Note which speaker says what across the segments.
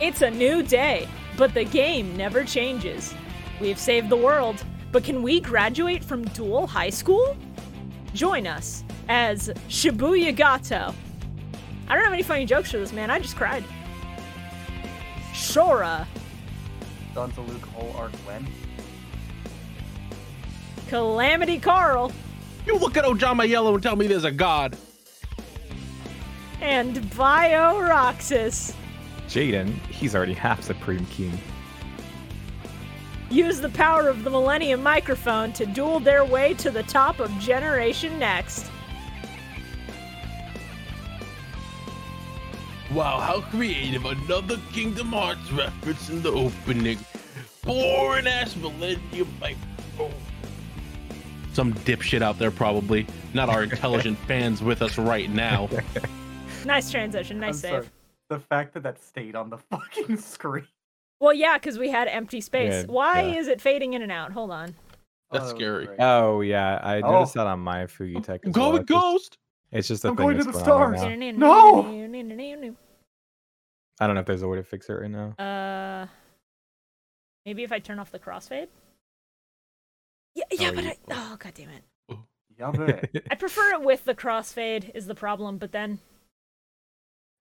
Speaker 1: It's a new day, but the game never changes. We've saved the world, but can we graduate from dual high school? Join us as Shibuya Gato. I don't have any funny jokes for this man, I just cried. Shora,
Speaker 2: Dante Luke Whole Arc Wen.
Speaker 1: Calamity Carl,
Speaker 3: You look at Ojama Yellow and tell me there's a god.
Speaker 1: and Bio Roxas.
Speaker 4: Jaden, he's already half Supreme King.
Speaker 1: Use the power of the Millennium Microphone to duel their way to the top of Generation Next.
Speaker 3: Wow, how creative. Another Kingdom Hearts reference in the opening. Boring ass millennium microphone. Some dipshit out there probably. Not our intelligent fans with us right now.
Speaker 1: Nice transition, nice
Speaker 2: I'm
Speaker 1: save.
Speaker 2: sorry. The fact that that stayed on the fucking screen.
Speaker 1: Well, yeah, because we had empty space.
Speaker 4: Yeah,
Speaker 1: Why
Speaker 4: yeah.
Speaker 1: is it fading in and out? Hold on.
Speaker 3: That's
Speaker 2: that was
Speaker 3: scary.
Speaker 2: great.
Speaker 4: Oh yeah, I
Speaker 2: Oh.
Speaker 4: noticed that on my Fugi Tech. as
Speaker 3: Go
Speaker 4: well.
Speaker 3: with
Speaker 4: It's just-
Speaker 3: Ghost!
Speaker 4: It's just a
Speaker 2: I'm
Speaker 4: thing
Speaker 2: going to
Speaker 4: that's
Speaker 2: the
Speaker 4: going on right
Speaker 2: stars.
Speaker 4: now. I don't know if there's a way to fix it right now.
Speaker 1: Uh, maybe if I turn off the crossfade. Yeah, yeah,
Speaker 3: Oh,
Speaker 1: but
Speaker 3: you-
Speaker 1: I, oh god damn it!
Speaker 2: Yabba.
Speaker 1: I prefer it with the crossfade is the problem, but then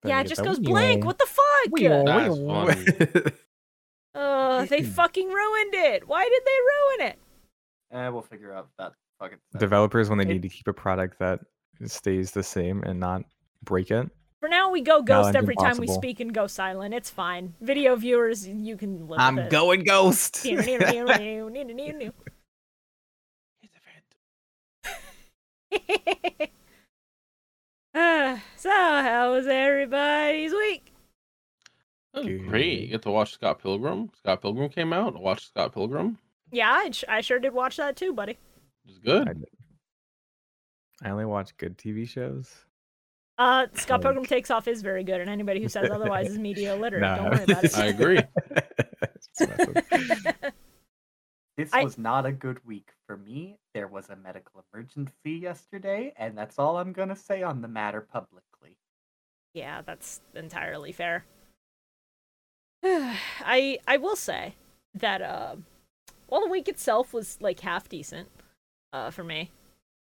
Speaker 4: Then
Speaker 1: yeah,
Speaker 4: you
Speaker 1: it
Speaker 4: get
Speaker 1: just
Speaker 4: the
Speaker 1: goes blank.
Speaker 4: wheel.
Speaker 1: What the fuck?
Speaker 3: That's funny.
Speaker 1: Uh, they fucking ruined it. Why did they ruin it?
Speaker 2: eh, we'll figure out that fucking stuff.
Speaker 4: Developers when they
Speaker 2: It-
Speaker 4: need to keep a product that stays the same and not break it.
Speaker 1: For now, we go ghost
Speaker 4: it's
Speaker 1: every time we
Speaker 4: impossible.
Speaker 1: speak and go silent. It's fine. Video viewers, you can live with it.
Speaker 4: going ghost.
Speaker 1: Ah, so how was everybody's week?
Speaker 3: That was
Speaker 4: Good.
Speaker 3: Oh, Great. You get to watch Scott Pilgrim. Scott Pilgrim came out. I watched Scott Pilgrim.
Speaker 1: Yeah, I, sh- I sure did watch that too, buddy.
Speaker 3: It was good.
Speaker 4: I- I only watch good TV shows.
Speaker 1: Uh, Scott
Speaker 4: Like-
Speaker 1: Pilgrim Takes Off is very good, and anybody who says otherwise is media illiterate. Don't worry about
Speaker 3: I
Speaker 1: it.
Speaker 3: agree.
Speaker 4: It's messy.
Speaker 2: This
Speaker 1: I-
Speaker 2: was not a good week for me. There was a medical emergency yesterday, and that's all I'm gonna say on the matter publicly.
Speaker 1: yeah, that's entirely fair. I I will say that uh, while the week itself was like half decent uh, for me,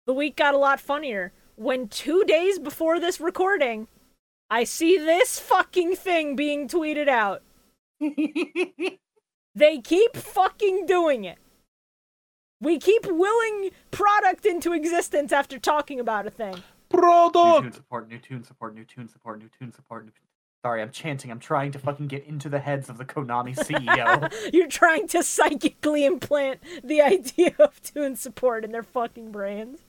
Speaker 1: the week got a lot funnier when two days before this recording, I see this fucking thing being tweeted out. They keep fucking doing it. We keep willing product into existence after talking about a thing.
Speaker 2: New tune
Speaker 3: Product!
Speaker 2: support, new tune support, new tune support, new tune support. New... Sorry, I'm chanting. I'm trying to fucking get into the heads of the Konami E CEO.
Speaker 1: You're trying to psychically implant the idea of tune support in their fucking brains.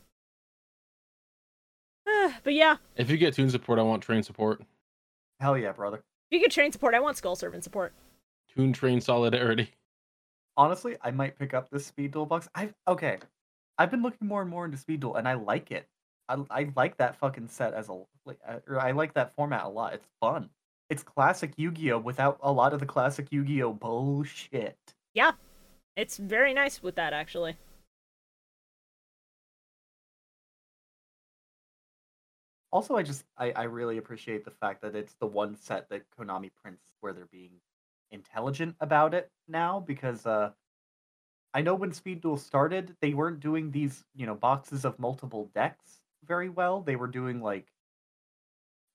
Speaker 1: Ah, but yeah, if
Speaker 3: If you get tune support, I want train support.
Speaker 2: Hell yeah, brother.
Speaker 1: you get train support, I want skull servant support.
Speaker 3: Tune train solidarity.
Speaker 2: Honestly, I might pick up this Speed Duel box. I've okay. I've been looking more and more into Speed Duel, and I like it. I, I like that fucking set as a like, uh, or I like that format a lot. It's fun. It's classic Yu-Gi-Oh without a lot of the classic Yu-Gi-Oh bullshit.
Speaker 1: It's very nice with that, actually.
Speaker 2: Also, I just I, I really appreciate the fact that it's the one set that Konami prints where they're being intelligent about it now because uh I know when Speed Duel started, they weren't doing these, you know, boxes of multiple decks very well. They were doing like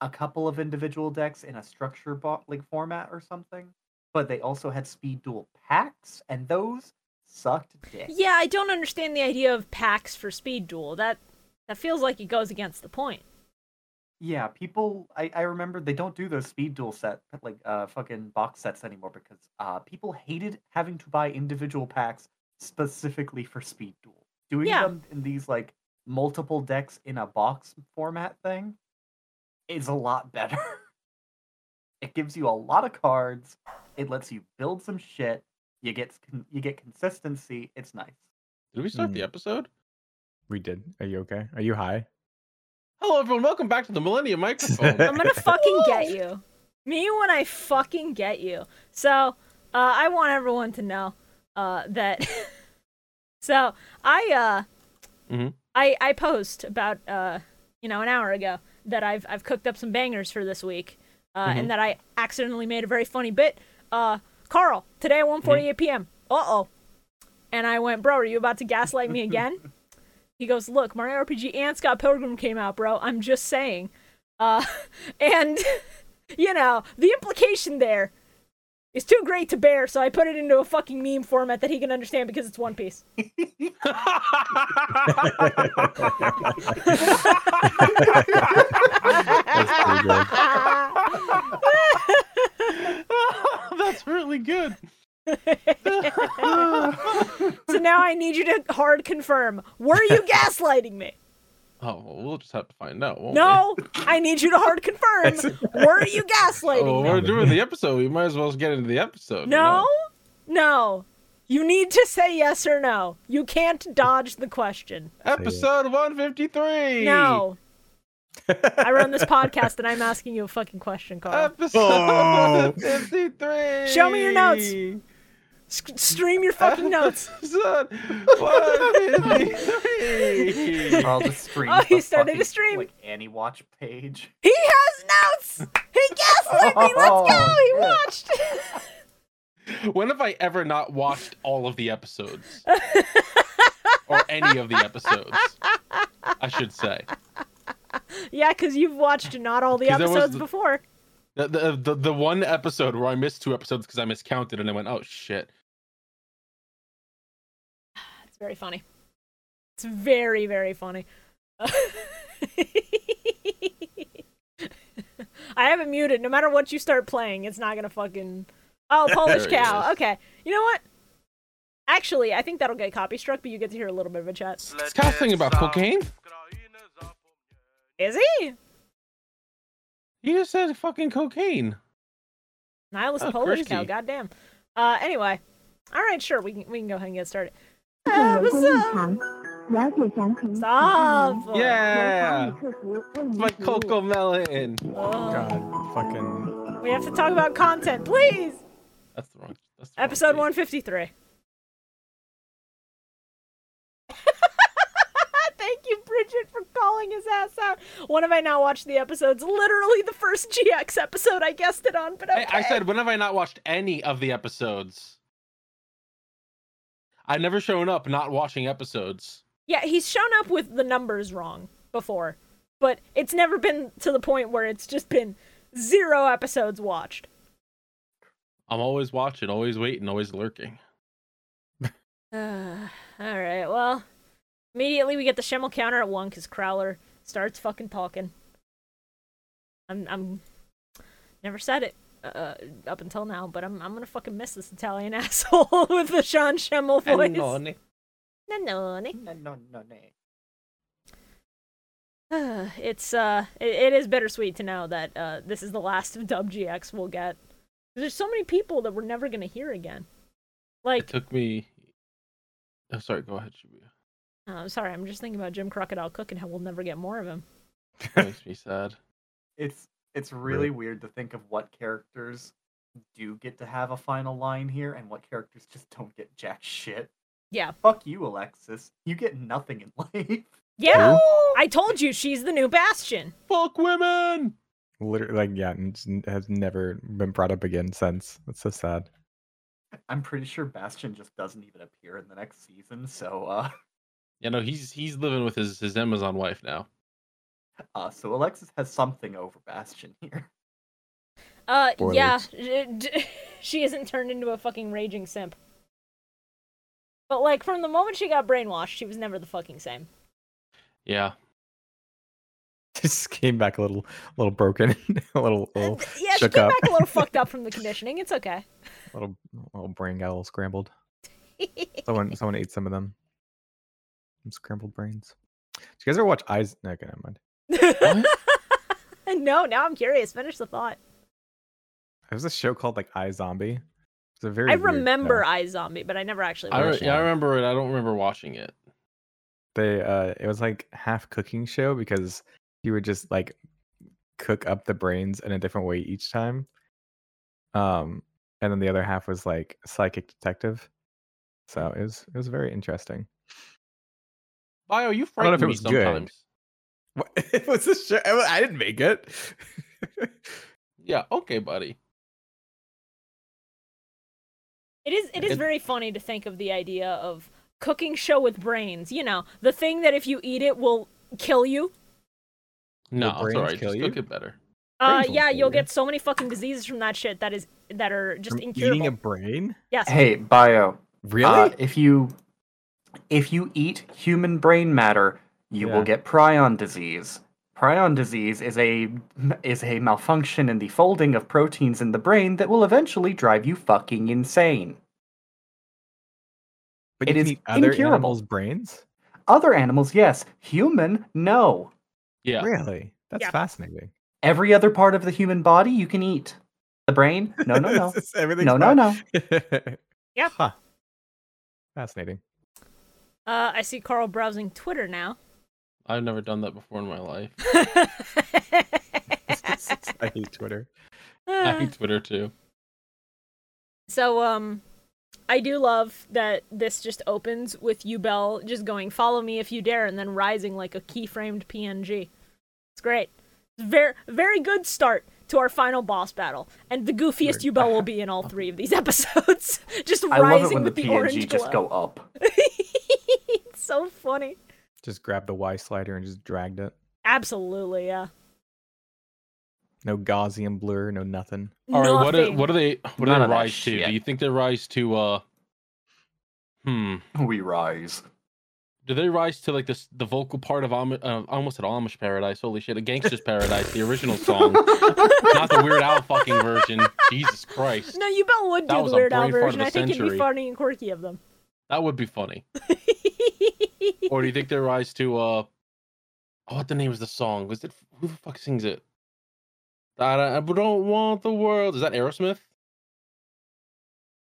Speaker 2: a couple of individual decks in a structure bo- like format or something. But they also had Speed Duel packs and those sucked dick.
Speaker 1: Yeah, I don't understand the idea of packs for speed duel. That that feels like it goes against the point.
Speaker 2: Yeah, people. I, I remember they don't do those speed duel set like uh fucking box sets anymore because uh people hated having to buy individual packs specifically for speed duel. Doing
Speaker 1: Yeah.
Speaker 2: them in these like multiple decks in a box format thing is a lot better. it gives you a lot of cards. It lets you build some shit. You get s- con- you get consistency. It's nice.
Speaker 3: Did we start the
Speaker 4: Hmm.
Speaker 3: episode?
Speaker 4: we did. Are you okay? Are you high?
Speaker 3: Hello, everyone. Welcome back to the Millennium Microphone.
Speaker 1: I'm gonna fucking get you. Me when I fucking get you. So, uh, I want everyone to know uh, that. so I uh,
Speaker 3: Mhm.
Speaker 1: I I post about uh, you know an hour ago that I've I've cooked up some bangers for this week. uh, and that I accidentally made a very funny bit. Uh, Carl, today at 1:48 p.m. Uh oh. And I went, bro, are you about to gaslight me again? he goes, look, Mario RPG and Scott Pilgrim came out, bro. I'm just saying. Uh, and you know the implication there is too great to bear, so I put it into a fucking meme format that he can understand because it's One Piece.
Speaker 4: That's pretty good.
Speaker 3: That's really good.
Speaker 1: So now I need you to hard confirm. Were you gaslighting me?
Speaker 3: Oh, well, we'll just have to find out. won't
Speaker 1: No, I need you to hard confirm. Were you
Speaker 3: we?
Speaker 1: gaslighting
Speaker 3: Oh, Well,
Speaker 4: Oh,
Speaker 1: me?
Speaker 3: we're doing the episode. We might as well get into the episode. you
Speaker 1: No,
Speaker 3: know?
Speaker 1: no. You need to say yes or no. You can't dodge the question.
Speaker 3: Episode 153.
Speaker 1: No. I run this podcast and I'm asking you a fucking question, Carl.
Speaker 3: Episode
Speaker 4: Oh.
Speaker 3: 153.
Speaker 1: Show me your notes. S- stream your fucking notes.
Speaker 3: Episode 153.
Speaker 2: Carl just streams.
Speaker 1: Oh, he
Speaker 2: the
Speaker 1: started a
Speaker 2: fucking,
Speaker 1: stream.
Speaker 2: Like Annie watch page.
Speaker 1: He has notes. He gaslit me. Let's go. He
Speaker 2: Oh, yeah.
Speaker 1: watched.
Speaker 3: When have I ever not watched all of the episodes? or any of the episodes? I should say.
Speaker 1: yeah, because you've watched not all the
Speaker 3: 'Cause there was
Speaker 1: episodes
Speaker 3: the-
Speaker 1: before.
Speaker 3: The, the, the, the one episode where I missed two episodes because I miscounted and I went, oh shit.
Speaker 1: It's very funny. It's very, very funny. I have it muted. No matter what you start playing, it's not gonna fucking. Oh, Polish
Speaker 3: There it
Speaker 1: cow.
Speaker 3: is.
Speaker 1: Okay. You know what? Actually, I think that'll get copy struck, but you get to hear a little bit of a chat.
Speaker 3: This guy's thinking about cocaine?
Speaker 1: Is he?
Speaker 3: He just said fucking cocaine.
Speaker 1: Nihilus
Speaker 3: Oh,
Speaker 1: Polish cow.
Speaker 3: crazy.
Speaker 1: Goddamn. Uh, anyway. All right, sure. We can we can go ahead and get started. Uh, what's up?
Speaker 5: 了解详情。
Speaker 1: Stop.
Speaker 3: Yeah.
Speaker 5: 客服为
Speaker 3: It's
Speaker 5: 您
Speaker 3: my
Speaker 5: 服务。
Speaker 3: cocoa melon.
Speaker 1: Oh,
Speaker 4: God, fucking.
Speaker 1: we have to talk about content, please.
Speaker 3: That's the wrong. That's the wrong
Speaker 1: Episode
Speaker 3: page.
Speaker 1: 153. Thank you, Bridget, for calling his ass out. One of I now watched the episodes. Literally the first GX episode I guessed it on, but okay.
Speaker 3: Hey, I said, when have I not watched any of the episodes? I've never shown up not watching episodes.
Speaker 1: Yeah, he's shown up with the numbers wrong before, but it's never been to the point where it's just been zero episodes watched.
Speaker 3: I'm always watching, always waiting, always lurking.
Speaker 1: Uh, all right, well, immediately we get the Shemmel counter at one because Crowler starts fucking talking. I'm, I'm, never said it uh, up until now, but I'm, I'm gonna fucking miss this Italian asshole with the Sean Shemmel voice.
Speaker 3: Annone.
Speaker 1: Nannone.
Speaker 2: No, no, no, no.
Speaker 1: Uh, it's uh, it, it is bittersweet to know that uh, this is the last of Dub GX we'll get. 'Cause There's so many people that we're never gonna hear again.
Speaker 3: It
Speaker 1: Like,
Speaker 3: took me. Oh, sorry. Go ahead, Shibuya.
Speaker 1: oh, I'm sorry, I'm just thinking about Jim Crocodile Cook and how we'll never get more of him.
Speaker 3: That makes me sad.
Speaker 2: It's it's really weird to think of what characters do get to have a final line here and what characters just don't get jack shit.
Speaker 1: Yeah.
Speaker 2: Fuck you, Alexis. You get nothing in life.
Speaker 1: Yeah, I told you she's the new Bastion.
Speaker 3: Fuck women.
Speaker 4: Literally, like, yeah, and it's n- has never been brought up again since. That's so sad.
Speaker 2: I'm pretty sure Bastion just doesn't even appear in the next season, so uh
Speaker 3: You know he's he's living with his his Amazon wife now.
Speaker 2: uh so Alexis has something over Bastion here.
Speaker 1: Uh,
Speaker 4: Spoilers.
Speaker 1: yeah, d- d- she isn't turned into a fucking raging simp. But like from the moment she got brainwashed, she was never the fucking same.
Speaker 3: Yeah.
Speaker 4: Just came back a little, little broken, a little,
Speaker 1: Uh,
Speaker 4: little,
Speaker 1: th- yeah, she
Speaker 4: Oh, shook
Speaker 1: came
Speaker 4: up.
Speaker 1: back a little fucked up from the conditioning. It's okay.
Speaker 4: little, little brain got a little scrambled. Someone, someone ate some of them. Some scrambled brains. Did you guys ever watch Eyes? No, okay, never mind. Oh.
Speaker 3: What?
Speaker 1: no, now I'm curious. Finish the thought.
Speaker 4: There's a show called like I Zombie. It's a very
Speaker 1: I
Speaker 4: weird show.
Speaker 1: remember I Zombie, but I never actually
Speaker 3: I,
Speaker 1: watched
Speaker 3: re-
Speaker 1: it.
Speaker 3: yeah, I remember it. I don't remember watching it.
Speaker 4: they uh it was like half cooking show because he would just like cook up the brains in a different way each time um and then the other half was like psychic detective so it was it was very interesting
Speaker 3: Bio, you
Speaker 4: I don't
Speaker 3: frighten
Speaker 4: know if it
Speaker 3: me
Speaker 4: was good.
Speaker 3: sometimes.
Speaker 4: what was this show i didn't make it
Speaker 3: Yeah, okay, buddy.
Speaker 1: It is it is
Speaker 3: It-
Speaker 1: very funny to think of the idea of cooking show with brains. You know, the thing that if you eat it will kill you.
Speaker 3: No, it's
Speaker 4: brains
Speaker 3: alright.
Speaker 4: kill
Speaker 3: Just
Speaker 4: you?
Speaker 3: cook it better.
Speaker 1: Uh,
Speaker 4: Brains won't
Speaker 1: yeah,
Speaker 4: kill
Speaker 1: you'll
Speaker 4: you.
Speaker 1: get so many fucking diseases from that shit that is that are just
Speaker 4: From
Speaker 1: incurable.
Speaker 4: Eating a brain?
Speaker 1: Yes.
Speaker 2: Hey, bio.
Speaker 4: Really?
Speaker 2: Uh, if you if you eat human brain matter, you
Speaker 4: Yeah.
Speaker 2: will get prion disease. Prion disease is a is a malfunction in the folding of proteins in the brain that will eventually drive you fucking insane.
Speaker 4: but
Speaker 2: it
Speaker 4: you can
Speaker 2: is
Speaker 4: eat other
Speaker 2: incurable.
Speaker 4: animals' brains?
Speaker 2: Other animals, yes. Human, no.
Speaker 3: Yeah.
Speaker 4: Really? That's
Speaker 1: Yeah.
Speaker 4: fascinating.
Speaker 2: Every other part of the human body you can eat. The brain? No, no, no. no, no, no.
Speaker 4: no.
Speaker 1: Yeah.
Speaker 4: Huh. Fascinating.
Speaker 1: Uh, I see Carl browsing Twitter now.
Speaker 3: I've never done that before in my life.
Speaker 4: I hate Twitter.
Speaker 3: I hate Twitter too.
Speaker 1: so um I do love that this just opens with Ubel just going follow me if you dare and then rising like a keyframed PNG. It's great. Very very good start to our final boss battle. And the goofiest
Speaker 4: Very-
Speaker 1: Ubel will be in all three of these episodes. just
Speaker 2: I
Speaker 1: rising
Speaker 2: love it when the
Speaker 1: with the, orange
Speaker 2: PNG just
Speaker 1: glow.
Speaker 2: go up.
Speaker 1: it's so funny.
Speaker 4: Just grabbed the Y slider and just dragged it.
Speaker 1: Absolutely, yeah.
Speaker 4: No Gaussian blur, no nothing.
Speaker 3: All right, what are,
Speaker 1: Nothing.
Speaker 3: what are they what do
Speaker 2: None
Speaker 3: they
Speaker 2: of that
Speaker 3: rise to?
Speaker 2: shit.
Speaker 3: Do you think they rise to uh hmm
Speaker 2: We rise.
Speaker 3: do they rise to like this the vocal part of Am- uh, I almost at Amish Paradise? Holy shit, a Gangster's Paradise, the original song, not the Weird Al fucking version. Jesus Christ,
Speaker 1: No, you bet would
Speaker 3: That
Speaker 1: do
Speaker 3: was
Speaker 1: the
Speaker 3: a
Speaker 1: Weird Al
Speaker 3: brave part of
Speaker 1: version.
Speaker 3: the
Speaker 1: I think it'd be
Speaker 3: century.
Speaker 1: funny and quirky of them.
Speaker 3: that would be funny. Or do you think they rise to uh? Oh, what the name is the song? Was it who the fuck sings it? I don't, I don't want the world. Is that Aerosmith?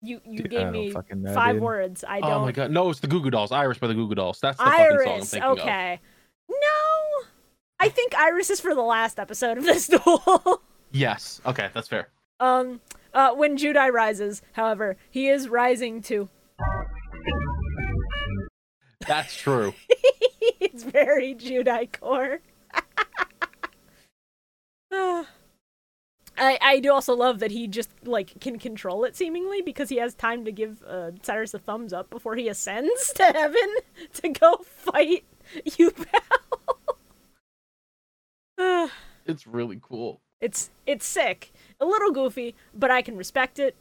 Speaker 1: you you
Speaker 4: Dude, I
Speaker 1: gave
Speaker 4: don't
Speaker 1: me
Speaker 4: fucking know,
Speaker 1: five
Speaker 4: dude.
Speaker 1: words. I don't.
Speaker 3: Oh my god, no, it's the Goo Goo Dolls. Iris by the Goo Goo Dolls. That's the fucking
Speaker 1: Iris.
Speaker 3: song I'm thinking of.
Speaker 1: okay. No, I think Iris is for the last episode of this duel.
Speaker 3: Yes. Okay, that's fair.
Speaker 1: um, uh, when Judai rises, however, he is rising too.
Speaker 3: That's true.
Speaker 1: it's very Judai core. Ah. I, I do also love that he just like can control it seemingly because he has time to give uh, Cyrus a thumbs up before he ascends to heaven to go fight Yubel.
Speaker 3: it's really cool.
Speaker 1: Ah, It's it's sick, a little goofy, but I can respect it.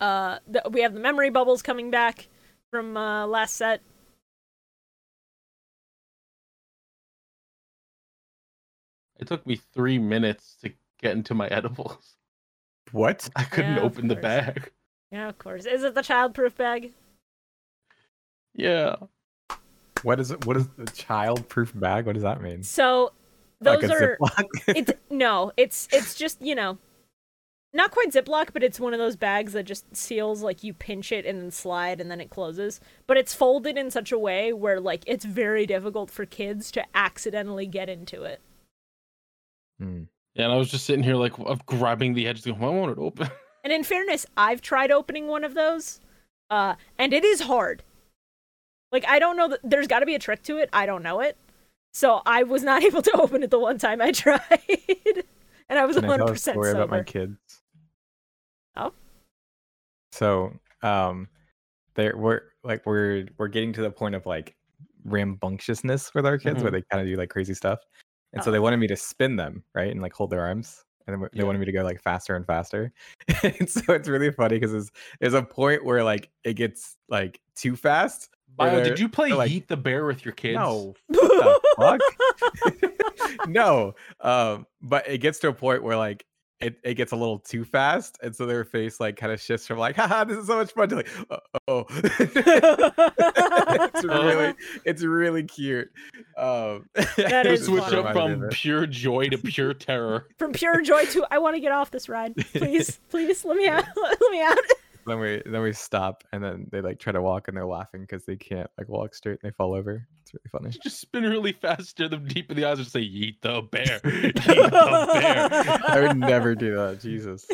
Speaker 1: Uh, the, we have the memory bubbles coming back from uh, last set.
Speaker 3: It took me three minutes to get into my edibles.
Speaker 4: What?
Speaker 3: I couldn't
Speaker 1: Yeah, of
Speaker 3: open the
Speaker 1: course.
Speaker 3: bag.
Speaker 1: Yeah, of course. Is it the childproof bag?
Speaker 3: Yeah.
Speaker 4: What is what is the child-proof bag? What does that mean?
Speaker 1: So those
Speaker 4: like a
Speaker 1: are
Speaker 4: Ziploc?
Speaker 1: it's no, it's it's just you know, not quite Ziploc, but it's one of those bags that just seals. Like you pinch it and then slide, and then it closes. But it's folded in such a way where like it's very difficult for kids to accidentally get into it.
Speaker 4: Hmm.
Speaker 3: Yeah, and I was just sitting here like of grabbing the edge, going, "Why won't it open?"
Speaker 1: And in fairness, I've tried opening one of those, uh, and it is hard. Like I don't know that there's got to be a trick to it. I don't know it, so I was not able to open it the one time I tried, and I was
Speaker 4: Can I
Speaker 1: one
Speaker 4: tell a
Speaker 1: percent
Speaker 4: story about my
Speaker 1: sober.
Speaker 4: kids?
Speaker 1: Oh.
Speaker 4: So, um, there we're like we're we're getting to the point of like rambunctiousness with our kids where
Speaker 1: Mm-hmm.
Speaker 4: they kind of do like crazy stuff, and
Speaker 1: Uh-huh.
Speaker 4: so they wanted me to spin them right and like hold their arms, and then they
Speaker 3: Yeah.
Speaker 4: wanted me to go like faster and faster. and so it's really funny because there's there's a point where like it gets like too fast. where
Speaker 3: Bio,
Speaker 4: they're-
Speaker 3: did you play
Speaker 4: they're like-
Speaker 3: Yeet the Bear with your kids?
Speaker 4: No, the fuck? no. Um, but it gets to a point where like it, it gets a little too fast, and so their face like kind of shifts from like, haha, this is so much fun to like, "Uh, oh. it's really it's really cute. Um
Speaker 1: That
Speaker 4: it
Speaker 1: is
Speaker 4: just
Speaker 3: switch
Speaker 1: funny.
Speaker 3: up
Speaker 4: reminded me
Speaker 3: from
Speaker 4: of it.
Speaker 3: pure joy to pure terror.
Speaker 1: From pure joy to I want to get off this ride. Please, please let me out. let me out.
Speaker 4: then we then we stop and then they like try to walk and they're laughing because they can't like walk straight and they fall over. It's really funny.
Speaker 3: You just spin really fast, stare them deep in the eyes, and say, "Yeet the Bear, Yeet the Bear."
Speaker 4: I would never do that. Jesus.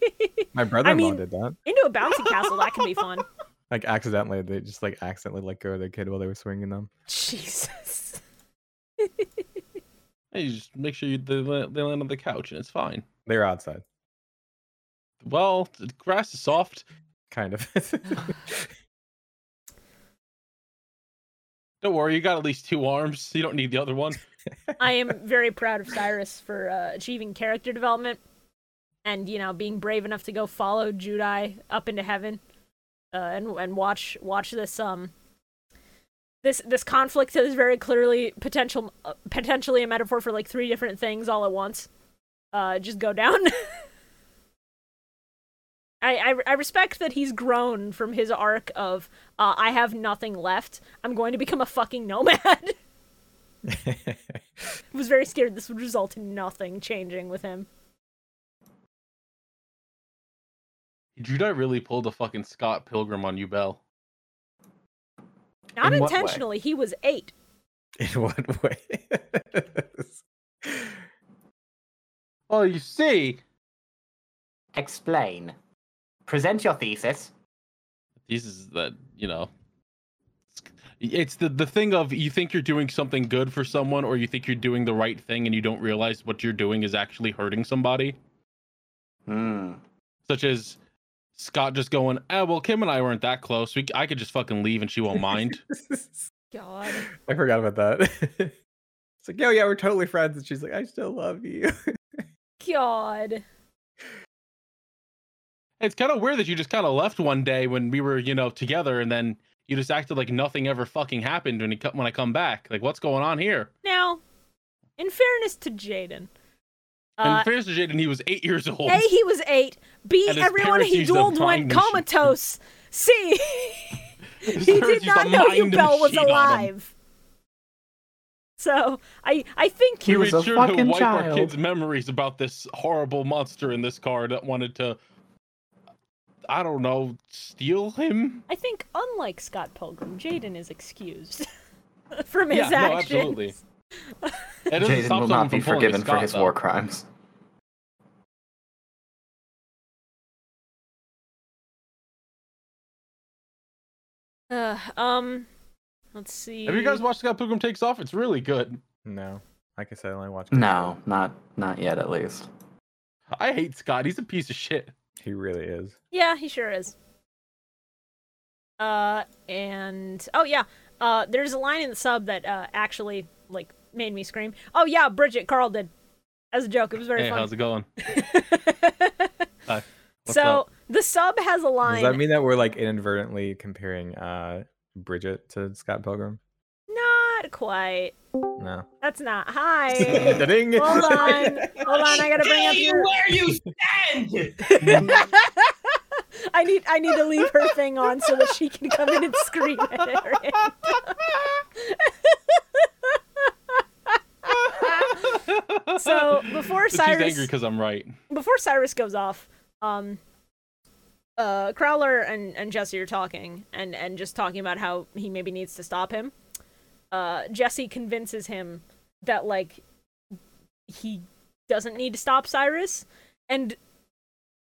Speaker 4: My brother-in-law
Speaker 1: mean-
Speaker 4: did that.
Speaker 1: Into a bouncy castle. That can be fun.
Speaker 4: Like accidentally, they just like accidentally let go of their kid while they were swinging them.
Speaker 1: Jesus.
Speaker 3: Hey, you just make sure you, they, la- they land on the couch and it's fine.
Speaker 4: They're outside,
Speaker 3: Well, the grass is soft.
Speaker 4: kind of.
Speaker 3: Don't worry, you got at least two arms. You don't need the other one.
Speaker 1: I am very proud of Cyrus for uh, achieving character development and, you know, being brave enough to go follow Judai up into heaven uh, and and watch watch this um this this conflict that is very clearly potential uh, potentially a metaphor for like three different things all at once. Uh just go down. I, I, I respect that he's grown from his arc of uh, I have nothing left. I'm going to become a fucking nomad. was very scared this would result in nothing changing with him.
Speaker 3: Judai really pulled a fucking Scott Pilgrim on you, Bell.
Speaker 1: Not
Speaker 2: In what way?
Speaker 1: intentionally, he was eight.
Speaker 4: In what way?
Speaker 3: Well, you see,
Speaker 2: Explain. Present your thesis.
Speaker 3: this is that you know, it's, it's the the thing of you think you're doing something good for someone, or you think you're doing the right thing, and you don't realize what you're doing is actually hurting somebody.
Speaker 2: Hmm.
Speaker 3: Such as Scott just going, "Ah, well, Kim and I weren't that close. We, I could just fucking leave, and she won't mind."
Speaker 1: God.
Speaker 4: I forgot about that. it's like, yo, yeah, we're totally friends, and she's like, I still love you.
Speaker 1: God.
Speaker 3: It's kind of weird that you just kind of left one day when we were, you know, together, and then you just acted like nothing ever fucking happened when, he, co- when I come back. Like, what's going on here?
Speaker 1: Now, in fairness to Jaden,
Speaker 3: And
Speaker 1: uh,
Speaker 3: fairness to Jaden, he was eight years old.
Speaker 1: A, he was eight. B,
Speaker 3: And his
Speaker 1: everyone
Speaker 3: parents
Speaker 1: he
Speaker 3: used a
Speaker 1: dueled went
Speaker 3: mind machine.
Speaker 1: comatose. C,
Speaker 3: His
Speaker 1: he
Speaker 3: parents
Speaker 1: did
Speaker 3: used a
Speaker 1: not know you
Speaker 3: mind
Speaker 1: Bell was
Speaker 3: machine on him.
Speaker 1: alive. So, I I think
Speaker 2: He
Speaker 3: We
Speaker 2: was
Speaker 3: made
Speaker 2: a
Speaker 3: sure to
Speaker 2: fucking
Speaker 3: wipe our
Speaker 2: child.
Speaker 3: kids' memories about this horrible monster in this car that wanted to, I don't know, steal him.
Speaker 1: I think unlike Scott Pilgrim, Jaden is excused from his
Speaker 3: Yeah, no,
Speaker 1: actions.
Speaker 3: absolutely. It doesn't
Speaker 2: Jaden
Speaker 3: stop
Speaker 2: will
Speaker 3: someone
Speaker 2: not be
Speaker 3: from pulling a
Speaker 2: forgiven for
Speaker 3: Scott,
Speaker 2: his
Speaker 3: though.
Speaker 2: war crimes.
Speaker 1: Uh, um, let's see.
Speaker 3: Have you guys watched Scott Pilgrim Takes Off? It's really good.
Speaker 4: no, like I said, I only watch.
Speaker 2: No, not not yet, at least.
Speaker 3: I hate Scott. He's a piece of shit.
Speaker 4: he really is.
Speaker 1: Yeah, he sure is. Uh, and oh yeah, uh, there's a line in the sub that uh actually like made me scream. Oh yeah, Bridget Carl did, as a joke. It was very
Speaker 3: hey, how's
Speaker 1: funny.
Speaker 3: it going? Hi, what's
Speaker 1: so
Speaker 3: up?
Speaker 1: the sub has a line.
Speaker 4: Does that mean that we're like inadvertently comparing uh Bridget to Scott Pilgrim?
Speaker 1: Not quite.
Speaker 4: No.
Speaker 1: That's not. Hi.
Speaker 4: Da-ding!
Speaker 1: Hold on. Hold on. I gotta bring up
Speaker 6: Stay
Speaker 1: your.
Speaker 6: where you stand.
Speaker 1: I need I need to leave her thing on so that she can come in and scream at her end. so before
Speaker 3: She's angry
Speaker 1: Cyrus
Speaker 3: because I'm right.
Speaker 1: before Cyrus goes off, um, uh, Crowler and, and Jesse are talking and, and just talking about how he maybe needs to stop him. Uh, Jesse convinces him that like he doesn't need to stop Cyrus, and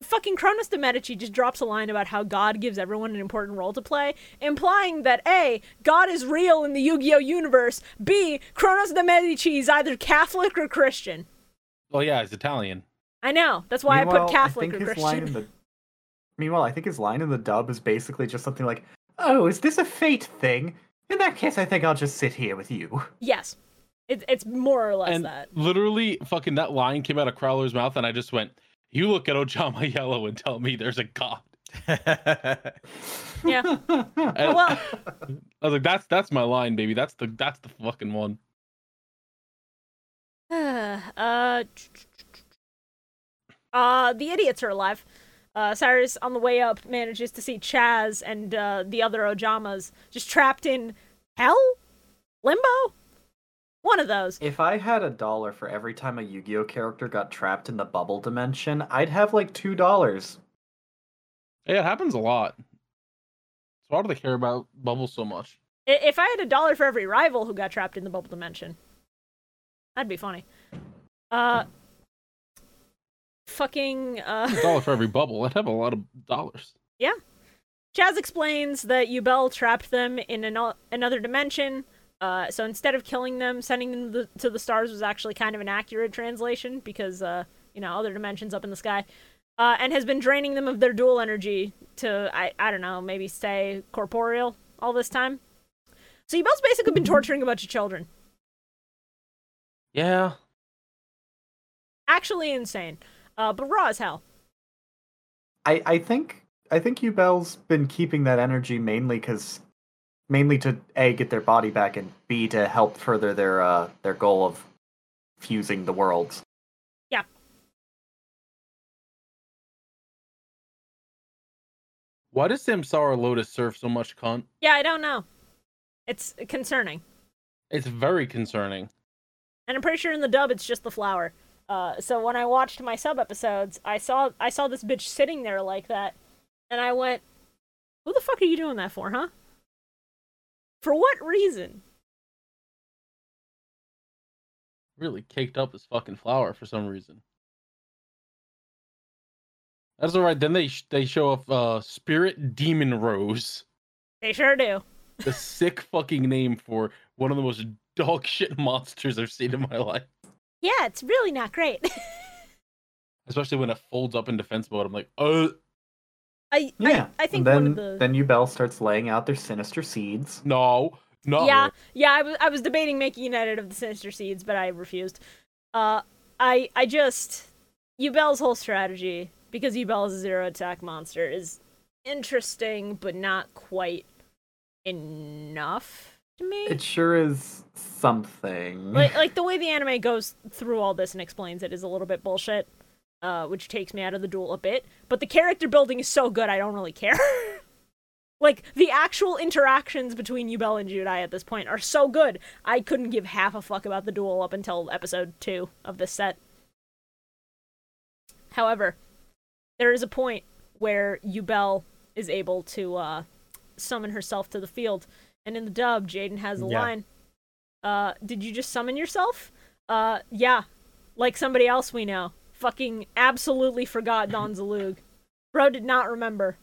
Speaker 1: fucking Cronus de Medici just drops a line about how God gives everyone an important role to play, implying that a God is real in the Yu-Gi-Oh universe, b Cronus de Medici is either Catholic or Christian.
Speaker 3: Well, Oh, yeah, he's Italian.
Speaker 1: I know. That's why I
Speaker 2: Meanwhile,
Speaker 1: put Catholic
Speaker 2: think
Speaker 1: or
Speaker 2: his line in
Speaker 1: Christian.
Speaker 2: the- Meanwhile, I think his line in the dub is basically just something like, "Oh, is this a fate thing? In that case, I think I'll just sit here with you."
Speaker 1: Yes. It, it's more or less
Speaker 3: and
Speaker 1: that.
Speaker 3: literally, fucking that line came out of Crowler's mouth, and I just went, "You look at Ojama Yellow and tell me there's a god."
Speaker 1: Yeah.
Speaker 3: And
Speaker 1: Well-
Speaker 3: I was like, "That's that's my line, baby. That's the that's the fucking one."
Speaker 1: uh, uh, the idiots are alive. Uh, Cyrus, on the way up, manages to see Chaz and uh, the other Ojamas just trapped in hell? Limbo? One of those.
Speaker 2: if I had a dollar for every time a Yu-Gi-Oh character got trapped in the bubble dimension, I'd have like two dollars.
Speaker 3: Yeah, it happens a lot. So why do they care about bubbles so much?
Speaker 1: I- If I had a dollar for every rival who got trapped in the bubble dimension, that'd be funny. Uh, fucking, uh.
Speaker 3: A dollar for every bubble. I'd have a lot of dollars.
Speaker 1: Chaz explains that Yubel trapped them in an- another dimension Uh, so instead of killing them, sending them the, to the stars was actually kind of an accurate translation because, uh, you know, other dimensions up in the sky. Uh, and has been draining them of their dual energy to, I, I don't know, maybe say corporeal all this time. So you both basically been torturing a bunch of children.
Speaker 3: Yeah.
Speaker 1: Actually insane, uh, but raw as hell.
Speaker 2: I, I think I think Ubel's been keeping that energy mainly because mainly to a get their body back and b to help further their uh their goal of fusing the worlds.
Speaker 1: Yeah.
Speaker 3: Why does Samsara Lotus serve so much cunt?
Speaker 1: Yeah, I don't know. It's concerning.
Speaker 3: It's very concerning.
Speaker 1: and I'm pretty sure in the dub it's just the flower. Uh, so when I watched my sub episodes, I saw I saw this bitch sitting there like that, and I went, "Who the fuck are you doing that for, huh? For what reason?"
Speaker 3: Really caked up this fucking flower for some reason. That's all right. Then they sh- they show up uh, Spirit Demon Rose,
Speaker 1: They sure do.
Speaker 3: the sick fucking name for one of the most dog shit monsters I've seen in my life.
Speaker 1: Yeah, it's really not great.
Speaker 3: Especially when it folds up in defense mode. I'm like, oh
Speaker 1: I,
Speaker 2: Yeah.
Speaker 1: I I think
Speaker 2: then
Speaker 1: one of the
Speaker 2: then Ubel starts laying out their sinister seeds.
Speaker 3: no, no.
Speaker 1: yeah yeah I was I was debating making an edit of the Sinister Seeds, but I refused. Uh, I I just Ubel's whole strategy because Ubel is a zero attack monster is interesting, but not quite enough to me.
Speaker 2: It sure is something.
Speaker 1: like like the way the anime goes through all this and explains it is a little bit bullshit, uh, which takes me out of the duel a bit. But the character building is so good, I don't really care. like the actual interactions between Yubel and Judai at this point are so good, I couldn't give half a fuck about the duel up until episode two of this set. However, there is a point where Yubel is able to uh, summon herself to the field, and in the dub, Jaden has a
Speaker 4: Yeah.
Speaker 1: line uh, did you just summon yourself? Uh, yeah, like somebody else we know. Fucking absolutely forgot Don Zalug. Bro did not remember.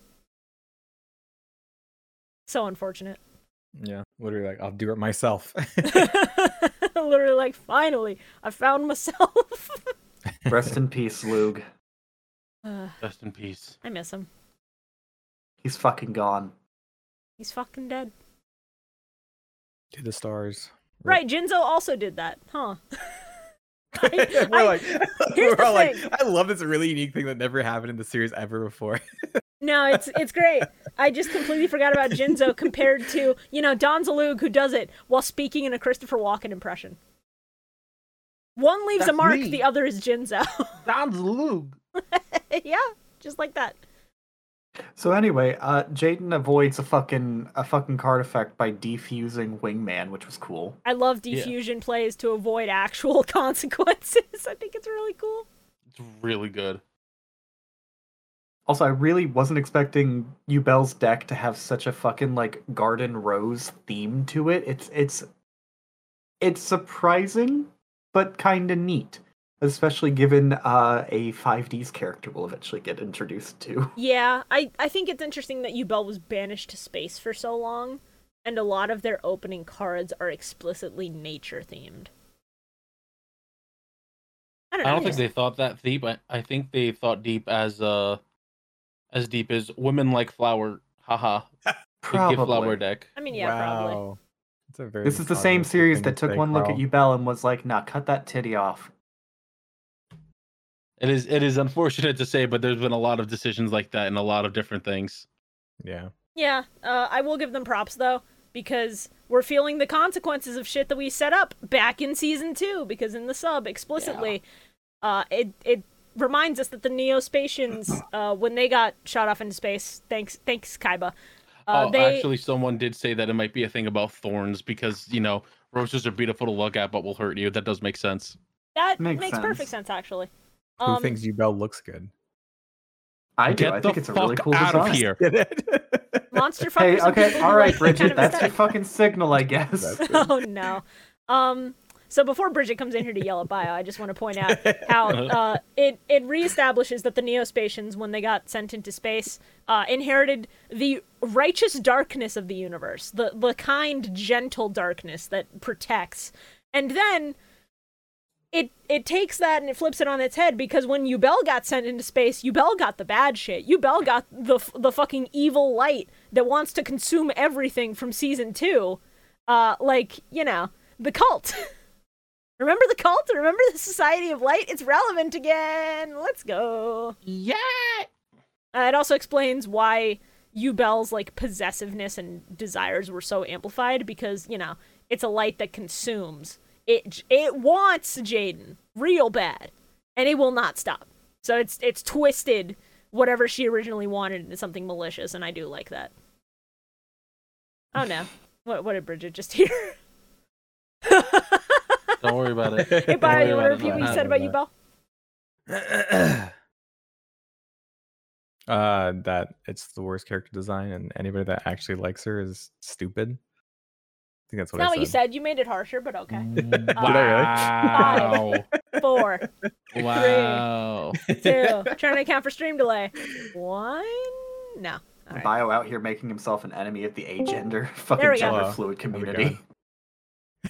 Speaker 1: So unfortunate.
Speaker 4: Yeah, literally, like I'll do it myself.
Speaker 1: Literally, like, finally, I found myself.
Speaker 2: Rest in peace, Lug.
Speaker 1: uh,
Speaker 3: Rest in peace.
Speaker 1: I miss him.
Speaker 2: He's fucking gone.
Speaker 1: He's fucking dead.
Speaker 4: to the stars.
Speaker 1: Right, Jinzo also did that, huh?
Speaker 4: we're
Speaker 1: I-
Speaker 4: like,
Speaker 1: here's
Speaker 4: we're
Speaker 1: the
Speaker 4: all like,
Speaker 1: thing.
Speaker 4: I love this really unique thing that never happened in the series ever before.
Speaker 1: No, it's it's great. I just completely forgot about Jinzo compared to you know Don Zalug who does it while speaking in a Christopher Walken impression. One leaves a
Speaker 3: That's
Speaker 1: mark,
Speaker 3: me.
Speaker 1: the other is Jinzo.
Speaker 3: Don's Luke.
Speaker 1: yeah, just like that.
Speaker 2: So anyway, uh, Jaden avoids a fucking a fucking card effect by defusing Wingman, which was cool.
Speaker 1: I love
Speaker 3: Yeah.
Speaker 1: defusion plays to avoid actual consequences. I think it's really cool.
Speaker 3: It's really good.
Speaker 2: Also, I really wasn't expecting Ubel's deck to have such a fucking like garden rose theme to it. It's it's it's surprising, but kind of neat, especially given uh, a 5D's character we'll eventually get introduced to.
Speaker 1: Yeah, I I think it's interesting that Ubel was banished to space for so long, and a lot of their opening cards are explicitly nature themed. I don't,
Speaker 3: I
Speaker 1: know,
Speaker 3: don't think
Speaker 1: just-
Speaker 3: they thought that deep. I, I think they thought deep as uh as deep as women like flower. Haha. The gift flower deck.
Speaker 1: I mean, yeah, probably.
Speaker 4: wow. It's a very
Speaker 2: This is the same
Speaker 4: misogynistic
Speaker 2: series
Speaker 4: thing
Speaker 2: that
Speaker 4: to
Speaker 2: took
Speaker 4: say,
Speaker 2: one look at
Speaker 4: Carl.
Speaker 2: Ubel and was like, "Nah, cut that titty off."
Speaker 3: It is it is unfortunate to say, but there's been a lot of decisions like that and a lot of different things.
Speaker 4: Yeah.
Speaker 1: Yeah, uh, I will give them props though because we're feeling the consequences of shit that we set up back in season two. Because in the sub, explicitly, uh, it it reminds us that the Neospatians, uh, when they got shot off into space, thanks thanks Kaiba, uh,
Speaker 3: oh,
Speaker 1: they
Speaker 3: actually someone did say that it might be a thing about thorns because, you know, roses are beautiful to look at but will hurt you. That does make sense.
Speaker 1: that
Speaker 2: Makes
Speaker 1: makes,
Speaker 2: sense.
Speaker 1: perfect sense actually.
Speaker 4: Who
Speaker 1: Um,
Speaker 4: thinks Ubel looks good?
Speaker 2: I do.
Speaker 3: Get
Speaker 2: I
Speaker 3: the
Speaker 2: think it's a really
Speaker 3: fuck
Speaker 2: cool
Speaker 3: out
Speaker 2: design.
Speaker 3: of here.
Speaker 4: Get it?
Speaker 1: monster
Speaker 2: Hey,
Speaker 1: fuckers are
Speaker 2: okay,
Speaker 1: people who
Speaker 2: all right,
Speaker 1: like that
Speaker 2: Bridget,
Speaker 1: kind of
Speaker 2: that's
Speaker 1: aesthetic.
Speaker 2: your fucking signal, I guess.
Speaker 4: That's-
Speaker 1: oh no. Oh, Um So before Bridget comes in here to yell at Bio, I just want to point out how uh, it it reestablishes that the Neospatians, when they got sent into space, uh, inherited the righteous darkness of the universe, the the kind, gentle darkness that protects. And then it it takes that and it flips it on its head because when Ubel got sent into space, Ubel got the bad shit. Ubel got the f- the fucking evil light that wants to consume everything from season two. Uh, like you know the cult. Remember the cult? Remember the Society of Light? It's relevant again. Let's go.
Speaker 3: Yeah.
Speaker 1: Uh, it also explains why Ubel's like possessiveness and desires were so amplified because you know it's a light that consumes. It it wants Jaden real bad, and it will not stop. So it's it's twisted whatever she originally wanted into something malicious, and I do like that. Oh no, what what did Bridget just hear?
Speaker 3: Don't worry about it.
Speaker 1: Hey, Byron,
Speaker 3: worry
Speaker 1: you want to
Speaker 3: about it,
Speaker 1: repeat what you
Speaker 3: Byron.
Speaker 1: said about Ubel?
Speaker 4: uh, that it's the worst character design, and anybody that actually likes her is stupid. I think that's
Speaker 1: It's
Speaker 4: what
Speaker 1: not
Speaker 4: I
Speaker 1: what you said. You made it harsher, but okay.
Speaker 3: Mm.
Speaker 4: I
Speaker 3: Wow.
Speaker 1: Four,
Speaker 3: wow.
Speaker 1: two, trying to account for stream delay. One, no. All right.
Speaker 2: Bio out here making himself an enemy of the agender
Speaker 1: There
Speaker 2: fucking
Speaker 1: we go.
Speaker 2: gender
Speaker 4: Wow.
Speaker 2: fluid
Speaker 4: There we go.
Speaker 2: community.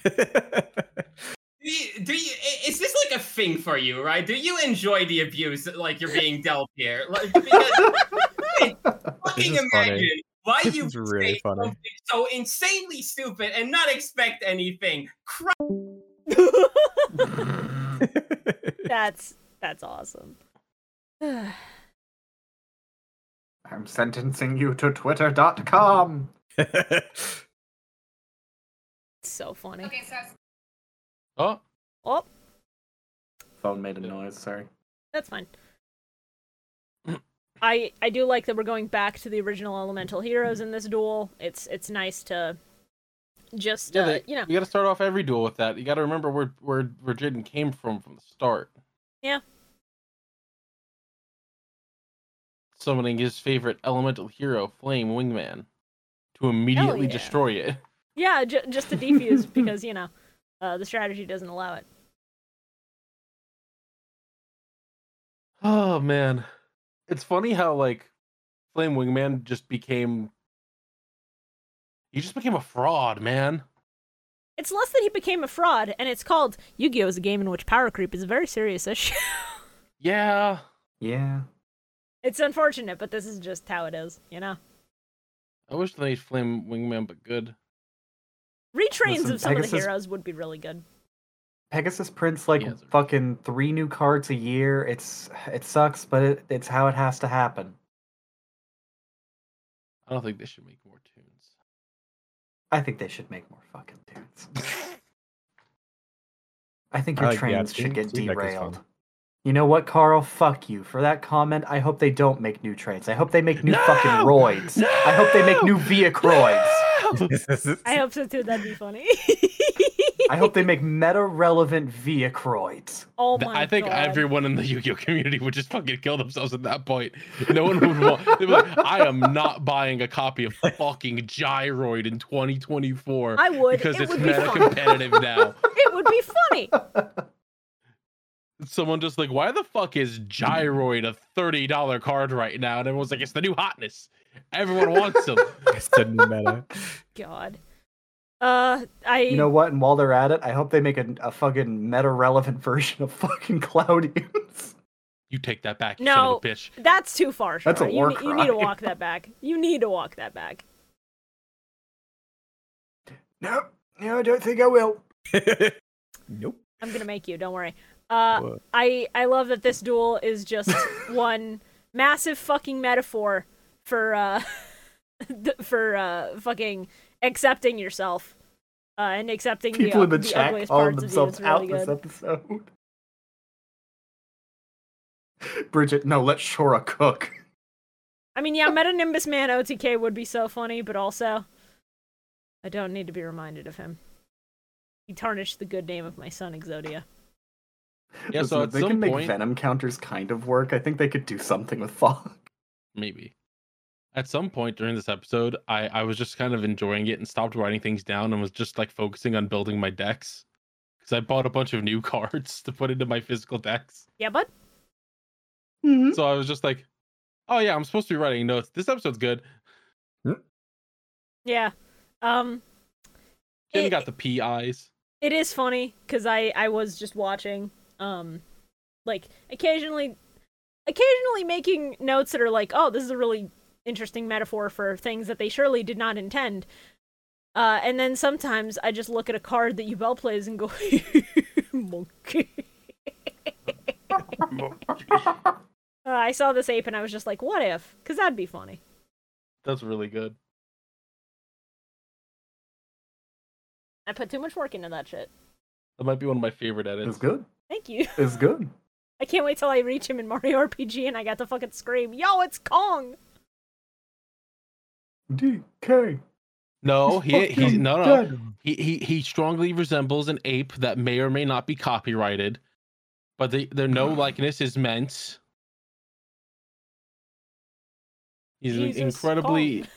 Speaker 6: Do you, do you, i- is this like a thing for you, right? Do you enjoy the abuse that, like you're being dealt here? Like, because, like, fucking
Speaker 4: is
Speaker 6: imagine
Speaker 4: funny.
Speaker 6: why
Speaker 4: This
Speaker 6: you
Speaker 4: is
Speaker 6: would
Speaker 4: really
Speaker 6: say
Speaker 4: funny.
Speaker 6: something so insanely stupid and not expect anything. Christ,
Speaker 1: that's that's awesome.
Speaker 2: I'm sentencing you to twitter.com.
Speaker 1: so funny.
Speaker 7: Okay, so I was
Speaker 3: Oh,
Speaker 1: Oh,
Speaker 2: Phone made a noise, sorry.
Speaker 1: that's fine. I I do like that we're going back to the original Elemental Heroes in this duel. It's it's nice to just
Speaker 3: yeah.
Speaker 1: uh,
Speaker 3: they-
Speaker 1: you know
Speaker 3: you got to start off every duel with that. You got to remember where where where Jaden came from from the start.
Speaker 1: Yeah.
Speaker 3: Summoning his favorite elemental hero, Flame Wingman, to immediately
Speaker 1: yeah.
Speaker 3: destroy it.
Speaker 1: yeah j- just to defuse because you know uh, the strategy doesn't allow it.
Speaker 3: Oh man, it's funny how like Flame Wingman just became. He just became a fraud, man.
Speaker 1: It's less that he became a fraud, and it's called Yu Gi Oh! is a game in which power creep is a very serious issue.
Speaker 3: Yeah,
Speaker 2: Yeah.
Speaker 1: it's unfortunate, but this is just how it is, you know?
Speaker 3: I wish they made Flame Wingman, but good.
Speaker 1: Retrains
Speaker 2: Listen,
Speaker 1: of some of the
Speaker 2: Pegasus-
Speaker 1: heroes would be really good.
Speaker 2: Pegasus prints like
Speaker 3: He has a-
Speaker 2: fucking three new cards a year. It's it sucks, but it, it's how it has to happen.
Speaker 3: I don't think they should make more tunes.
Speaker 2: I think they should make more fucking tunes. I think
Speaker 4: I
Speaker 2: your
Speaker 4: like the
Speaker 2: trains
Speaker 4: attitude.
Speaker 2: should get
Speaker 4: Seems like it's fun.
Speaker 2: derailed. You know what, Carl? Fuck you for that comment. I hope they don't make new trains. I hope they make new fucking
Speaker 3: No!
Speaker 2: roids. I hope they make new vehicroids.
Speaker 1: I hope so too, that'd be funny.
Speaker 2: I hope they make meta relevant vehicroids.
Speaker 1: oh
Speaker 3: Th-
Speaker 1: my
Speaker 3: I think
Speaker 1: God.
Speaker 3: everyone in the Yu-Gi-Oh community would just fucking kill themselves at that point. No one would want. they'd be like, I am not buying a copy of fucking Gyroid in 2024
Speaker 1: I would.
Speaker 3: because
Speaker 1: It
Speaker 3: it's
Speaker 1: would be
Speaker 3: meta
Speaker 1: funny.
Speaker 3: competitive now.
Speaker 1: it would be funny.
Speaker 3: someone just like, why the fuck is Gyroid a thirty dollar card right now? And everyone's like, it's the new hotness. Everyone wants them.
Speaker 4: It's the new meta.
Speaker 1: God. Uh, I.
Speaker 2: You know what? And while they're at it, I hope they make a, a fucking meta relevant version of fucking Cloudians.
Speaker 3: you take that back, you
Speaker 1: No.
Speaker 3: son of a bitch.
Speaker 1: That's too far.
Speaker 2: That's a
Speaker 1: Shara.
Speaker 2: war
Speaker 1: you, ne- you need to
Speaker 2: cry.
Speaker 1: walk that back. You need to walk that back.
Speaker 2: No, no, I don't think I will.
Speaker 4: nope.
Speaker 1: I'm gonna make you. Don't worry. Uh,
Speaker 4: Whoa.
Speaker 1: I I love that this duel is just one massive fucking metaphor for uh th- for uh fucking accepting yourself uh, and accepting
Speaker 2: People
Speaker 1: the,
Speaker 2: in the,
Speaker 1: the
Speaker 2: chat
Speaker 1: ugliest
Speaker 2: calling
Speaker 1: parts of you.
Speaker 2: themselves
Speaker 1: It's
Speaker 2: out
Speaker 1: really
Speaker 2: this
Speaker 1: good.
Speaker 2: episode. Bridget, no, let Shora cook.
Speaker 1: I mean, yeah, Meta Nimbus Man OTK would be so funny, but also I don't need to be reminded of him. He tarnished the good name of my son Exodia.
Speaker 3: Yeah,
Speaker 2: Listen,
Speaker 3: so
Speaker 2: if
Speaker 3: at
Speaker 2: they
Speaker 3: some
Speaker 2: can make
Speaker 3: point,
Speaker 2: Venom counters kind of work, I think they could do something with Fog.
Speaker 3: maybe. At some point during this episode, I, I was just kind of enjoying it and stopped writing things down and was just like focusing on building my decks. because I bought a bunch of new cards to put into my physical decks.
Speaker 1: Yeah, bud. Mm-hmm.
Speaker 5: hmm
Speaker 3: So I was just like, oh yeah, I'm supposed to be writing notes. This episode's good.
Speaker 1: Yeah. Um,
Speaker 3: Jim
Speaker 1: It-
Speaker 3: got the PIs.
Speaker 1: it is funny because I I was just watching um, like occasionally, occasionally making notes that are like, oh, this is a really interesting metaphor for things that they surely did not intend. Uh, and then sometimes I just look at a card that Yubel plays and go, monkey. Uh, I saw this ape and I was just like, what if? Because that'd be funny.
Speaker 3: That's really good.
Speaker 1: I put too much work into that shit.
Speaker 3: That might be one of my favorite
Speaker 2: It's
Speaker 3: edits.
Speaker 2: good.
Speaker 1: Thank you.
Speaker 2: It's good.
Speaker 1: I can't wait till I reach him in Mario RPG and I got to fucking scream, yo, it's Kong!
Speaker 2: DK.
Speaker 3: No, Oh, he
Speaker 2: He's
Speaker 3: he no no.
Speaker 2: fucking dead.
Speaker 3: He, he he strongly resembles an ape that may or may not be copyrighted, but the the no
Speaker 1: Mm-hmm.
Speaker 3: likeness is meant. He's
Speaker 1: Jesus Oh.
Speaker 3: an incredibly
Speaker 1: Kong.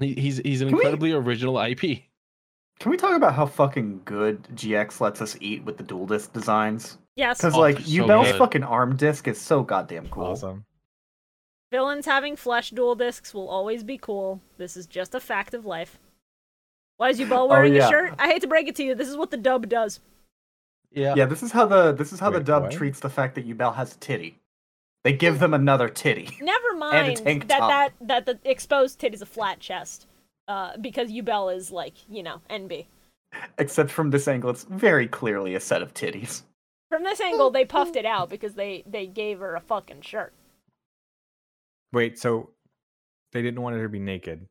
Speaker 3: he, he's he's an
Speaker 2: Can we-
Speaker 3: incredibly original IP.
Speaker 2: Can we talk about how fucking good GX lets us eat with the dual disc designs?
Speaker 1: Yes,
Speaker 2: Because
Speaker 3: Oh,
Speaker 2: like
Speaker 3: they're so
Speaker 2: Ubel's
Speaker 3: good.
Speaker 2: fucking arm disc is so goddamn cool.
Speaker 4: Awesome.
Speaker 1: villains having flesh dual discs will always be cool. This is just a fact of life. Why is Yubel wearing
Speaker 2: Oh, yeah.
Speaker 1: a shirt? I hate to break it to you, this is what the dub does.
Speaker 3: Yeah.
Speaker 2: Yeah, this is how the this is how the
Speaker 4: Wait,
Speaker 2: dub
Speaker 4: what?
Speaker 2: treats the fact that Ubel has a titty. They give them another titty.
Speaker 1: Never mind
Speaker 2: tank
Speaker 1: that,
Speaker 2: top.
Speaker 1: that that the exposed tit is a flat chest. Uh, because Yubel is like, you know, NB.
Speaker 2: Except from this angle, it's very clearly a set of titties.
Speaker 1: From this angle, they puffed it out because they, they gave her a fucking shirt.
Speaker 4: Wait, so they didn't want her to be naked.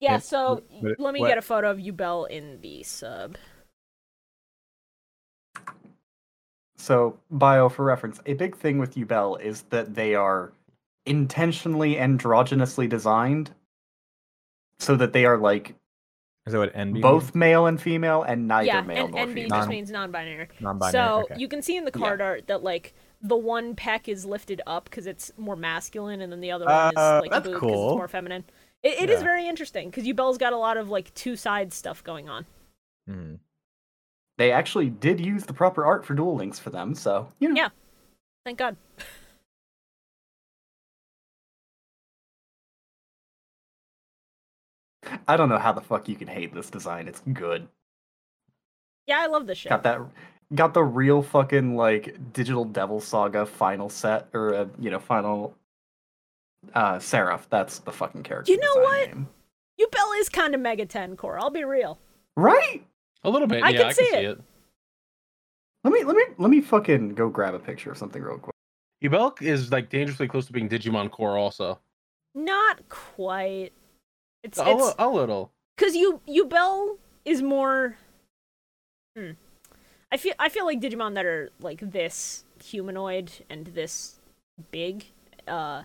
Speaker 1: Yeah,
Speaker 4: Yeah,
Speaker 1: so
Speaker 4: wh- but
Speaker 1: let me
Speaker 4: what-
Speaker 1: get a photo of Yubel in the sub.
Speaker 2: So, bio for reference, a big thing with Ubel is that they are intentionally androgynously designed, so that they are like
Speaker 4: Is that what NB
Speaker 2: both male and female, and neither
Speaker 1: yeah,
Speaker 2: male
Speaker 1: and
Speaker 2: nor
Speaker 1: NB
Speaker 2: female.
Speaker 1: just
Speaker 4: Non-
Speaker 1: means non-binary.
Speaker 4: non-binary?
Speaker 1: So
Speaker 4: okay.
Speaker 1: you can see in the
Speaker 2: Yeah.
Speaker 1: card art that like the one peck is lifted up because it's more masculine, and then the other one
Speaker 4: Uh,
Speaker 1: is like a
Speaker 4: that's
Speaker 1: boob because it's
Speaker 4: cool.
Speaker 1: more feminine. It, it is
Speaker 4: Yeah.
Speaker 1: very interesting because Ubel's got a lot of like two side stuff going on.
Speaker 4: Mhm.
Speaker 2: They actually did use the proper art for dual links for them, so you know.
Speaker 1: Yeah. Thank God.
Speaker 2: I don't know how the fuck you can hate this design. It's good.
Speaker 1: Yeah, I love this shit.
Speaker 2: Got that. Got the real fucking like digital devil saga final set or uh, you know final. Uh, Seraph. That's the fucking character.
Speaker 1: You know
Speaker 2: design
Speaker 1: what?
Speaker 2: name.
Speaker 1: Ubel is kind of Mega Ten Core. I'll be real.
Speaker 2: Right.
Speaker 3: A little bit.
Speaker 1: I
Speaker 3: yeah,
Speaker 1: can
Speaker 3: I
Speaker 1: see
Speaker 3: can see
Speaker 1: it.
Speaker 3: it.
Speaker 2: Let me let me let me fucking go grab a picture of something real quick.
Speaker 3: Yubelk is like dangerously close to being Digimon Core also.
Speaker 1: Not quite. It's
Speaker 4: Oh,
Speaker 3: A, li-
Speaker 1: it's
Speaker 3: a little.
Speaker 1: because you Ubel is more. Hmm. I feel I feel like Digimon that are like this humanoid and this big, uh,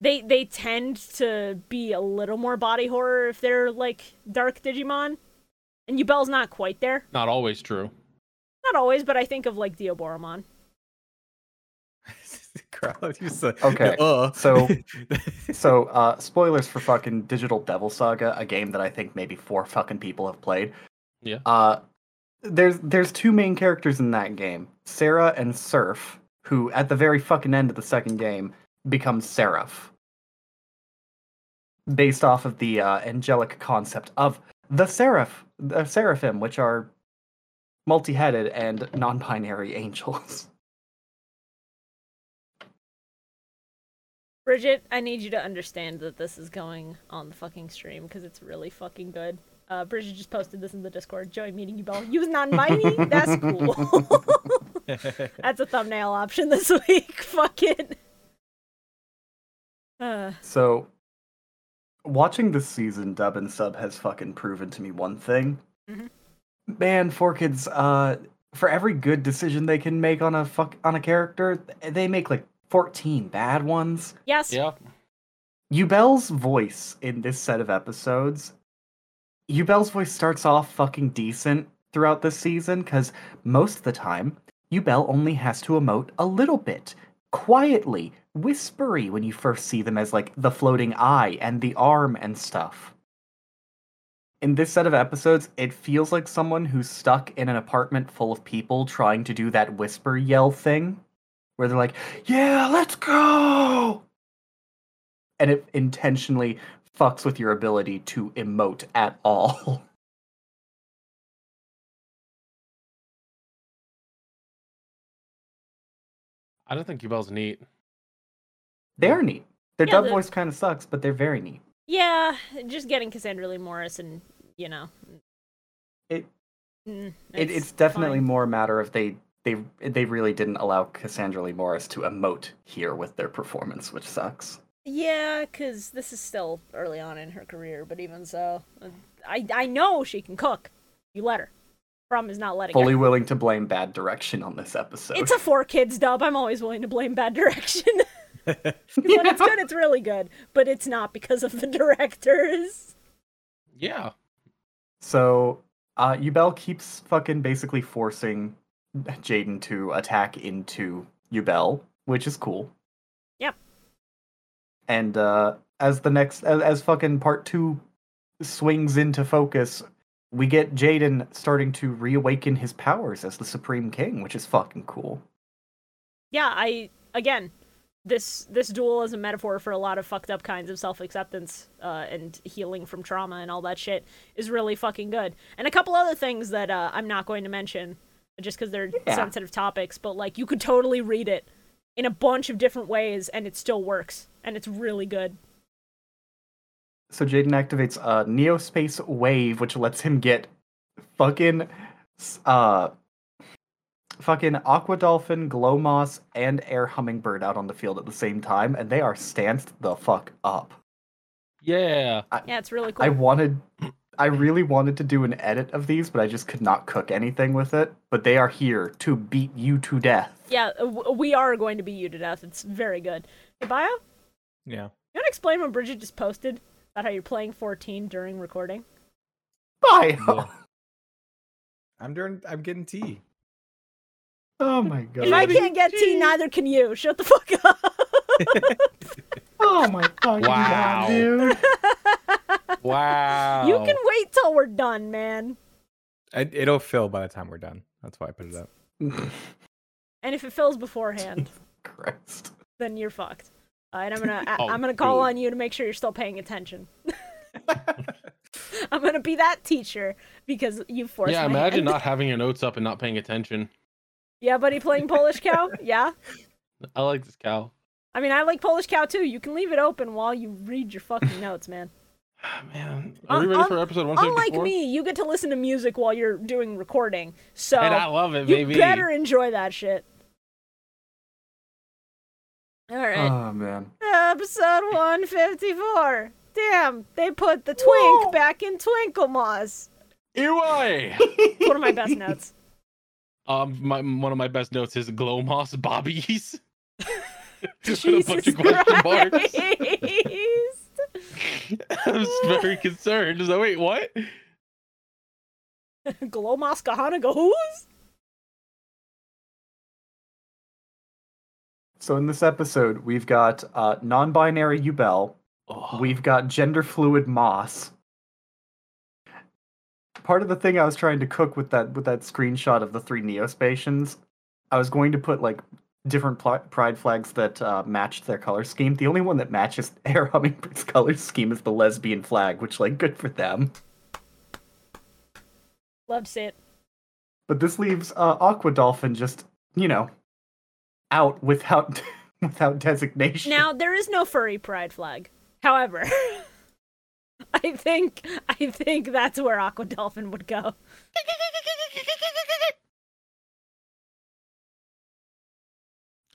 Speaker 1: they they tend to be a little more body horror if they're like dark Digimon, and Ubel's not quite there.
Speaker 3: Not always true.
Speaker 1: Not always, but I think of like Diaboromon.
Speaker 4: Carlos, you said-
Speaker 2: Okay,
Speaker 4: uh.
Speaker 2: so- So, uh, spoilers for fucking Digital Devil Saga, a game that I think maybe four fucking people have played.
Speaker 3: Yeah.
Speaker 2: Uh, there's there's two main characters in that game, Sarah and Surf, who at the very fucking end of the second game become Seraph, based off of the uh, angelic concept of the Seraph, the Seraphim, which are multi-headed and non-binary angels.
Speaker 1: Bridget, I need you to understand that this is going on the fucking stream because it's really fucking good. Uh, Bridget just posted this in the Discord. Joey meeting you, Bell. You was not mighty. That's cool. That's a thumbnail option this week. Fuck it. Uh,
Speaker 2: So, watching this season, dub and sub has fucking proven to me one thing.
Speaker 1: Mhm.
Speaker 2: Man, four kids. Uh, for every good decision they can make on a fuck on a character, th- they make like fourteen bad ones.
Speaker 1: yes.
Speaker 3: Yeah.
Speaker 2: Yubel's voice in this set of episodes, Yubel's voice starts off fucking decent throughout this season because most of the time, Yubel only has to emote a little bit, quietly, whispery when you first see them as like the floating eye and the arm and stuff. in this set of episodes, it feels like someone who's stuck in an apartment full of people trying to do that whisper yell thing where they're like, yeah, let's go. And it intentionally fucks with your ability to emote at all.
Speaker 3: I don't think Cubel's neat.
Speaker 2: they are neat. Their
Speaker 1: Yeah,
Speaker 2: dub
Speaker 1: the-
Speaker 2: voice kind of sucks, but they're very neat.
Speaker 1: Yeah, just getting Cassandra Lee Morris and you know.
Speaker 2: It-
Speaker 1: Mm,
Speaker 2: It, it's definitely
Speaker 1: fine.
Speaker 2: more a matter of they they they really didn't allow Cassandra Lee Morris to emote here with their performance, which sucks.
Speaker 1: Yeah, because this is still early on in her career, but even so, uh, I I know she can cook. You let her. Problem is not letting
Speaker 2: Fully
Speaker 1: her.
Speaker 2: willing to blame bad direction on this episode.
Speaker 1: It's a four kids dub. I'm always willing to blame bad direction. 'Cause when it's good, it's really good, but it's not because of the directors.
Speaker 3: Yeah.
Speaker 2: So uh Yubel keeps fucking basically forcing Jaden to attack into Yubel, which is cool.
Speaker 1: Yep.
Speaker 2: And uh as the next as, as fucking part 2 swings into focus, we get Jaden starting to reawaken his powers as the supreme king, which is fucking cool.
Speaker 1: Yeah, I again, this this duel is a metaphor for a lot of fucked up kinds of self acceptance uh, and healing from trauma and all that shit is really fucking good. And a couple other things that uh, I'm not going to mention just because they're
Speaker 2: Yeah.
Speaker 1: sensitive topics, but like you could totally read it in a bunch of different ways and it still works and it's really good.
Speaker 2: So Jaden activates a Neospace Wave, which lets him get fucking s- uh fucking Aqua Dolphin, Glomoss, and Air Hummingbird out on the field at the same time, and they are stanced the fuck up.
Speaker 3: Yeah.
Speaker 1: Yeah, it's really
Speaker 2: I
Speaker 1: cool.
Speaker 2: wanted I really wanted to do an edit of these, but I just could not cook anything with it. But they are here to beat you to death.
Speaker 1: Yeah, w- we are going to beat you to death. It's very good. Hey, Bio, you
Speaker 4: Yeah.
Speaker 1: want to explain what Bridget just posted about how you're playing 14 during recording?
Speaker 2: Bye.
Speaker 4: Yeah. I'm doing. I'm getting tea.
Speaker 2: Oh my
Speaker 1: If I
Speaker 2: god.
Speaker 1: can't get tea, neither can you. Shut the fuck up.
Speaker 2: Oh my fucking god,
Speaker 3: Wow.
Speaker 2: dude.
Speaker 3: Wow.
Speaker 1: You can
Speaker 3: Oh.
Speaker 1: wait till we're done, man.
Speaker 4: I, it'll fill by the time we're done. That's why I put it up.
Speaker 1: And if it fills beforehand,
Speaker 2: Christ.
Speaker 1: then you're fucked. Uh, and I'm gonna I-
Speaker 3: Oh,
Speaker 1: I'm gonna call
Speaker 3: dude.
Speaker 1: on you to make sure you're still paying attention. I'm gonna be that teacher because you forced
Speaker 3: Yeah,
Speaker 1: my
Speaker 3: imagine
Speaker 1: hand.
Speaker 3: not having your notes up and not paying attention.
Speaker 1: Yeah, buddy, playing Polish cow. Yeah,
Speaker 3: I like this cow.
Speaker 1: I mean I like Polish cow too. You can leave it open while you read your fucking notes, man.
Speaker 3: Ah, Man, are we
Speaker 1: Un-
Speaker 3: ready
Speaker 1: un-
Speaker 3: for episode one seventy
Speaker 1: Unlike
Speaker 3: four?
Speaker 1: me, you get to listen to music while you're doing recording, so
Speaker 3: And I love it,
Speaker 1: you
Speaker 3: baby.
Speaker 1: better enjoy that shit. All right.
Speaker 2: Oh man.
Speaker 1: Episode 154. Damn, they put the twink back in Twinkle Moss.
Speaker 3: Eroy!
Speaker 1: It's One of my best notes.
Speaker 3: Um, my one of my best notes is Glomoss Bobbies. With a bunch
Speaker 1: Jesus
Speaker 3: of question
Speaker 1: Christ.
Speaker 3: marks. I was very concerned. I was like, wait, what?
Speaker 1: Glomoss Kahana goes.
Speaker 2: So in this episode, we've got uh, non-binary Ubel,
Speaker 3: Oh,
Speaker 2: we've got gender fluid Moss. Part of the thing I was trying to cook with that with that screenshot of the three Neospatians, I was going to put like different pl- pride flags that uh, matched their color scheme. The only one that matches Air Hummingbird's color scheme is the lesbian flag, which like good for them.
Speaker 1: Loves it.
Speaker 2: But this leaves uh, Aqua Dolphin just you know out without without designation.
Speaker 1: Now, there is no furry pride flag. However, I think I think that's where Aqua Dolphin would go.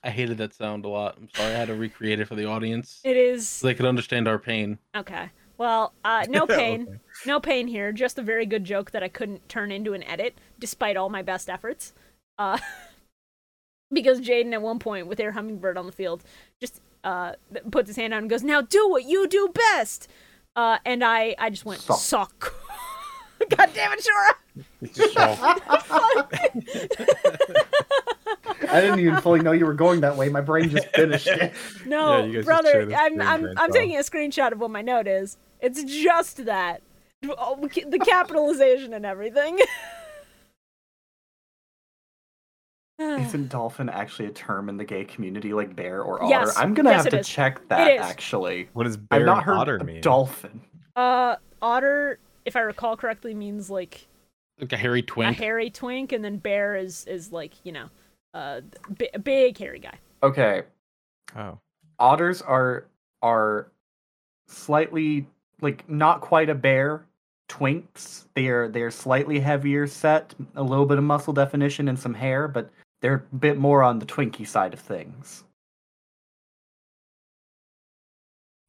Speaker 3: I hated that sound a lot. I'm sorry, I had to recreate it for the audience
Speaker 1: It is
Speaker 3: so they could understand our pain.
Speaker 1: Okay. Well, uh, no pain.
Speaker 4: Okay.
Speaker 1: No pain here. Just a very good joke that I couldn't turn into an edit, despite all my best efforts. Uh, because Jaden, at one point, with Air Hummingbird on the field, just uh, th- puts his hand out and goes, "Now do what you do best." Uh, and I, I just went
Speaker 2: Suck.
Speaker 1: suck. God damn it, Shora!
Speaker 2: I didn't even fully know you were going that way. My brain just finished it.
Speaker 1: No,
Speaker 4: you guys just share
Speaker 1: brother,
Speaker 4: the
Speaker 1: I'm,
Speaker 4: screen
Speaker 1: I'm,
Speaker 4: grab
Speaker 1: I'm
Speaker 4: file.
Speaker 1: taking a screenshot of what my note is. It's just that. Oh, ca- the capitalization and everything.
Speaker 2: Isn't dolphin actually a term in the gay community, like bear or otter?
Speaker 1: Yes.
Speaker 2: I'm gonna
Speaker 1: Yes,
Speaker 2: have
Speaker 1: it
Speaker 2: to
Speaker 1: is.
Speaker 2: check that
Speaker 1: is.
Speaker 2: actually.
Speaker 4: What does
Speaker 2: I've
Speaker 4: bear
Speaker 2: not heard
Speaker 4: otter
Speaker 2: of
Speaker 4: mean?
Speaker 2: dolphin.
Speaker 1: uh, otter, if I recall correctly, means like
Speaker 3: Like a hairy twink.
Speaker 1: a hairy twink, and then bear is is like you know, uh, b- a big hairy guy.
Speaker 2: Okay,
Speaker 4: oh,
Speaker 2: otters are are slightly like not quite a bear twinks they are they're slightly heavier set a little bit of muscle definition and some hair but they're a bit more on the twinky side of things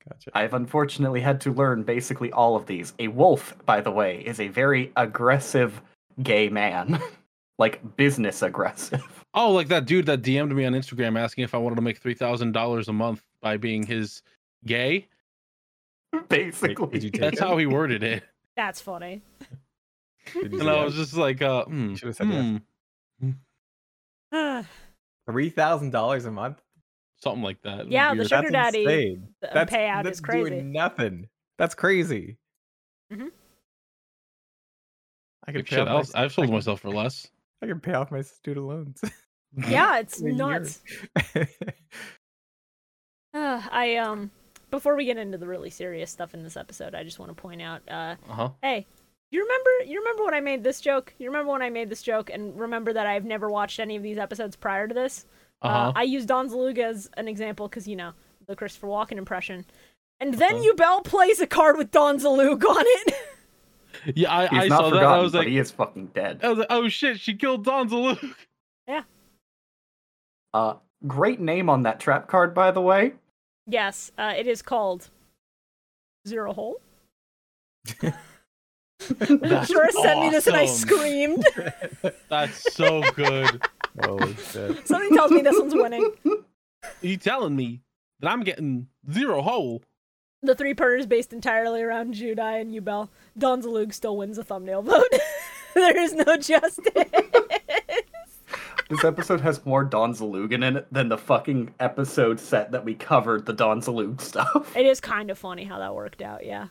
Speaker 4: gotcha.
Speaker 2: i've unfortunately had to learn basically all of these a wolf by the way is a very aggressive gay man like business aggressive
Speaker 3: Oh, like that dude that DM'd me on Instagram asking if I wanted to make three thousand dollars a month by being his gay.
Speaker 2: basically
Speaker 4: did you take
Speaker 3: That's how he worded it,
Speaker 1: That's funny.
Speaker 4: Did you
Speaker 3: and
Speaker 4: say
Speaker 3: I
Speaker 4: that?
Speaker 3: was just like, uh, hmm,
Speaker 4: Should've said yes.
Speaker 3: hmm,
Speaker 1: yeah,
Speaker 4: Three thousand dollars a month.
Speaker 3: something like that.
Speaker 1: Yeah, the
Speaker 3: Weird.
Speaker 1: sh- Sugar daddy
Speaker 4: Insane.
Speaker 1: the
Speaker 4: That's,
Speaker 1: payout
Speaker 4: that's
Speaker 1: is crazy.
Speaker 4: Doing nothing. That's crazy.
Speaker 1: Mhm.
Speaker 4: I could
Speaker 3: Like,
Speaker 4: pay
Speaker 3: shit,
Speaker 4: off
Speaker 3: I
Speaker 4: my
Speaker 3: was,
Speaker 4: s-
Speaker 3: I've sold
Speaker 4: I could-
Speaker 3: myself for less.
Speaker 4: I could pay off my student loans.
Speaker 1: Yeah, it's
Speaker 4: in a year.
Speaker 1: nuts. Uh, I um, before we get into the really serious stuff in this episode, I just want to point out uh,
Speaker 3: Uh huh.
Speaker 1: Hey, you remember you remember when I made this joke? You remember when I made this joke and remember that I've never watched any of these episodes prior to this?
Speaker 3: Uh huh.
Speaker 1: I used Don Zaluga as an example cuz you know, the Christopher Walken impression. And then
Speaker 3: Uh-huh.
Speaker 1: Ubel plays a card with Don Zaluga on it. Uh,
Speaker 3: Yeah, I,
Speaker 2: he's
Speaker 3: I
Speaker 2: not
Speaker 3: saw that.
Speaker 2: forgotten
Speaker 3: I was
Speaker 2: but
Speaker 3: like,
Speaker 2: he is fucking dead
Speaker 3: I was like, oh shit, she killed Donza Luke.
Speaker 2: uh great name on that trap card by the way
Speaker 1: yes, uh, it is called Zero Hole.
Speaker 3: That's
Speaker 1: Sure sent me this and I
Speaker 3: awesome.
Speaker 1: screamed.
Speaker 3: That's so good.
Speaker 4: Holy shit.
Speaker 1: Something tells me this one's winning.
Speaker 3: you telling me that I'm getting zero hole?
Speaker 1: The three per is based entirely around Judai and Ubel. Don Zalug still wins a thumbnail vote. there is no justice.
Speaker 2: This episode has more Don Zalugan in it than the fucking episode set that we covered the Don Zalug stuff.
Speaker 1: It is kind of funny how that worked out, yeah.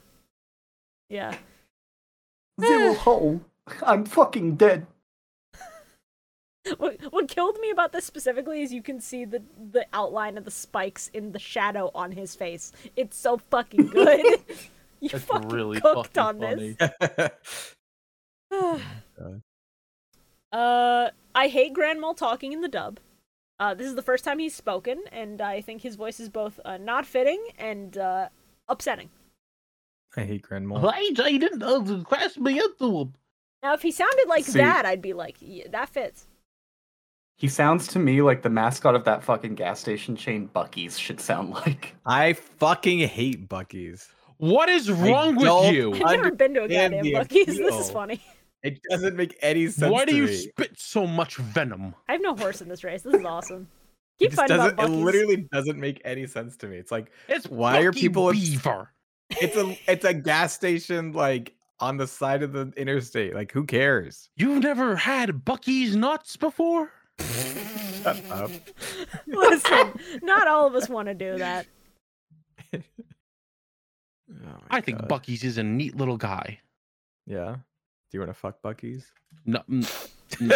Speaker 1: Yeah.
Speaker 2: Zero hole. I'm fucking dead.
Speaker 1: What, what killed me about this specifically is you can see the, the outline of the spikes in the shadow on his face. It's so fucking good. you
Speaker 3: That's
Speaker 1: fucking
Speaker 3: really
Speaker 1: cooked
Speaker 3: fucking
Speaker 1: on
Speaker 3: funny.
Speaker 1: this.
Speaker 4: God.
Speaker 1: uh, I hate Grand Mal talking in the dub. Uh, this is the first time he's spoken, and I think his voice is both uh, not fitting and uh, upsetting.
Speaker 4: I hate grandma.
Speaker 3: Why I didn't uh, crash me into him?
Speaker 1: Now, if he sounded like
Speaker 2: See-
Speaker 1: that, I'd be like, yeah, that fits.
Speaker 2: He sounds to me like the mascot of that fucking gas station chain Bucky's should sound like.
Speaker 4: I fucking hate Bucky's.
Speaker 3: What is wrong with
Speaker 4: don't-
Speaker 3: you?
Speaker 1: I've never been to a
Speaker 4: understand
Speaker 1: goddamn
Speaker 4: the
Speaker 1: Bucky's. This is
Speaker 4: appeal.
Speaker 1: funny.
Speaker 4: It doesn't make any sense.
Speaker 3: Why do
Speaker 4: to
Speaker 3: you
Speaker 4: me.
Speaker 3: spit so much venom?
Speaker 1: I have no horse in this race. This is awesome.
Speaker 4: It
Speaker 1: Keep
Speaker 4: just
Speaker 1: fighting about
Speaker 4: doesn't. It
Speaker 1: Bucky's.
Speaker 4: literally doesn't make any sense to me. It's like
Speaker 3: It's
Speaker 4: Why are
Speaker 3: Bucky
Speaker 4: people obs-
Speaker 3: beaver?
Speaker 4: it's a it's a gas station like on the side of the interstate. Like who cares?
Speaker 3: You've never had Bucky's nuts before?
Speaker 4: Shut up.
Speaker 1: Listen, not all of us want to do that.
Speaker 4: Oh my
Speaker 3: I think
Speaker 4: God.
Speaker 3: Bucky's is a neat little guy.
Speaker 4: Yeah. Do you want to fuck Bucky's?
Speaker 3: No, n- n-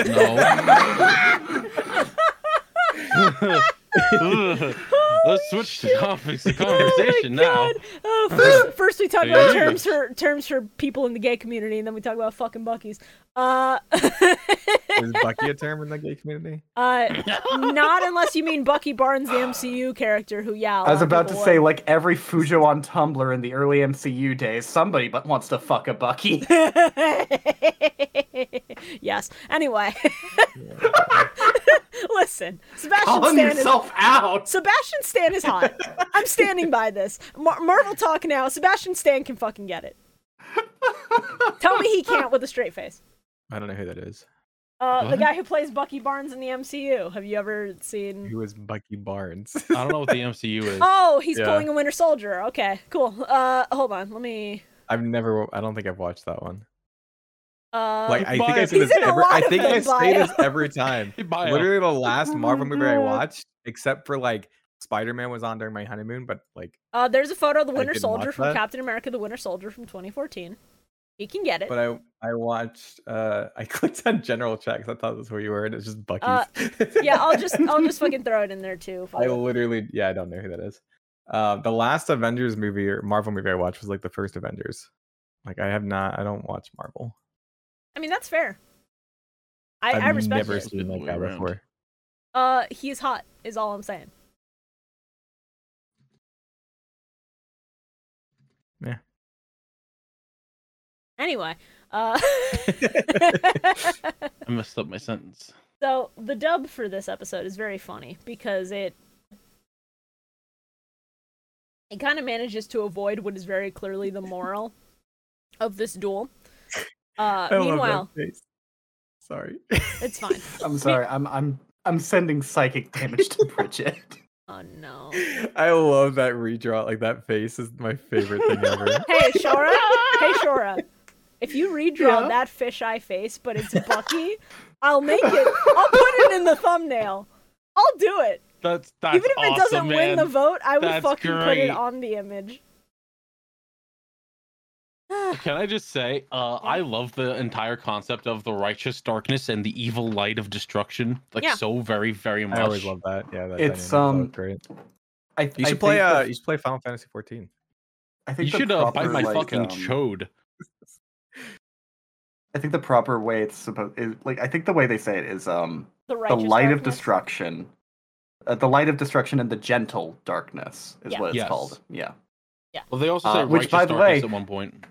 Speaker 3: no. Let's switch the topics of conversation now.
Speaker 1: Oh God. Oh, first, first we talk about
Speaker 3: Yeah.
Speaker 1: terms for terms for people in the gay community, and then we talk about fucking Bucky's. Uh,
Speaker 4: Is Bucky a term in the gay community?
Speaker 1: uh, not unless you mean Bucky Barnes, the MCU character, who yeah. a
Speaker 2: I was
Speaker 1: lot of
Speaker 2: about to
Speaker 1: people
Speaker 2: say,
Speaker 1: would.
Speaker 2: like every Fujo on Tumblr in the early MCU days, somebody but wants to fuck a Bucky.
Speaker 1: yes. Anyway, listen, Sebastian
Speaker 2: Calling
Speaker 1: Stan is
Speaker 2: yourself out!
Speaker 1: Sebastian Stan is hot. I'm standing by this. Mar- Marvel talk now. Sebastian Stan can fucking get it. Tell me he can't with a straight face.
Speaker 4: I don't know who that is.
Speaker 1: Uh, the
Speaker 3: What?
Speaker 1: guy who plays Bucky Barnes in the MCU. Have you ever seen?
Speaker 4: Who is Bucky Barnes?
Speaker 3: I don't know what the MCU is.
Speaker 1: Oh, he's
Speaker 4: Yeah.
Speaker 1: pulling a Winter Soldier. Okay, cool. Uh, hold on. Let me.
Speaker 4: I've never. I don't think I've watched that one.
Speaker 1: Uh,
Speaker 4: Like I think I
Speaker 3: Barnes.
Speaker 4: say
Speaker 1: He's
Speaker 4: this
Speaker 1: in a
Speaker 4: every. I
Speaker 1: lot of
Speaker 4: think I
Speaker 1: them,
Speaker 4: say
Speaker 1: bio.
Speaker 4: this every time.
Speaker 3: Bio.
Speaker 4: Literally the last
Speaker 5: Oh my
Speaker 4: Marvel movie I
Speaker 5: God.
Speaker 4: watched, except for like Spider Man was on during my honeymoon, but like
Speaker 1: uh, there's a photo of the
Speaker 4: I
Speaker 1: Winter
Speaker 4: didn't
Speaker 1: Soldier
Speaker 4: watch
Speaker 1: from
Speaker 4: that.
Speaker 1: Captain America: The Winter Soldier from 2014. You can get it.
Speaker 4: But I I watched uh I clicked on general chat 'cause I thought that's where you were and it's just Bucky's.
Speaker 1: Uh, yeah, I'll just I'll just fucking throw it in there too.
Speaker 4: I literally yeah, I don't know who that is. Uh, the last Avengers movie or Marvel movie I watched was like the first Avengers. Like I have not I don't watch Marvel.
Speaker 1: I mean, that's fair. I,
Speaker 4: I've
Speaker 1: I respect
Speaker 4: never
Speaker 1: it.
Speaker 4: seen that guy
Speaker 3: Way around.
Speaker 4: before.
Speaker 1: Uh, he's hot, is all I'm saying.
Speaker 4: Yeah.
Speaker 1: Anyway, uh,
Speaker 3: I messed up my sentence.
Speaker 1: so the dub for this episode is very funny because it it kind of manages to avoid what is very clearly the moral of this duel. Uh,
Speaker 4: I love that
Speaker 1: meanwhile,
Speaker 4: face. Sorry.
Speaker 1: it's fine.
Speaker 2: I'm sorry. I'm I'm I'm sending psychic damage to Bridget.
Speaker 1: Oh no.
Speaker 4: I love that redraw. Like that face is my favorite thing ever.
Speaker 1: Hey, Shora. hey, Shora. If you redraw
Speaker 2: Yeah?
Speaker 1: that fisheye face, but it's Bucky, I'll make it. I'll put it in the thumbnail. I'll do it.
Speaker 3: That's that's
Speaker 1: Even if
Speaker 3: awesome,
Speaker 1: it doesn't win
Speaker 3: man.
Speaker 1: the vote, I would
Speaker 3: That's
Speaker 1: fucking put
Speaker 3: great.
Speaker 1: it on the image.
Speaker 3: Can I just say, uh, I love the entire concept of the righteous darkness and the evil light of destruction, like
Speaker 1: Yeah.
Speaker 3: so very, very much.
Speaker 4: I always love that. Yeah, that
Speaker 2: It's,
Speaker 4: dynamic, that was
Speaker 2: um,
Speaker 4: great.
Speaker 2: I,
Speaker 4: You
Speaker 2: I
Speaker 4: should play
Speaker 2: think
Speaker 4: uh
Speaker 2: the-
Speaker 4: you should play Final Fantasy 14.
Speaker 2: I think
Speaker 3: You
Speaker 2: the
Speaker 3: should uh, bite
Speaker 2: proper,
Speaker 3: my
Speaker 2: like,
Speaker 3: fucking
Speaker 2: um,
Speaker 3: chode.
Speaker 2: I think the proper way it's supposed is like I think the way they say it is um
Speaker 1: The,
Speaker 2: the
Speaker 1: righteous
Speaker 2: light of
Speaker 1: darkness.
Speaker 2: destruction, uh, the light of destruction and the gentle darkness is
Speaker 1: Yeah.
Speaker 2: what it's
Speaker 3: Yes.
Speaker 2: called. Yeah.
Speaker 3: Well, they also
Speaker 2: uh,
Speaker 3: say
Speaker 2: which,
Speaker 3: righteous
Speaker 2: by the
Speaker 3: darkness
Speaker 2: way-
Speaker 3: at one point.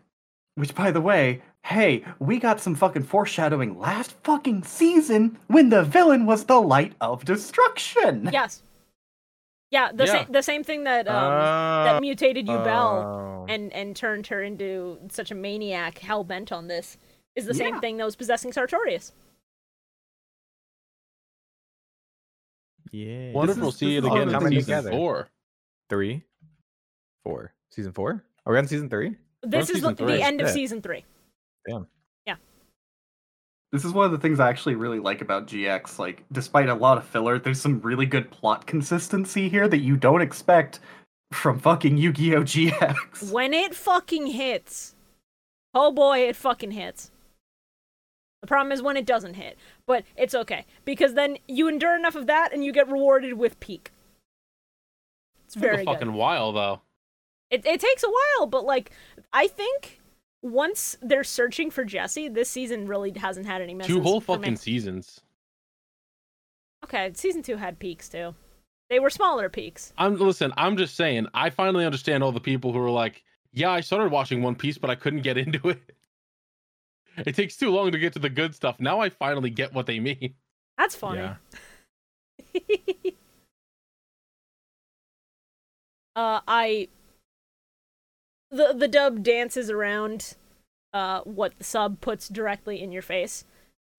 Speaker 2: Which, by the way, hey, we got some fucking foreshadowing last fucking season when the villain was the light of destruction.
Speaker 1: Yes. Yeah, the,
Speaker 3: Yeah. Uh,
Speaker 1: Sa- the same thing that um,
Speaker 4: Oh,
Speaker 1: that mutated Ubel
Speaker 2: uh,
Speaker 4: oh.
Speaker 1: and and turned her into such a maniac, hell bent on this, is the same
Speaker 2: Yeah.
Speaker 1: thing that was possessing Sartorius.
Speaker 4: yeah.
Speaker 3: Wonderful.
Speaker 2: is-
Speaker 3: See
Speaker 2: this
Speaker 3: it
Speaker 2: is all
Speaker 3: again in
Speaker 2: coming
Speaker 3: season
Speaker 4: together.
Speaker 3: four.
Speaker 4: three, four, season four. Are we on season three?
Speaker 1: This is the,
Speaker 3: season three.
Speaker 1: the end of
Speaker 4: Yeah.
Speaker 1: season three.
Speaker 2: This is one of the things I actually really like about GX. Like, despite a lot of filler, there's some really good plot consistency here that you don't expect from fucking Yu Gi Oh! GX.
Speaker 1: When it fucking hits, oh boy, it fucking hits. The problem is when it doesn't hit, but it's okay because then you endure enough of that and you get rewarded with peak. It's
Speaker 3: Took a
Speaker 1: very good.
Speaker 3: fucking while though.
Speaker 1: It it takes a while, but like I think once they're searching for Jesse, this season really hasn't had any misses.
Speaker 3: Two whole
Speaker 1: for me.
Speaker 3: fucking seasons.
Speaker 1: Okay, season two had peaks too. They were smaller peaks.
Speaker 3: I'm listen. I'm just saying. I finally understand all the people who are like, "Yeah, I started watching One Piece, but I couldn't get into it. It takes too long to get to the good stuff. Now I finally get what they mean."
Speaker 1: That's funny.
Speaker 4: Yeah.
Speaker 1: uh, I the the dub dances around uh, what the sub puts directly in your face,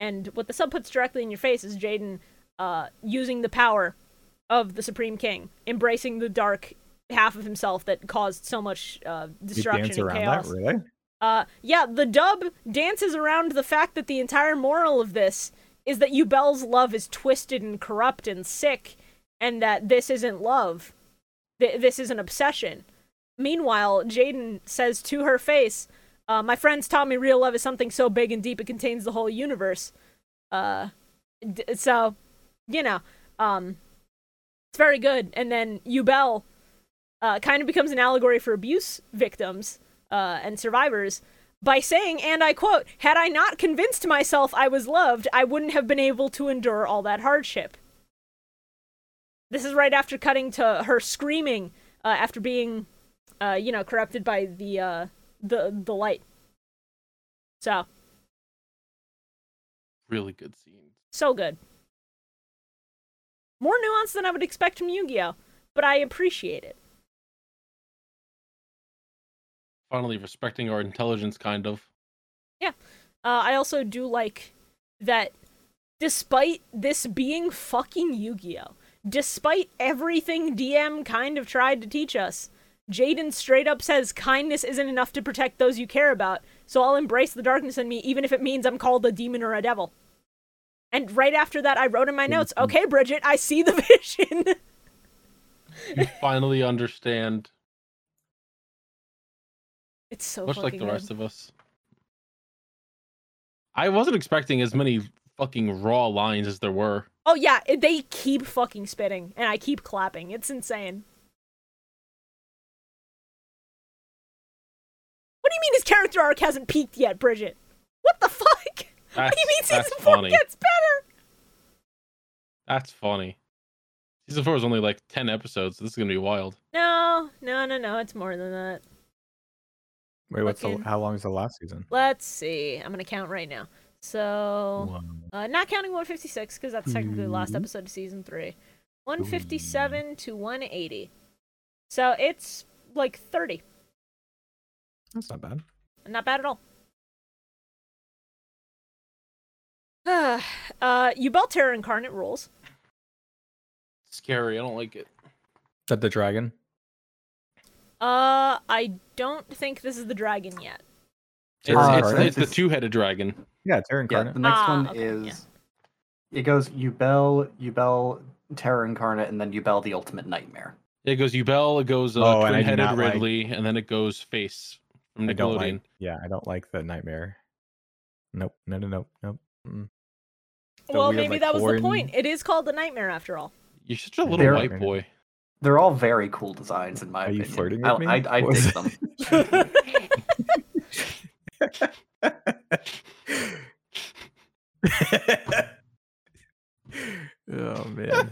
Speaker 1: and what the sub puts directly in your face is Jaden uh, using the power of the Supreme King, embracing the dark half of himself that caused so much uh,
Speaker 4: You
Speaker 1: destruction
Speaker 4: dance
Speaker 1: and
Speaker 4: around
Speaker 1: chaos.
Speaker 4: that, really?
Speaker 1: Uh, yeah, the dub dances around the fact that the entire moral of this is that Ubel's love is twisted and corrupt and sick, and that this isn't love. Th- this is an obsession. Meanwhile, Jaden says to her face, uh, My friends taught me real love is something so big and deep it contains the whole universe. Uh, d- so, you know, um, it's very good. And then Ubel uh, kind of becomes an allegory for abuse victims uh, and survivors by saying, and I quote, had I not convinced myself I was loved, I wouldn't have been able to endure all that hardship. This is right after cutting to her screaming uh, after being, uh, you know, corrupted by the uh, the the light. So
Speaker 3: Really good scenes.
Speaker 1: so good. More nuance than I would expect from Yu-Gi-Oh, but I appreciate it.
Speaker 3: Finally respecting our intelligence, kind of.
Speaker 1: Uh, I also do like that despite this being fucking Yu Gi Oh! Despite everything DM kind of tried to teach us, Jaden straight up says kindness isn't enough to protect those you care about, so I'll embrace the darkness in me even if it means I'm called a demon or a devil. And right after that, I wrote in
Speaker 3: Mm,
Speaker 1: my notes, okay, Bridget, I see the vision.
Speaker 3: You finally understand,
Speaker 1: it's so
Speaker 3: much
Speaker 1: fucking
Speaker 3: like the
Speaker 1: good.
Speaker 3: rest of us. I wasn't expecting as many fucking raw lines as there were.
Speaker 1: Oh yeah, it- they keep fucking spitting, and I keep clapping. It's insane. What do you mean his character arc hasn't peaked yet, Bridget? What the fuck? what
Speaker 3: That's,
Speaker 1: do you mean
Speaker 3: that's
Speaker 1: season four
Speaker 3: funny.
Speaker 1: gets better?
Speaker 3: That's funny. Season four is only like ten episodes. So this is gonna be wild.
Speaker 1: No, no, no, no. It's more than that.
Speaker 4: Wait, what's the,
Speaker 1: Fucking-
Speaker 4: how long is the last season?
Speaker 1: Let's see. I'm gonna count right now. So, uh, not counting 156 because that's technically the last
Speaker 3: Hmm.
Speaker 4: Mhm.
Speaker 1: episode of season three. 157 to 180. So it's like 30.
Speaker 4: That's not bad.
Speaker 1: Not bad at all. uh, Ubel Terror Incarnate rules.
Speaker 3: Scary. I don't like it.
Speaker 4: That the dragon?
Speaker 1: Uh, I don't think this is the dragon yet.
Speaker 3: It's,
Speaker 4: Uh,
Speaker 3: it's,
Speaker 4: right.
Speaker 3: it's the two-headed dragon.
Speaker 4: Yeah, it's Terra
Speaker 2: Yeah,
Speaker 4: Incarnate.
Speaker 2: the next
Speaker 1: Ah,
Speaker 2: one
Speaker 1: okay, yeah.
Speaker 2: is it goes Ubel, Ubel, Terror Incarnate, and then Ubel the Ultimate Nightmare.
Speaker 3: It goes Ubel. It goes uh,
Speaker 4: Oh, and I do
Speaker 3: twin-headed
Speaker 4: not like-
Speaker 3: Ridley, and then it goes Face from
Speaker 4: I don't
Speaker 3: Nickelodeon.
Speaker 4: like. Yeah, I don't like the nightmare. Nope. No. No. Nope. Nope. Mm. The
Speaker 1: well,
Speaker 4: weird,
Speaker 1: maybe
Speaker 4: like,
Speaker 1: that was the
Speaker 4: horn-
Speaker 1: point. It is called the Nightmare after all.
Speaker 3: You're such a little
Speaker 2: They're-
Speaker 3: white boy.
Speaker 2: They're all very cool designs, in my
Speaker 4: Are you
Speaker 2: opinion.
Speaker 4: flirting
Speaker 2: I,
Speaker 4: with me?
Speaker 2: I, I
Speaker 4: What was
Speaker 2: dig
Speaker 4: that?
Speaker 2: them.
Speaker 4: oh man.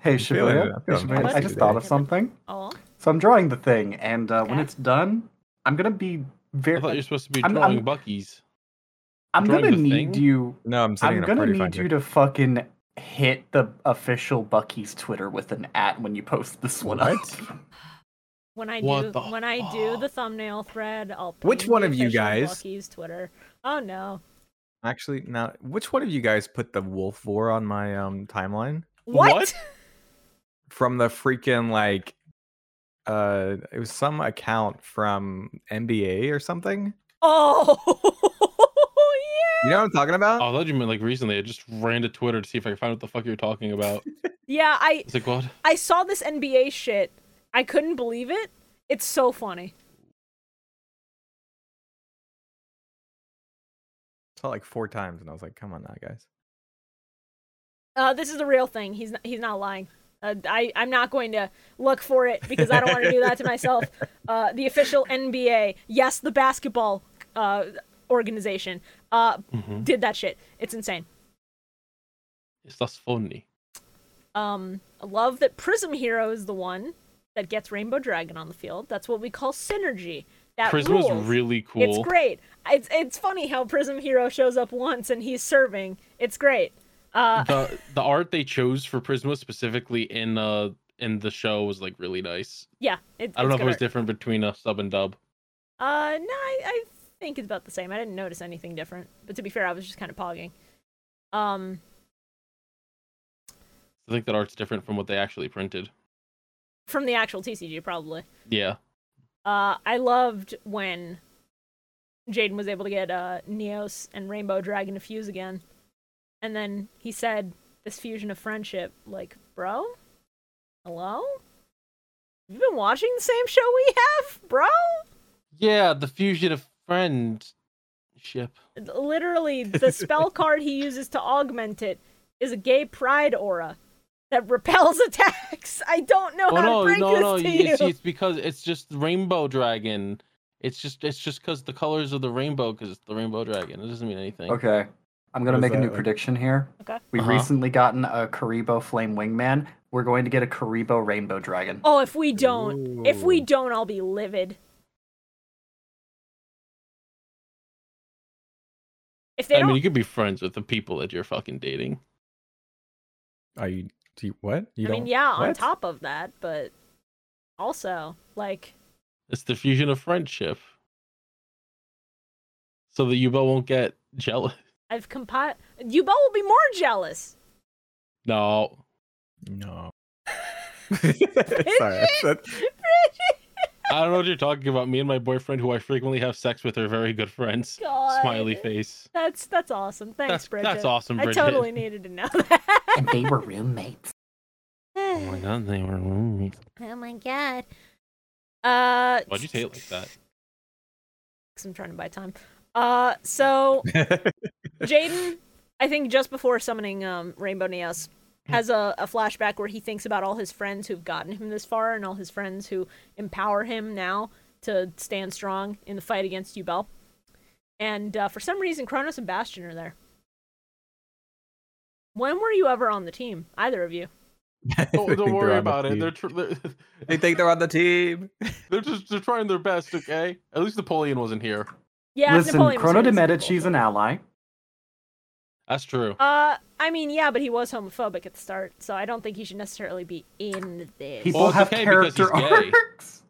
Speaker 2: Hey, Shibuya, hey,
Speaker 4: feeling it. I'm feeling
Speaker 2: Shibuya,
Speaker 1: nice
Speaker 2: I just
Speaker 4: today.
Speaker 2: thought of something.
Speaker 1: Oh,
Speaker 2: So I'm drawing the thing, and uh, when
Speaker 1: Okay.
Speaker 2: it's done, I'm gonna be
Speaker 3: I thought you were
Speaker 2: very.
Speaker 3: supposed to be
Speaker 2: I'm-
Speaker 3: drawing
Speaker 2: I'm-
Speaker 3: Bucky's.
Speaker 2: I'm
Speaker 3: drawing
Speaker 2: gonna
Speaker 3: the
Speaker 2: need
Speaker 3: thing?
Speaker 2: you.
Speaker 4: No, I'm
Speaker 2: I'm
Speaker 4: sitting in a
Speaker 2: gonna
Speaker 4: party
Speaker 2: need
Speaker 4: finder.
Speaker 2: you to fucking hit the official Bucky's Twitter with an at when you post this one up.
Speaker 1: when I
Speaker 3: What
Speaker 1: do
Speaker 3: the
Speaker 1: when I do
Speaker 3: fuck?
Speaker 1: the thumbnail thread, I'll.
Speaker 4: Which
Speaker 1: ping
Speaker 4: one
Speaker 1: the
Speaker 4: of you
Speaker 1: official
Speaker 4: guys?
Speaker 1: Bucky's Twitter. Oh no!
Speaker 4: Actually, now which one of you guys put the wolf war on my um timeline
Speaker 1: What?
Speaker 3: What?
Speaker 4: from the freaking like uh it was some account from NBA or something?
Speaker 1: Oh
Speaker 4: You know what I'm talking about?
Speaker 3: Oh, I thought you meant like recently. I just ran to Twitter to see if I could find what the fuck you're talking about.
Speaker 1: yeah, yeah. I
Speaker 3: It's like what?
Speaker 1: I saw this NBA shit. I couldn't believe it. It's so funny.
Speaker 4: saw it like four times and I was like, come on now, guys.
Speaker 1: Uh, this is the real thing. He's not, he's not lying. Uh, I I'm not going to look for it because I don't want to do that to myself. Uh, the official NBA, yes, the basketball uh, organization, uh,
Speaker 3: Mhm.
Speaker 1: did that shit. It's insane.
Speaker 3: It's that's funny.
Speaker 1: Um, I love that Prism Hero is the one that gets Rainbow Dragon on the field. That's what we call synergy. That
Speaker 3: Prism
Speaker 1: rules.
Speaker 3: is really cool.
Speaker 1: It's great. It's it's funny how Prism Hero shows up once and he's serving. It's great. Uh,
Speaker 3: the the art they chose for Prisma specifically in uh in the show was like really nice.
Speaker 1: yeah. It,
Speaker 3: I don't know
Speaker 1: it's
Speaker 3: if it
Speaker 1: good
Speaker 3: was
Speaker 1: art.
Speaker 3: different between a sub and dub.
Speaker 1: Uh, no, I, I think it's about the same. I didn't notice anything different. But to be fair, I was just kind of pogging. Um,
Speaker 3: I think that art's different from what they actually printed.
Speaker 1: from the actual TCG probably.
Speaker 3: Yeah.
Speaker 1: Uh, I loved when Jaden was able to get uh, Neos and Rainbow Dragon to fuse again. And then he said, This fusion of friendship. Like, bro? Hello? You've been watching the same show we have, bro?
Speaker 3: Yeah, the fusion of friendship.
Speaker 1: Literally, the spell card he uses to augment it is a gay pride aura that repels attacks. I don't know
Speaker 3: Oh
Speaker 1: how
Speaker 3: no,
Speaker 1: to break
Speaker 3: no,
Speaker 1: this
Speaker 3: no!
Speaker 1: to
Speaker 3: It's,
Speaker 1: you.
Speaker 3: it's because it's just rainbow dragon. It's just it's just because the colors of the rainbow because it's the rainbow dragon. It doesn't mean anything.
Speaker 2: Okay. I'm gonna
Speaker 4: What
Speaker 2: make
Speaker 4: is
Speaker 2: a
Speaker 4: that,
Speaker 2: new
Speaker 4: like-
Speaker 2: prediction here.
Speaker 1: Okay.
Speaker 2: We've
Speaker 3: Uh-huh.
Speaker 2: recently gotten a Karibo Flame Wingman. We're going to get a Karibo Rainbow Dragon.
Speaker 1: Oh, if we don't, if we
Speaker 4: Ooh.
Speaker 1: don't, I'll be livid. If they
Speaker 3: I
Speaker 1: don't,
Speaker 3: mean, you could be friends with the people that you're fucking dating.
Speaker 4: Are you do you what? You
Speaker 1: I mean,
Speaker 4: don't-
Speaker 1: yeah. On
Speaker 4: what?
Speaker 1: top of that, but also like,
Speaker 3: It's the fusion of friendship. So that Yuba won't get jealous.
Speaker 1: I've compiled. Yubo will be more jealous.
Speaker 3: No.
Speaker 4: No. Sorry. I said-
Speaker 3: I don't know what you're talking about. Me and my boyfriend, who I frequently have sex with, are very good friends.
Speaker 1: God.
Speaker 3: Smiley face.
Speaker 1: That's that's awesome. Thanks,
Speaker 3: that's
Speaker 1: Bridget.
Speaker 3: that's awesome,
Speaker 1: I
Speaker 3: Bridget.
Speaker 1: totally needed to know that.
Speaker 2: And they were roommates.
Speaker 3: Oh my god, they were roommates.
Speaker 1: Oh my god. Uh,
Speaker 3: Why'd you say it like that?
Speaker 1: i I'm trying to buy time. Uh, so Jaden, I think just before summoning um, Rainbow Neos, has a, a flashback where he thinks about all his friends who've gotten him this far and all his friends who empower him now to stand strong in the fight against Ubel. And uh, for some reason, Kronos and Bastion are there. When were you ever on the team, either of you?
Speaker 4: They
Speaker 3: Oh, Don't,
Speaker 4: think
Speaker 3: don't
Speaker 4: they're
Speaker 3: worry
Speaker 4: on the
Speaker 3: about it.
Speaker 4: team.
Speaker 3: They're, tr- they're
Speaker 4: They think they're on the team.
Speaker 3: they're just they're trying their best. Okay. At least Napoleon wasn't here.
Speaker 1: Yeah, if
Speaker 2: Listen,
Speaker 1: Napoleon was
Speaker 2: Chrono
Speaker 1: here,
Speaker 2: de
Speaker 1: it's
Speaker 2: Medici's
Speaker 1: Napoleon.
Speaker 2: an ally.
Speaker 3: That's true.
Speaker 1: Uh, I mean, yeah, but he was homophobic at the start, so I don't think he should necessarily be in this.
Speaker 2: People
Speaker 3: Well, it's
Speaker 2: have
Speaker 3: okay because
Speaker 2: character
Speaker 3: he's gay.
Speaker 2: arcs.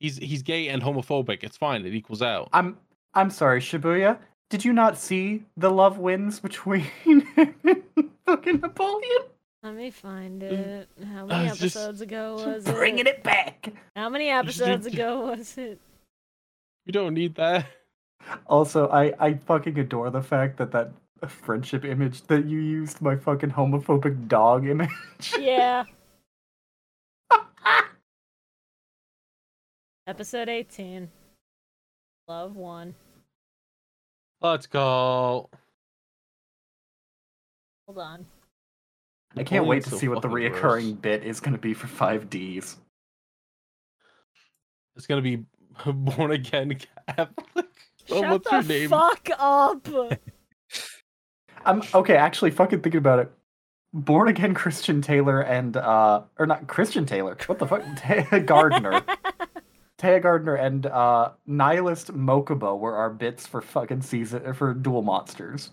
Speaker 3: He's he's gay and homophobic. It's fine. It equals out.
Speaker 2: I'm I'm sorry, Shibuya. Did you not see the love wins between him and fucking Napoleon?
Speaker 1: Let me find it. How
Speaker 3: I
Speaker 1: many
Speaker 3: was Mm. Uh, just-
Speaker 1: episodes ago was it?
Speaker 2: Bringing it back.
Speaker 1: How many
Speaker 3: just-
Speaker 1: episodes ago was it?
Speaker 3: You don't need that.
Speaker 2: Also, I I fucking adore the fact that that friendship image that you used my fucking homophobic dog image.
Speaker 1: Yeah. Episode 18. Love 1.
Speaker 3: Let's go.
Speaker 1: Hold on.
Speaker 2: I can't wait
Speaker 3: Napoleon's
Speaker 2: to
Speaker 3: so
Speaker 2: see what the
Speaker 3: fucking gross.
Speaker 2: reoccurring bit is going to be for 5Ds.
Speaker 3: It's gonna be born again Catholic. Oh,
Speaker 1: Shut
Speaker 3: what's
Speaker 1: the
Speaker 3: your name?
Speaker 1: fuck up!
Speaker 2: I'm okay. Actually, fucking thinking about it. Born again Christian Taylor and uh, or not Christian Taylor. What the fuck? Taya Gardner, Taya Gardner, and uh, Nihilist Mokuba were our bits for fucking season for Dual Monsters.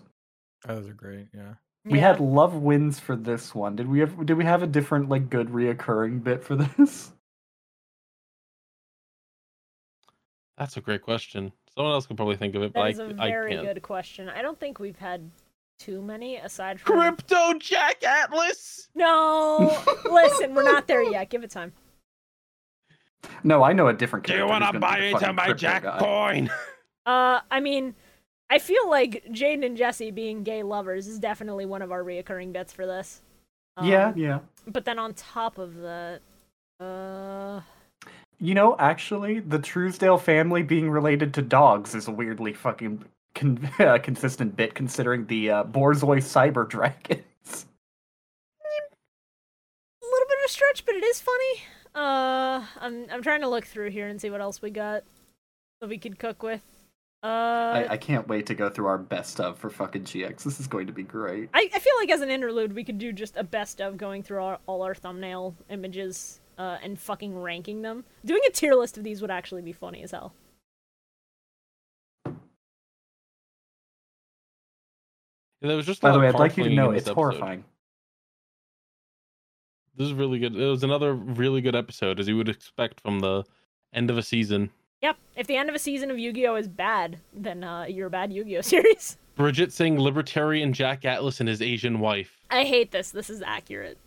Speaker 4: Oh, those are great. Yeah.
Speaker 2: We
Speaker 1: Yeah.
Speaker 2: had love wins for this one. Did we have? Did we have a different like good reoccurring bit for this?
Speaker 3: That's a great question. Someone else can probably think of it, but
Speaker 1: That
Speaker 3: I,
Speaker 1: is a
Speaker 3: I
Speaker 1: very
Speaker 3: can't.
Speaker 1: good question. I don't think we've had too many aside from.
Speaker 3: Crypto Jack Atlas.
Speaker 1: No! Listen, we're not there yet. Give it time.
Speaker 2: No, I know a different.
Speaker 3: Do you
Speaker 2: character who's
Speaker 3: want to
Speaker 2: gonna be
Speaker 3: buy
Speaker 2: the
Speaker 3: into
Speaker 2: fucking
Speaker 3: my
Speaker 2: crypto
Speaker 3: Jack
Speaker 2: guy.
Speaker 3: coin?
Speaker 1: Uh, I mean, I feel like Jaden and Jesse being gay lovers is definitely one of our reoccurring bits for this.
Speaker 2: yeah,
Speaker 1: Um,
Speaker 2: yeah.
Speaker 1: But then on top of that, uh,
Speaker 2: You know, actually, the Truesdale family being related to dogs is a weirdly fucking con- uh, consistent bit considering the uh, Borzoi cyber dragons.
Speaker 1: a little bit of a stretch, but it is funny. Uh, I'm I'm trying to look through here and see what else we got that we could cook with. Uh, I,
Speaker 2: I, I can't wait to go through our best of for fucking GX. This is going to be great.
Speaker 1: I, feel like as an interlude, we could do just a best of going through all, all our thumbnail images uh, and fucking ranking them. Doing a tier list of these would actually be funny as hell.
Speaker 3: There was just. a
Speaker 2: By the
Speaker 3: lot
Speaker 2: way,
Speaker 3: of
Speaker 2: I'd like you to
Speaker 3: car-flinging
Speaker 2: know
Speaker 3: in this
Speaker 2: it's
Speaker 3: episode.
Speaker 2: horrifying.
Speaker 3: This is really good. It was another really good episode, as you would expect from the end of a season.
Speaker 1: Yep. If the end of a season of Yu-Gi-Oh is bad, then uh, you're a bad Yu-Gi-Oh series.
Speaker 3: Bridget saying libertarian Jack Atlas and his Asian wife.
Speaker 1: I hate this. This is accurate.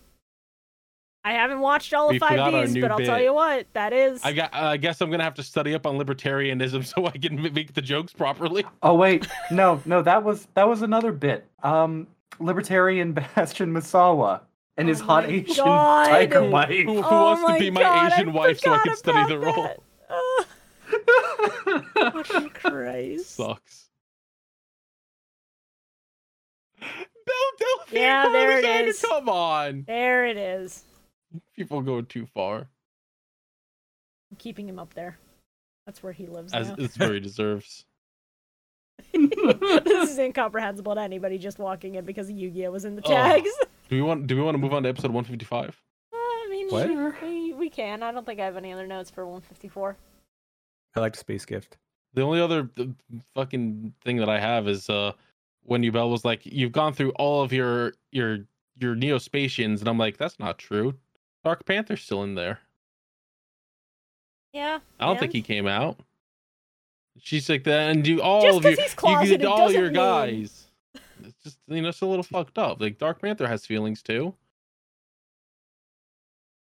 Speaker 1: I haven't watched all of
Speaker 3: We
Speaker 1: five
Speaker 3: forgot our
Speaker 1: Ds,
Speaker 3: new
Speaker 1: but I'll tell
Speaker 3: bit.
Speaker 1: you what, that is.
Speaker 3: I got. I guess I'm gonna have to study up on libertarianism so I can make the jokes properly.
Speaker 2: Oh wait, no, no, that was that was another bit. Um, libertarian Bastion Misawa and his
Speaker 1: Oh
Speaker 2: hot
Speaker 1: my
Speaker 2: Asian
Speaker 1: God.
Speaker 2: tiger
Speaker 1: Who-
Speaker 2: wife.
Speaker 3: Who, who
Speaker 1: Oh
Speaker 3: wants
Speaker 1: my
Speaker 3: to be my
Speaker 1: God,
Speaker 3: Asian wife so I
Speaker 1: forgot
Speaker 3: can study
Speaker 1: about
Speaker 3: the role?
Speaker 1: that. Oh, fucking Christ.
Speaker 3: Sucks. Del Delphine
Speaker 1: Yeah, there it
Speaker 3: Alexander,
Speaker 1: is.
Speaker 3: Come on,
Speaker 1: There it is.
Speaker 3: people go too far.
Speaker 1: I'm keeping him up there. That's where he lives
Speaker 3: As
Speaker 1: now.
Speaker 3: it's very deserves.
Speaker 1: this is incomprehensible to anybody just walking in because Yu-Gi-Oh was in the
Speaker 3: Oh.
Speaker 1: tags. Uh,
Speaker 3: Do we want? Do we want to move on to episode 155?
Speaker 1: I mean,
Speaker 4: What?
Speaker 1: sure, we, we can. I don't think I have any other notes for 154.
Speaker 4: I like Space Gift.
Speaker 3: The only other th- fucking thing that I have is uh when Ubel was like, "You've gone through all of your your your Neospatians," and I'm like, "That's not true. Dark Panther's still in there.
Speaker 1: Yeah.
Speaker 3: I don't think
Speaker 1: and-
Speaker 3: he came out." She's like that, and do all
Speaker 1: Just
Speaker 3: of your
Speaker 1: 'cause he's
Speaker 3: you
Speaker 1: closeted
Speaker 3: did all your
Speaker 1: doesn't mean-
Speaker 3: guys. It's just you know it's a little fucked up. Like Dark Panther has feelings too.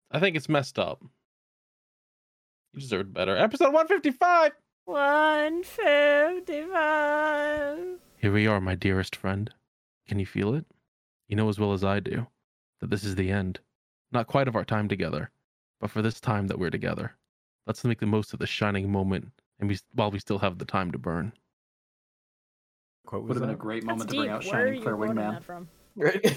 Speaker 3: I think it's messed up. You deserved better. Episode 155.
Speaker 1: 155.
Speaker 3: Here we are, my dearest friend. Can you feel it? You know as well as I do that this is the end. Not quite of our time together, but for this time that we're together. Let's make the most of the shining moment and we while we still have the time to burn.
Speaker 4: Quote
Speaker 2: Would
Speaker 4: was
Speaker 2: have been a
Speaker 4: that?
Speaker 2: great
Speaker 1: That's
Speaker 2: moment to bring
Speaker 1: deep.
Speaker 2: out
Speaker 1: Where are
Speaker 2: Shining
Speaker 1: you
Speaker 2: Claire
Speaker 1: quoting
Speaker 2: Wingman.
Speaker 1: that from?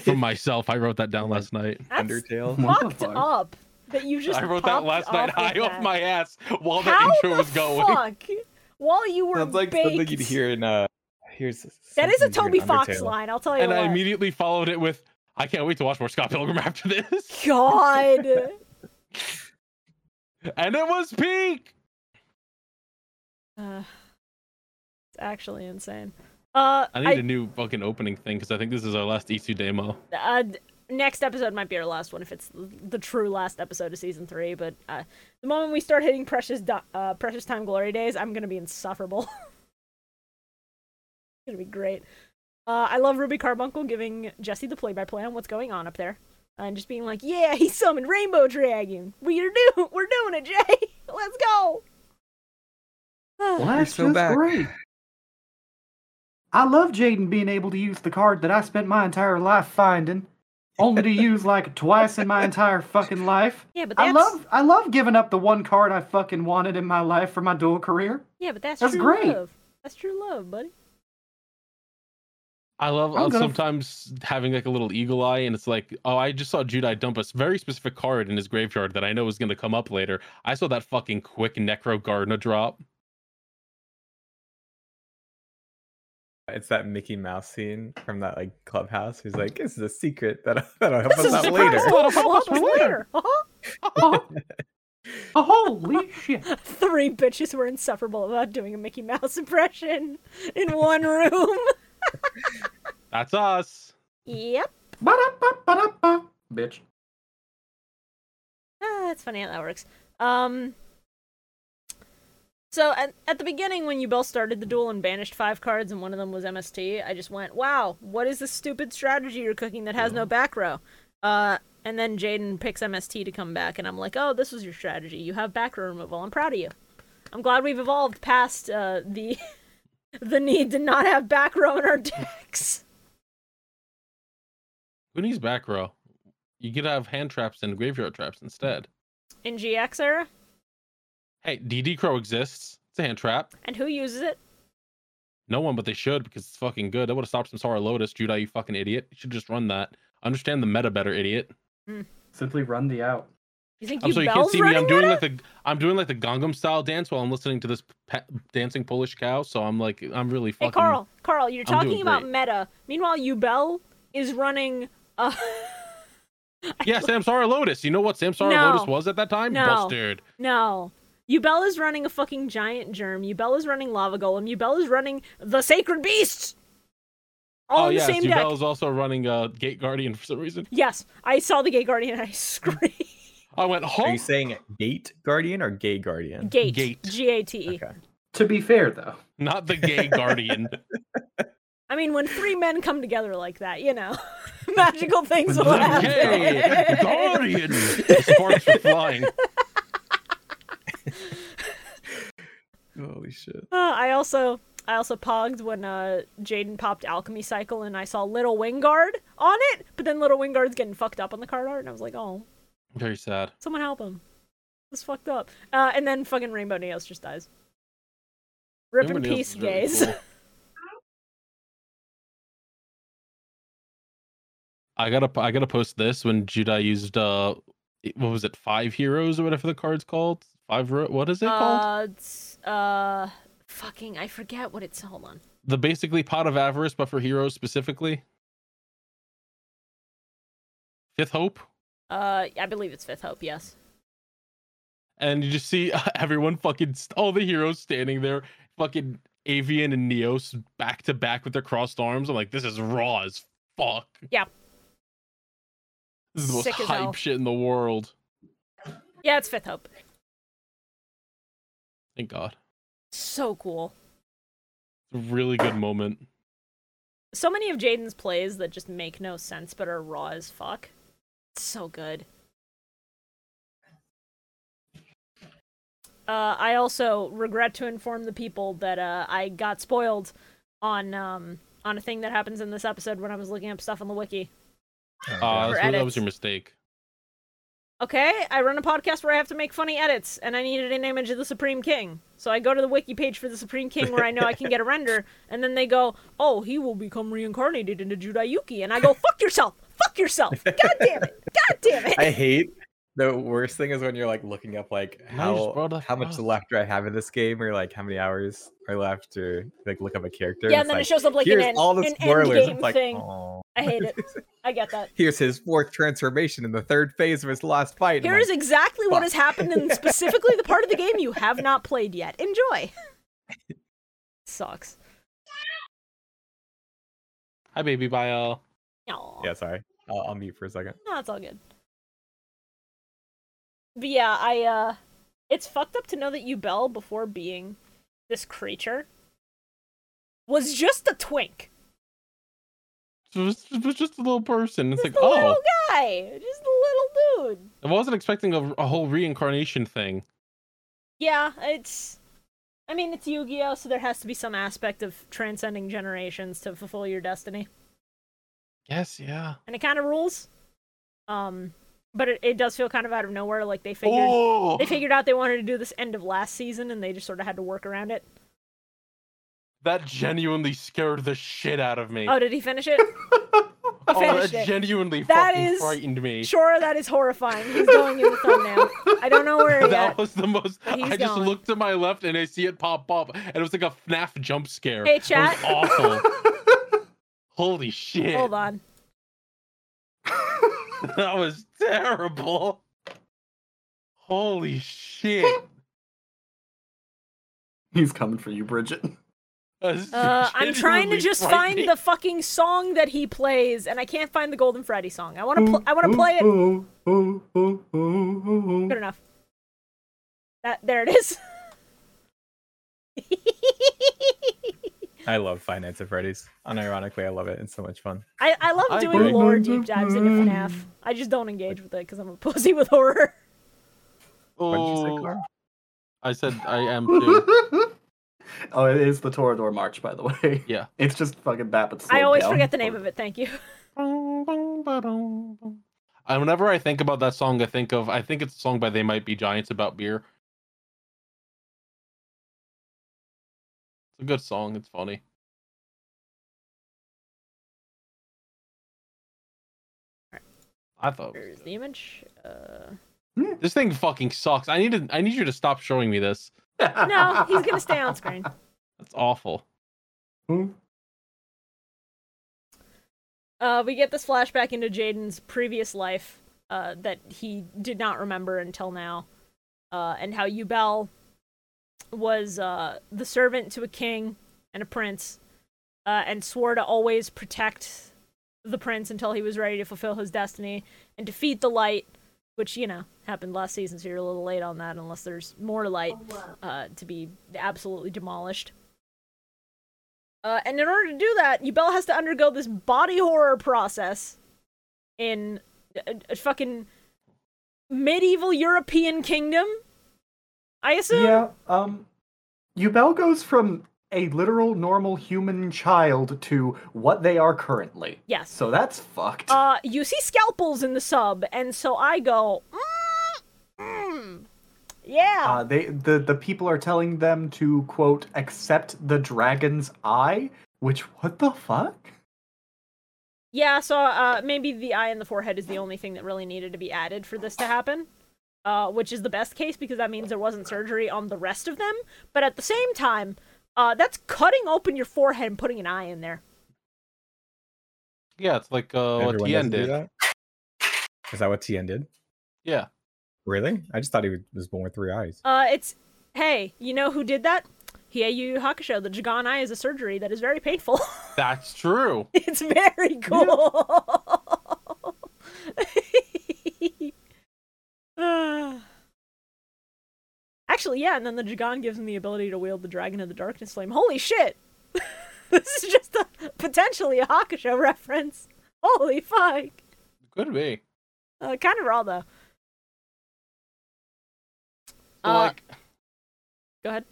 Speaker 3: For myself, I wrote that down last night.
Speaker 1: That's
Speaker 4: Undertale.
Speaker 2: What the
Speaker 1: fucked
Speaker 2: fuck?
Speaker 1: up that you just.
Speaker 3: I wrote that
Speaker 1: popped
Speaker 3: last night
Speaker 1: off with
Speaker 3: high off
Speaker 1: that.
Speaker 3: my ass while the
Speaker 1: How
Speaker 3: intro
Speaker 1: the
Speaker 3: was going.
Speaker 1: Fuck? While you were
Speaker 4: That's like
Speaker 1: baked.
Speaker 4: something you'd hear in uh here's
Speaker 1: That is a
Speaker 4: something
Speaker 1: Toby
Speaker 4: weird
Speaker 1: Fox
Speaker 4: Undertale.
Speaker 1: line. I'll tell you
Speaker 3: And
Speaker 1: what.
Speaker 3: I immediately followed it with, I can't wait to watch more Scott Pilgrim after this.
Speaker 1: God.
Speaker 3: And it was peak.
Speaker 1: Uh, it's actually insane. Uh,
Speaker 3: I need a new fucking opening thing because I think this is our last E2 demo.
Speaker 1: uh, d- next episode might be our last one if it's th- the true last episode of season three. But uh, the moment we start hitting precious, Di- uh, precious time glory days, I'm gonna be insufferable. it's gonna be great. Uh, I love Ruby Carbuncle giving Jesse the play-by-play on what's going on up there, and just being like, "Yeah, he summoned Rainbow Dragon. We're doing, we're doing it, Jay. Let's go."
Speaker 2: Well,
Speaker 4: You're
Speaker 2: that's
Speaker 4: so
Speaker 2: just
Speaker 4: back.
Speaker 2: great. I love Jaden being able to use the card that I spent my entire life finding, only to use like twice in my entire fucking life.
Speaker 1: yeah, but
Speaker 2: I
Speaker 1: that's
Speaker 2: love I love giving up the one card I fucking wanted in my life for my dual career.
Speaker 1: yeah, but that's,
Speaker 2: That's
Speaker 1: true
Speaker 2: great.
Speaker 1: love. That's true love, buddy.
Speaker 3: I love
Speaker 2: I'm
Speaker 3: uh,
Speaker 2: gonna-
Speaker 3: sometimes having like a little eagle eye, and it's like, oh, I just saw Judai dump a s- very specific card in his graveyard that I know is going to come up later. I saw that fucking quick Necro Gardener drop.
Speaker 4: It's that Mickey Mouse scene from that like clubhouse. He's like, "This is a secret that that'll help
Speaker 1: This is
Speaker 4: us
Speaker 1: a
Speaker 4: out
Speaker 1: surprise
Speaker 4: later."
Speaker 1: that'll help us later. Uh-huh.
Speaker 2: Oh, holy shit!
Speaker 1: Three bitches were insufferable about doing a Mickey Mouse impression in one room.
Speaker 3: That's us.
Speaker 1: yep.
Speaker 2: Ba-da-ba, ba-da-ba. Bitch.
Speaker 1: Ah, that's funny how that works. Um. So at, at the beginning, when you both started the duel and banished five cards, and one of them was MST, I just went, "Wow, what is this stupid strategy you're cooking that has no back row?" Uh, and then Jaden picks MST to come back, and I'm like, "Oh, this was your strategy. You have back row removal. I'm proud of you. I'm glad we've evolved past uh, the the need to not have back row in our decks."
Speaker 3: Who needs back row? You get to have hand traps and graveyard traps instead.
Speaker 1: in GX era,
Speaker 3: Hey, DD Crow exists. It's a hand trap.
Speaker 1: and who uses it?
Speaker 3: No one, but they should because it's fucking good. That would have stopped some Sorrow Lotus, Judai, you fucking idiot. You should just run that. Understand the meta better, idiot.
Speaker 2: Simply run the out.
Speaker 1: You think
Speaker 3: I'm
Speaker 1: you
Speaker 3: sorry, Oh, you can't
Speaker 1: bells
Speaker 3: see me.
Speaker 1: running
Speaker 3: I'm doing
Speaker 1: that
Speaker 3: like the I'm doing like the Gangnam style dance while I'm listening to this pe- dancing Polish cow. So I'm like I'm really
Speaker 1: Hey
Speaker 3: fucking.
Speaker 1: Carl, Carl, you're
Speaker 3: I'm doing
Speaker 1: talking about
Speaker 3: great.
Speaker 1: meta. Meanwhile, Ubel is running. Uh,
Speaker 3: Yeah, Samsara Lotus. You know what Samsara
Speaker 1: No.
Speaker 3: Lotus was at that time?
Speaker 1: No.
Speaker 3: Busted.
Speaker 1: no, Ubel is running a fucking giant germ. Ubel is running lava golem. Ubel is running the sacred beast. All
Speaker 3: oh
Speaker 1: in the
Speaker 3: yeah,
Speaker 1: same
Speaker 3: Zubel
Speaker 1: deck.
Speaker 3: is also running uh, Gate Guardian for some reason.
Speaker 1: Yes, I saw the gay guardian. and I screamed.
Speaker 3: I went
Speaker 4: Are
Speaker 3: home.
Speaker 4: you saying gate guardian or gay guardian?
Speaker 1: Gate.
Speaker 3: Gate.
Speaker 1: G A T E.
Speaker 4: Okay.
Speaker 2: To be fair though,
Speaker 3: Not the Gay Guardian.
Speaker 1: I mean, when three men come together like that, you know, magical things will
Speaker 3: the Gay
Speaker 1: happen.
Speaker 3: Guardian. Sparks were flying.
Speaker 4: Holy shit!
Speaker 1: Uh, I also I also pogged when uh, Jaden popped Alchemy Cycle and I saw Little Wingard on it, but then Little Wingard's getting fucked up on the card art, and I was like, oh,
Speaker 3: Very sad.
Speaker 1: someone help him. This is fucked up. Uh, and then fucking Rainbow Neos just dies. Rip in
Speaker 3: Everybody else
Speaker 1: peace,
Speaker 3: is really
Speaker 1: gays.
Speaker 3: cool. I gotta, I gotta post this when Judai used uh, it- what was it, five heroes or whatever the card's called? Five, ro- what is it called?
Speaker 1: uh, it's, uh, fucking, I forget what it's. Hold on.
Speaker 3: The basically pot of avarice, but for heroes specifically. Fifth hope,
Speaker 1: Uh, I believe it's Fifth Hope. Yes.
Speaker 3: and you just see everyone fucking, st- all the heroes standing there, fucking Avian and Neos back to back with their crossed arms. I'm like, this is raw as fuck.
Speaker 1: Yeah.
Speaker 3: This is the most
Speaker 1: Sick as
Speaker 3: hype
Speaker 1: hell.
Speaker 3: shit in the world.
Speaker 1: Yeah, it's Fifth Hope.
Speaker 3: Thank God.
Speaker 1: So cool.
Speaker 3: It's a really good moment.
Speaker 1: so many of Jaden's plays that just make no sense but are raw as fuck. It's so good. Uh, I also regret to inform the people that uh, I got spoiled on um, on a thing that happens in this episode when I was looking up stuff on the wiki.
Speaker 3: Uh,
Speaker 1: For
Speaker 3: that's what- that was
Speaker 1: edits.
Speaker 3: your mistake.
Speaker 1: okay, I run a podcast where I have to make funny edits, and I needed an image of the Supreme King. So I go to the wiki page for the Supreme King where I know I can get a render, and then they go, oh, he will become reincarnated into Judayuki. And I go, fuck yourself! Fuck yourself! God damn it! God damn it!
Speaker 4: I hate the worst thing is when you're like looking up like how
Speaker 3: brought up
Speaker 4: how much
Speaker 3: us.
Speaker 4: left do I have in this game or like how many hours are left or like look up a character.
Speaker 1: yeah,
Speaker 4: it's
Speaker 1: and then
Speaker 4: like,
Speaker 1: it shows up like an,
Speaker 4: here's
Speaker 1: end,
Speaker 4: all the
Speaker 1: an
Speaker 4: spoilers.
Speaker 1: endgame
Speaker 4: It's like, oh.
Speaker 1: thing.
Speaker 4: "Aw."
Speaker 1: I hate it. I get that.
Speaker 4: Here's his fourth transformation in the third phase of his last fight. I'm
Speaker 1: Here is
Speaker 4: like,
Speaker 1: exactly what
Speaker 4: fuck.
Speaker 1: has happened and specifically the part of the game you have not played yet. Enjoy. Sucks.
Speaker 3: Hi, baby. Bye, all.
Speaker 1: Aw.
Speaker 4: yeah, sorry. I'll, I'll mute for a second.
Speaker 1: No, it's all good. But yeah, I uh it's fucked up to know that you Bell before being this creature was just a twink.
Speaker 3: So it's it was just a little person. It's
Speaker 1: Just
Speaker 3: like,
Speaker 1: a
Speaker 3: oh,
Speaker 1: little guy. Just a little dude.
Speaker 3: I wasn't expecting a, a whole reincarnation thing.
Speaker 1: Yeah, it's I mean it's Yu-Gi-Oh, so there has to be some aspect of transcending generations to fulfill your destiny.
Speaker 3: Yes, yeah.
Speaker 1: And it kinda rules. Um but it, it does feel kind of out of nowhere, like they figured
Speaker 3: Oh,
Speaker 1: they figured out they wanted to do this end of last season and they just sort of had to work around it.
Speaker 3: that genuinely scared the shit out of me.
Speaker 1: Oh, did he finish it?
Speaker 3: Oh,
Speaker 1: finished
Speaker 3: that
Speaker 1: it.
Speaker 3: genuinely
Speaker 1: That
Speaker 3: fucking
Speaker 1: is-
Speaker 3: frightened me.
Speaker 1: Sure, that is horrifying. He's going in the thumbnail. I don't know where
Speaker 3: That
Speaker 1: yet.
Speaker 3: was the most.
Speaker 1: He's
Speaker 3: I just
Speaker 1: gone.
Speaker 3: looked to my left and I see it pop up, and it was like a FNAF jump scare.
Speaker 1: Hey,
Speaker 3: It was
Speaker 1: chat.
Speaker 3: awful. Holy shit.
Speaker 1: Hold on.
Speaker 3: That was terrible. Holy shit.
Speaker 2: He's coming for you, Bridget.
Speaker 3: That's
Speaker 1: Uh, I'm trying to
Speaker 3: genuinely
Speaker 1: just find
Speaker 3: frightening.
Speaker 1: the fucking song that he plays, and I can't find the Golden Freddy song. I want to. Pl- I want to play it. Good
Speaker 2: it.
Speaker 1: enough. That there it is.
Speaker 4: I love Finance at Freddy's. Unironically, I love it. It's so much fun.
Speaker 1: I, I love
Speaker 3: I
Speaker 1: doing
Speaker 3: agree.
Speaker 1: lore deep dives into FNAF. I just don't engage with it because I'm a pussy with horror.
Speaker 4: What did you say,
Speaker 3: Oh,
Speaker 4: Carl?
Speaker 3: I said I am too.
Speaker 2: Oh, it is the Torador March, by the way.
Speaker 3: Yeah.
Speaker 2: It's just fucking that, but
Speaker 1: I
Speaker 2: slowed
Speaker 1: always
Speaker 2: down.
Speaker 1: forget the name of it. Thank you.
Speaker 3: And whenever I think about that song, I think of I think it's a song by They Might Be Giants about beer. It's a good song. It's funny. I thought
Speaker 1: Here's the image. Uh...
Speaker 3: this thing fucking sucks. I need to. I need you to stop showing me this.
Speaker 1: No, he's gonna stay on screen.
Speaker 3: That's awful.
Speaker 1: Uh, we get this flashback into Jaden's previous life uh, that he did not remember until now, uh, and how Yubel was uh, the servant to a king and a prince, uh, and swore to always protect the prince until he was ready to fulfill his destiny and defeat the light, which you know happened last season, so you're a little late on that unless there's more light uh, to be absolutely demolished. Uh, and in order to do that, Yubel has to undergo this body horror process in a, a fucking medieval European kingdom. I assume.
Speaker 2: Yeah. Um, Yubel goes from a literal normal human child to what they are currently.
Speaker 1: Yes.
Speaker 2: So that's fucked.
Speaker 1: Uh, you see scalpels in the sub, and so I go, mm, mm, yeah.
Speaker 2: Uh, they the the people are telling them to quote accept the dragon's eye, which what the fuck?
Speaker 1: yeah, so uh, maybe the eye and the forehead is the only thing that really needed to be added for this to happen. Uh, which is the best case because that means there wasn't surgery on the rest of them. But at the same time, uh, that's cutting open your forehead and putting an eye in there.
Speaker 3: Yeah, it's like uh, what
Speaker 4: Everyone
Speaker 3: Tien
Speaker 4: doesn't do
Speaker 3: did.
Speaker 4: that? Is that what Tien did?
Speaker 3: Yeah,
Speaker 4: Really? I just thought he was born with three eyes.
Speaker 1: Uh, it's hey, you know who did that? Hiei Yu Yu Hakusho. The Jigan eye is a surgery that is very painful.
Speaker 3: that's true.
Speaker 1: it's very cool. Ah. Actually, yeah, and then the Jigan gives him the ability to wield the Dragon of the Darkness flame. Holy shit! this is just a potentially a Hakusho reference. Holy fuck!
Speaker 3: Could be.
Speaker 1: Uh, kind of raw though.
Speaker 3: So,
Speaker 1: Uh,
Speaker 3: like,
Speaker 1: Go ahead.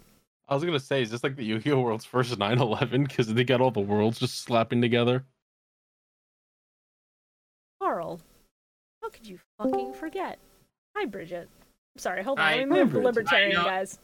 Speaker 3: I was gonna say, is this like the Yu-Gi-Oh World's first 9/11? Because they got all the worlds just slapping together.
Speaker 1: Carl, how could you fucking forget? Hi, Bridget. I'm sorry. Hold on.
Speaker 6: Hi.
Speaker 1: Let me move the
Speaker 2: Hi, Bridget.
Speaker 1: libertarian
Speaker 6: I know.
Speaker 1: guys.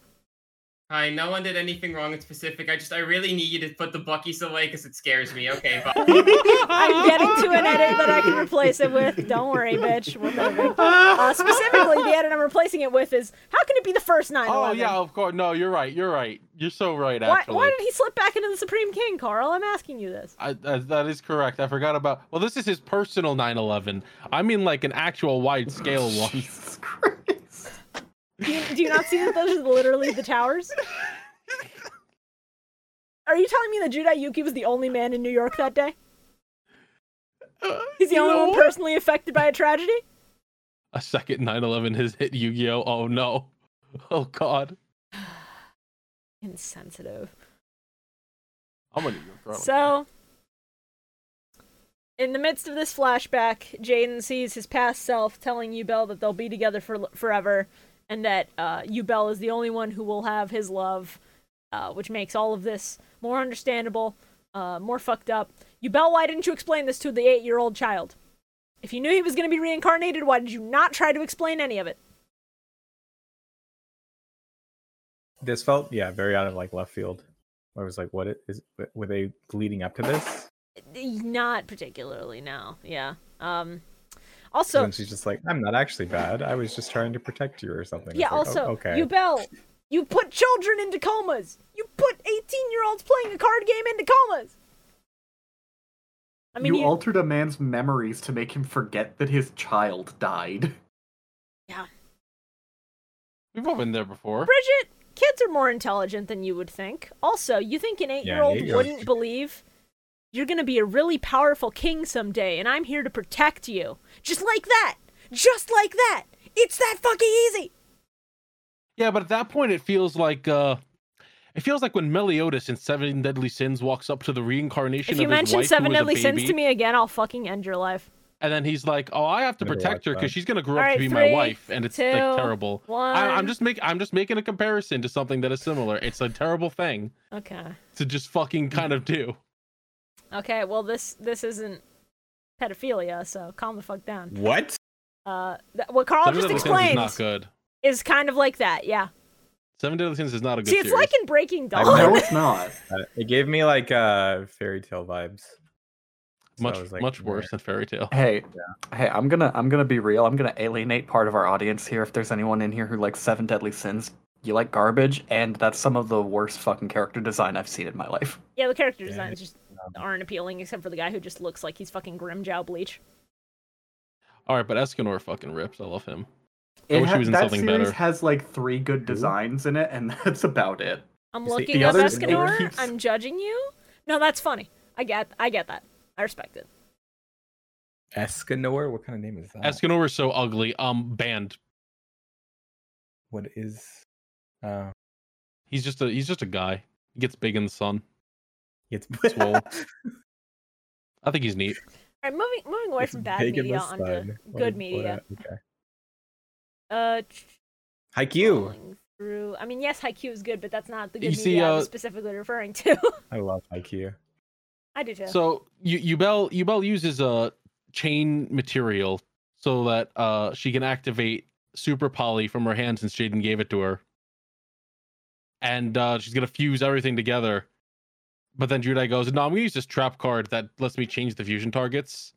Speaker 6: Hi, no one did anything wrong in specific. I just, I really need you to put the Buckies away because it scares me. Okay, bye.
Speaker 1: I'm getting to an edit that I can replace it with. Don't worry, bitch. We're moving. Uh, specifically, the edit I'm replacing it with is how can it be the first 9
Speaker 3: Oh yeah, of course. No, you're right. You're right. You're so right.
Speaker 1: Why,
Speaker 3: Actually,
Speaker 1: why did he slip back into the Supreme King, Carl? I'm asking you this.
Speaker 3: I, that- that is correct. I forgot about. Well, this is his personal 9/11. I mean, like an actual wide scale one.
Speaker 2: Jesus Christ.
Speaker 1: Do you, do you not see that those are literally the towers? Are you telling me that Judai Yuki was the only man in New York that day? He's the
Speaker 3: You
Speaker 1: only
Speaker 3: know
Speaker 1: one
Speaker 3: what?
Speaker 1: personally affected by a tragedy?
Speaker 3: A second 9/11 has hit Yu-Gi-Oh. Oh no. Oh god.
Speaker 1: Insensitive.
Speaker 3: I'm gonna New York.
Speaker 1: So, in the midst of this flashback, Jaden sees his past self telling Yubel that they'll be together for forever, and that uh, Yubel is the only one who will have his love, uh, which makes all of this more understandable, uh, more fucked up. Yubel, why didn't you explain this to the eight-year-old child? If you knew he was going to be reincarnated, why did you not try to explain any of it?
Speaker 4: This felt yeah very out of like left field. Where I was like, what it- is? Were they leading up to this?
Speaker 1: Not particularly, no. Yeah. Um.
Speaker 4: So
Speaker 1: Also,
Speaker 4: then she's just like, I'm not actually bad. I was just trying to protect you or something.
Speaker 1: Yeah,
Speaker 4: It's like,
Speaker 1: also,
Speaker 4: "Oh, okay.
Speaker 1: you bell. You put children into comas. You put 18 year olds playing a card game into comas. I mean,
Speaker 2: you
Speaker 1: you-
Speaker 2: altered a man's memories to make him forget that his child died.
Speaker 3: We've all been there before.
Speaker 1: Bridget, kids are more intelligent than you would think. Also, you think an eight year old
Speaker 4: eight-year-old-
Speaker 1: wouldn't believe you're going to be a really powerful king someday, and I'm here to protect you. Just like that. Just like that. It's that fucking easy.
Speaker 3: Yeah, but at that point, it feels like uh, it feels like when Meliodas in Seven Deadly Sins walks up to the reincarnation.
Speaker 1: If you
Speaker 3: of his
Speaker 1: mention
Speaker 3: wife,
Speaker 1: Seven
Speaker 3: who was a
Speaker 1: Deadly Sins to
Speaker 3: baby,
Speaker 1: me again, I'll fucking end your life.
Speaker 3: and then he's like, "Oh, I have to
Speaker 4: Never
Speaker 3: protect
Speaker 4: watched
Speaker 3: her because
Speaker 4: that.
Speaker 3: she's gonna grow
Speaker 1: All
Speaker 3: up
Speaker 1: right,
Speaker 3: to be
Speaker 1: three,
Speaker 3: my wife," and it's
Speaker 1: two,
Speaker 3: like terrible.
Speaker 1: One.
Speaker 3: I, I'm just making I'm just making a comparison to something that is similar. It's a terrible thing
Speaker 1: Okay.
Speaker 3: to just fucking kind of do.
Speaker 1: Okay, well this this isn't pedophilia, so calm the fuck down.
Speaker 7: What?
Speaker 1: Uh, th- what Carl
Speaker 3: Seven
Speaker 1: just
Speaker 3: Deadly Sins is
Speaker 1: explained
Speaker 3: not
Speaker 1: is,
Speaker 3: good.
Speaker 1: kind of like that, yeah.
Speaker 3: Seven Deadly Sins is not a good.
Speaker 1: See, it's
Speaker 3: series.
Speaker 1: like in Breaking
Speaker 4: I
Speaker 1: Dawn.
Speaker 4: know.
Speaker 2: No, it's not.
Speaker 4: Uh, it gave me like uh fairy tale vibes. So I
Speaker 3: much
Speaker 4: was like,
Speaker 3: much worse than Fairy Tale.
Speaker 2: Hey, hey, I'm gonna I'm gonna be real. I'm gonna alienate part of our audience here. If there's anyone in here who likes Seven Deadly Sins, you like garbage, and that's some of the worst fucking character design I've seen in my life.
Speaker 1: yeah, the character
Speaker 4: Yeah,
Speaker 1: designs just aren't appealing except for the guy who just looks like he's fucking Grimjow Bleach.
Speaker 3: All right, but Escanor fucking rips. I love him. I
Speaker 2: It
Speaker 3: wish he was in
Speaker 2: that
Speaker 3: something
Speaker 2: series
Speaker 3: better.
Speaker 2: has like three good designs in it, and that's about it.
Speaker 1: I'm
Speaker 4: You see,
Speaker 1: looking
Speaker 2: the
Speaker 1: up
Speaker 2: others-
Speaker 1: Escanor.
Speaker 2: it keeps-
Speaker 1: I'm judging you. No, that's funny. I get I get that. I respect it.
Speaker 4: Escanor? What kind of name is that?
Speaker 3: Escanor is so ugly. Um, banned.
Speaker 4: what is? Uh,
Speaker 3: He's just a he's just a guy. He gets big in the sun.
Speaker 4: it's
Speaker 3: Swole. I think he's neat.
Speaker 1: All right, moving moving away
Speaker 4: It's
Speaker 1: from bad
Speaker 4: big in the
Speaker 1: media onto
Speaker 4: sun. What
Speaker 1: good
Speaker 4: is-
Speaker 1: media.
Speaker 4: what- okay.
Speaker 1: Uh,
Speaker 4: Haikyuu.
Speaker 1: scrolling Through. I mean, yes, Haikyuu is good, but that's not the good
Speaker 3: You
Speaker 1: media
Speaker 3: see,
Speaker 1: I was
Speaker 3: uh,
Speaker 1: specifically referring to.
Speaker 4: I love Haikyuu.
Speaker 1: I do too.
Speaker 3: So you Yubel Yubel uses a chain material so that uh she can activate super poly from her hand since Jaden gave it to her. And uh she's gonna fuse everything together. But then Judai goes, No, I'm gonna use this trap card that lets me change the fusion targets.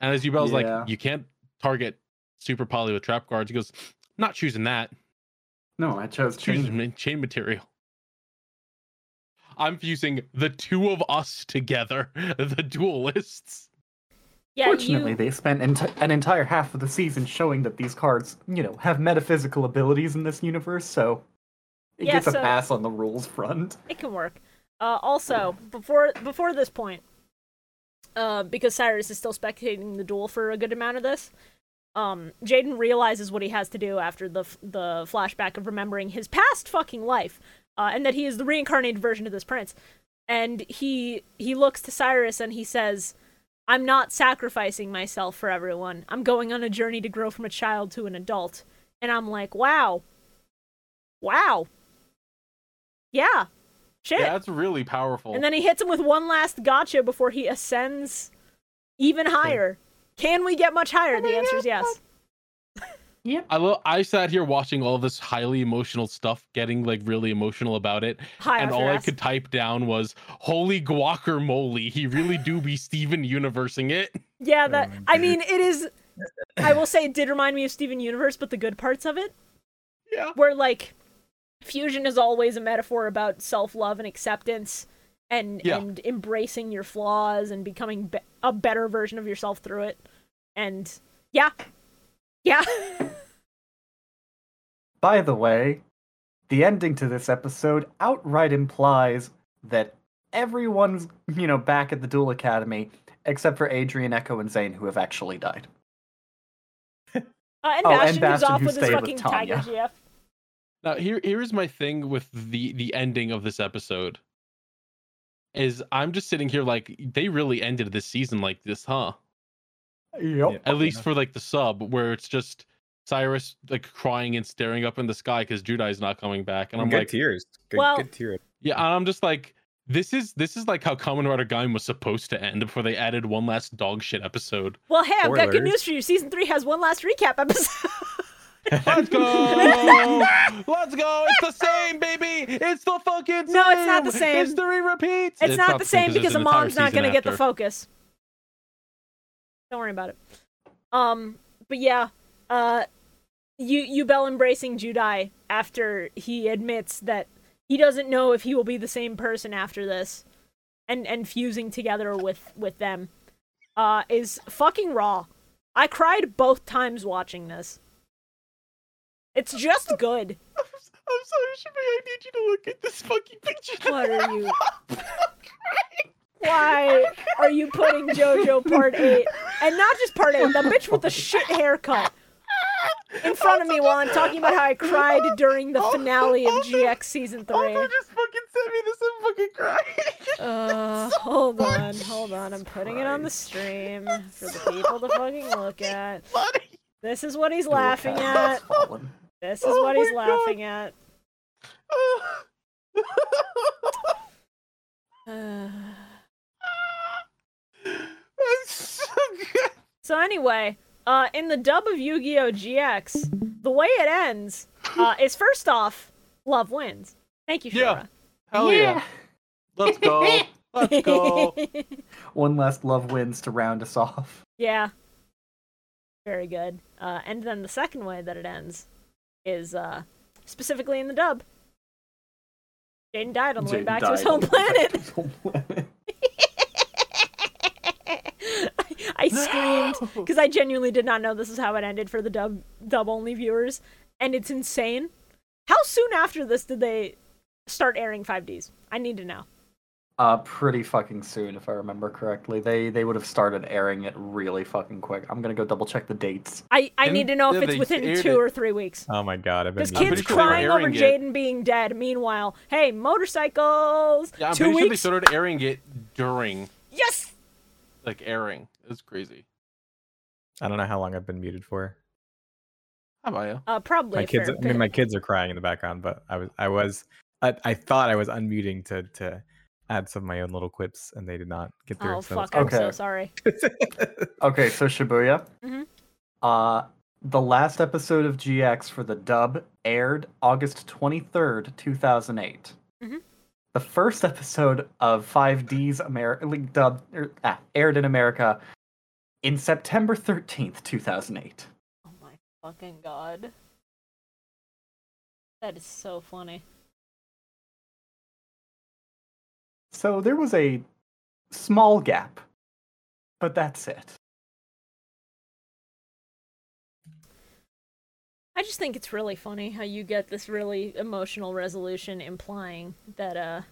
Speaker 3: And as Yubel's
Speaker 2: Yeah.
Speaker 3: like, You can't target super poly with trap cards, he goes, Not choosing that.
Speaker 2: No, I chose
Speaker 3: Choosing
Speaker 2: change.
Speaker 3: ma- chain material. I'm fusing the two of us together, the duelists.
Speaker 1: yeah,
Speaker 2: Fortunately,
Speaker 1: you,
Speaker 2: they spent enti- an entire half of the season showing that these cards, you know, have metaphysical abilities in this universe. So it
Speaker 1: Yeah,
Speaker 2: gets
Speaker 1: so-
Speaker 2: a pass on the rules front.
Speaker 1: it can work. Uh, also, before before this point, uh, because Cyrus is still spectating the duel for a good amount of this, um, Jaden realizes what he has to do after the f- the flashback of remembering his past fucking life, uh, and that he is the reincarnated version of this prince. And he he looks to Cyrus and he says, "I'm not sacrificing myself for everyone. I'm going on a journey to grow from a child to an adult." And I'm like, "Wow, wow, yeah, shit."
Speaker 3: Yeah, that's really powerful.
Speaker 1: And then he hits him with one last gotcha before he ascends even higher. Can we get much higher? The answer is yes.
Speaker 2: Yep.
Speaker 3: I lo- I sat here watching all this highly emotional stuff, getting like really emotional about it,
Speaker 1: Hi,
Speaker 3: and all I could type down was "Holy guacamole!" He really do be Steven Universing it.
Speaker 1: Yeah,
Speaker 4: Oh
Speaker 1: that.
Speaker 4: my
Speaker 1: I mean, it is. I will say it did remind me of Steven Universe, but the good parts of it.
Speaker 3: Yeah.
Speaker 1: Where like, fusion is always a metaphor about self love and acceptance, and
Speaker 3: Yeah.
Speaker 1: and embracing your flaws and becoming be- a better version of yourself through it. And yeah, yeah.
Speaker 2: By the way, the ending to this episode outright implies that everyone's, you know, back at the Duel Academy except for Adrian, Echo, and Zane, who have actually died.
Speaker 1: Uh, and,
Speaker 2: Oh, and
Speaker 1: Bastion moves
Speaker 2: Bastion,
Speaker 1: off
Speaker 2: who
Speaker 1: with his
Speaker 2: stayed with
Speaker 1: fucking
Speaker 2: Tanya.
Speaker 1: tiger GF.
Speaker 3: Now here here is my thing with the the ending of this episode. Is I'm just sitting here like they really ended this season like this, huh?
Speaker 2: Yep.
Speaker 3: At least for like the sub, where it's just Cyrus like crying and staring up in the sky because Judai's not coming back, and I'm
Speaker 4: good
Speaker 3: like,
Speaker 4: tears. Good,
Speaker 1: Well-
Speaker 4: good tear.
Speaker 3: yeah, and I'm just like, this is this is like how Kamen Rider Gaim was supposed to end before they added one last dog shit episode.
Speaker 1: Well, hey, I've got good
Speaker 4: Spoilers.
Speaker 1: news for you. Season three has one last recap episode.
Speaker 3: Let's go, let's go. It's the same, baby. It's the fucking same.
Speaker 1: No, it's not the same.
Speaker 3: History repeats.
Speaker 1: It's, not, the same
Speaker 3: 'cause there's
Speaker 1: because the
Speaker 3: an entire
Speaker 1: mom's not
Speaker 3: season
Speaker 1: going to get the
Speaker 3: after.
Speaker 1: focus. Don't worry about it. Um, but yeah, uh, you you Bell embracing Judai after he admits that he doesn't know if he will be the same person after this, and and fusing together with with them, uh, is fucking raw. I cried both times watching this. It's just good.
Speaker 3: I'm, s- I'm sorry, Shimei. I need you to look at this fucking picture. that
Speaker 1: What
Speaker 3: I
Speaker 1: are you?
Speaker 3: have.
Speaker 1: Why are you putting JoJo Part 8? And not just Part 8, the bitch with the shit haircut in front of me while I'm talking about how I cried during the finale of GX Season 3.
Speaker 3: Also, just fucking send me this. I'm fucking crying.
Speaker 1: Uh, hold on, hold on. I'm putting it on the stream for the people to fucking look at.
Speaker 3: Funny.
Speaker 1: This is what he's laughing at.
Speaker 2: Fallen.
Speaker 1: This is what he's laughing at.
Speaker 3: Oh.
Speaker 1: Uh...
Speaker 3: That's so good.
Speaker 1: So anyway, uh, in the dub of Yu-Gi-Oh! GX, the way it ends uh, is first off, love wins. Thank you,
Speaker 3: Yeah.
Speaker 1: Shura.
Speaker 3: Hell yeah. Let's go. Let's go.
Speaker 2: One last love wins to round us off.
Speaker 1: yeah. Very good. Uh, and then the second way that it ends is uh, specifically in the dub. Jaden died on the way
Speaker 2: Jaden
Speaker 1: back to his
Speaker 2: died
Speaker 1: home
Speaker 2: on the way back
Speaker 1: planet.
Speaker 2: to his home planet.
Speaker 1: I, I screamed. because I genuinely did not know this is how it ended for the dub dub only viewers, and it's insane. How soon after this did they start airing 5Ds? I need to know.
Speaker 2: Uh, pretty fucking soon, if I remember correctly. They they would have started airing it really fucking quick. I'm gonna go double check the dates.
Speaker 1: I, I
Speaker 3: Didn't-
Speaker 1: need to know if
Speaker 3: yeah,
Speaker 1: it's
Speaker 3: they
Speaker 1: within
Speaker 3: aired
Speaker 1: two
Speaker 3: it.
Speaker 1: or three weeks.
Speaker 4: Oh my god, I've been.
Speaker 1: Because
Speaker 3: I'm
Speaker 1: kids
Speaker 3: pretty sure they were
Speaker 1: crying over
Speaker 3: airing it.
Speaker 1: Jaden being dead. Meanwhile, hey, motorcycles.
Speaker 3: Yeah, I'm
Speaker 1: two
Speaker 3: pretty sure they
Speaker 1: weeks.
Speaker 3: started airing it during,
Speaker 1: Yes.
Speaker 3: like airing. It's crazy.
Speaker 4: I don't know how long I've been muted for.
Speaker 3: How about you?
Speaker 1: Uh, probably.
Speaker 4: My
Speaker 1: a
Speaker 4: kids.
Speaker 1: fair
Speaker 4: I mean, my
Speaker 1: bit.
Speaker 4: kids are crying in the background, but I was. I was. I, I thought I was unmuting to to add some of my own little quips, and they did not get through.
Speaker 1: Oh
Speaker 4: so it's
Speaker 1: fuck! I'm so
Speaker 2: Okay.
Speaker 1: sorry.
Speaker 2: Okay, so Shibuya.
Speaker 1: Mhm.
Speaker 2: Uh, the last episode of GX for the dub aired August 23rd, 2008.
Speaker 1: Mhm.
Speaker 2: The first episode of 5D's Ameri- like, dub er, ah, aired in America in September 13th, 2008.
Speaker 1: Oh my fucking god. That is so funny.
Speaker 2: So there was a small gap, but that's it.
Speaker 1: I just think it's really funny how you get this really emotional resolution implying that uh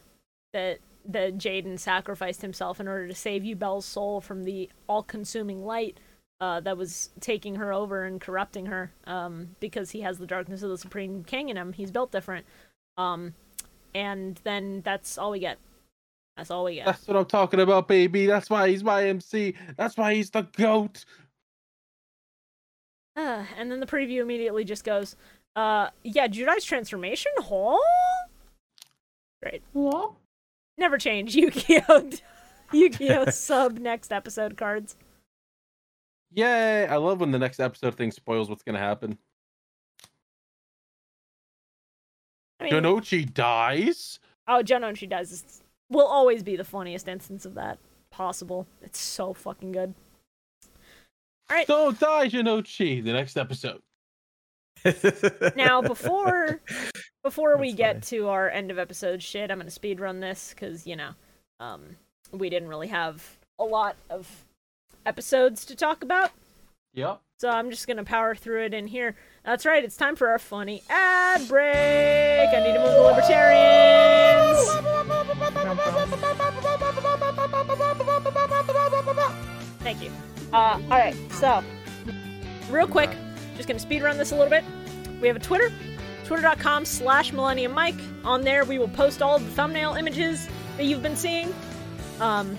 Speaker 1: that that Jaden sacrificed himself in order to save you Belle's soul from the all-consuming light uh, that was taking her over and corrupting her um, because he has the darkness of the supreme king in him. He's built different. Um, and then that's all we get. That's all we get.
Speaker 3: That's what I'm talking about, baby. That's why he's my MC. That's why he's the goat.
Speaker 1: Uh, and then the preview immediately just goes, uh, yeah, Judai's transformation? Huh? Great.
Speaker 2: What?
Speaker 1: Never change Yu-Gi-Oh! Yu-Gi-Oh! sub next episode cards.
Speaker 3: Yay! I love when the next episode thing spoils what's gonna happen.
Speaker 1: I mean,
Speaker 3: Janochi dies.
Speaker 1: oh, Juno, she does. This will always be the funniest instance of that possible. It's so fucking good. Right.
Speaker 3: Don't die, Janochi. The next episode.
Speaker 1: Now, before before we
Speaker 4: That's
Speaker 1: get to our end of episode shit, I'm gonna speed run this because you know, um, we didn't really have a lot of episodes to talk about,
Speaker 2: Yep.
Speaker 1: so I'm just gonna power through it in here. That's right, it's time for our funny ad break. I need to move the libertarians. Thank you. Uh, all right, so real quick, just gonna speed run this a little bit. We have a Twitter, twitter.com slash millennium mike. On there, we will post all of the thumbnail images that you've been seeing. Um,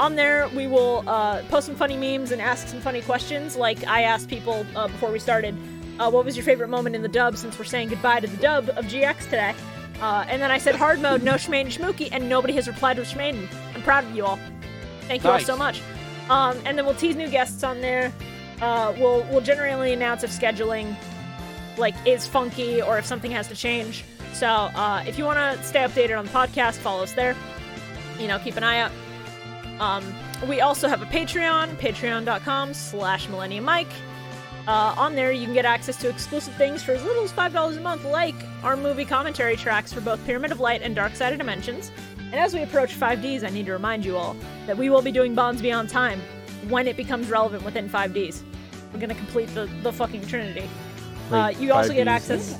Speaker 1: on there, we will uh, post some funny memes and ask some funny questions. Like I asked people uh, before we started, uh, what was your favorite moment in the dub since we're saying goodbye to the dub of GX today? Uh, and then I said hard mode, no Shmaden Shmooky, and nobody has replied to Shmaden. I'm proud of you all. Thank you
Speaker 3: Nice.
Speaker 1: all so much. Um, and then we'll tease new guests on there. Uh, we'll we'll generally announce if scheduling like is funky or if something has to change. So uh, if you want to stay updated on the podcast, follow us there. You know, keep an eye out. Um, we also have a Patreon, patreon.com slash millennium mike. Uh, on there, you can get access to exclusive things for as little as $5 a month, like our movie commentary tracks for both Pyramid of Light and Dark Side of Dimensions. And as we approach 5Ds, I need to remind you all that we will be doing Bonds Beyond Time when it becomes relevant within 5Ds. We're going to complete the, the fucking Trinity. Uh,
Speaker 4: Wait,
Speaker 1: you also
Speaker 4: five
Speaker 1: get
Speaker 4: Ds?
Speaker 1: access.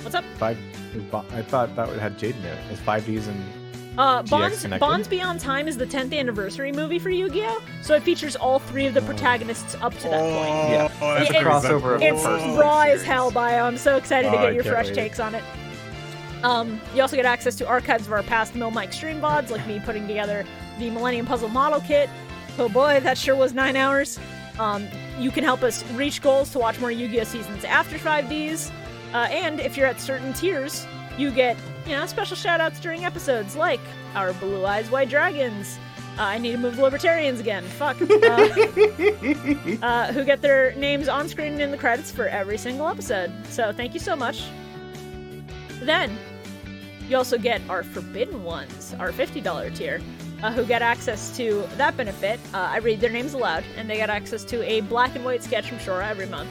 Speaker 1: What's up?
Speaker 4: Five. is bo- I thought that would have Jaden in it. Is five D's and
Speaker 1: Uh,
Speaker 4: GX
Speaker 1: Bonds,
Speaker 4: connected?
Speaker 1: Bonds Beyond Time is the 10th anniversary movie for Yu Gi Oh! So it features all three of the protagonists up to that point.
Speaker 2: Yeah.
Speaker 3: that's
Speaker 1: It's-
Speaker 3: pretty bad
Speaker 2: crossover of
Speaker 3: call.
Speaker 1: It's
Speaker 2: Personal
Speaker 1: raw as hell, bio. I'm so excited to
Speaker 4: Oh,
Speaker 1: get
Speaker 4: I
Speaker 1: your
Speaker 4: can't
Speaker 1: fresh
Speaker 4: wait.
Speaker 1: takes on it. Um, you also get access to archives of our past Mill Mike stream vods, like me putting together the Millennium Puzzle Model Kit. Oh boy, that sure was nine hours. Um, you can help us reach goals to watch more Yu-Gi-Oh seasons after 5Ds, uh, and if you're at certain tiers, you get you know special shoutouts during episodes, like our Blue Eyes White Dragons. Uh, I need to move the libertarians again. Fuck. Uh, uh, who get their names on screen and in the credits for every single episode. So thank you so much. Then, you also get our Forbidden Ones, our $50 tier, uh, who get access to that benefit. Uh, I read their names aloud, and they get access to a black and white sketch from Shora every month.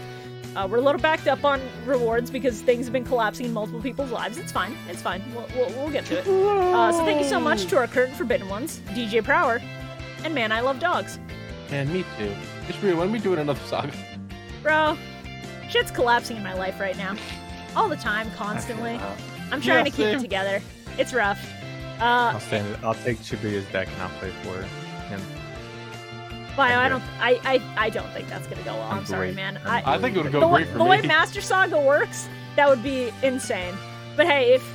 Speaker 1: Uh, we're a little backed up on rewards because things have been collapsing in multiple people's lives. It's fine. It's fine. We'll, we'll, we'll get to it. Uh, so thank you so much to our current Forbidden Ones, DJ Prower, and Man I Love Dogs.
Speaker 3: And me too. Just real, when we doing another saga?
Speaker 1: Bro, shit's collapsing in my life right now. All the time, constantly. I'm trying
Speaker 3: Yeah,
Speaker 1: to keep it
Speaker 3: same.
Speaker 1: together. It's rough. Uh,
Speaker 4: I'll stand. I'll take Chibuya's deck and I'll play for him.
Speaker 1: Bio, I
Speaker 4: here.
Speaker 1: don't. I, I, I don't think that's gonna go well. I'm,
Speaker 4: I'm
Speaker 1: sorry,
Speaker 4: great.
Speaker 1: man.
Speaker 4: I'm
Speaker 1: I,
Speaker 3: I think it would go
Speaker 1: the, way,
Speaker 3: great for
Speaker 1: the way
Speaker 3: me.
Speaker 1: Master Saga works, that would be insane. But hey, if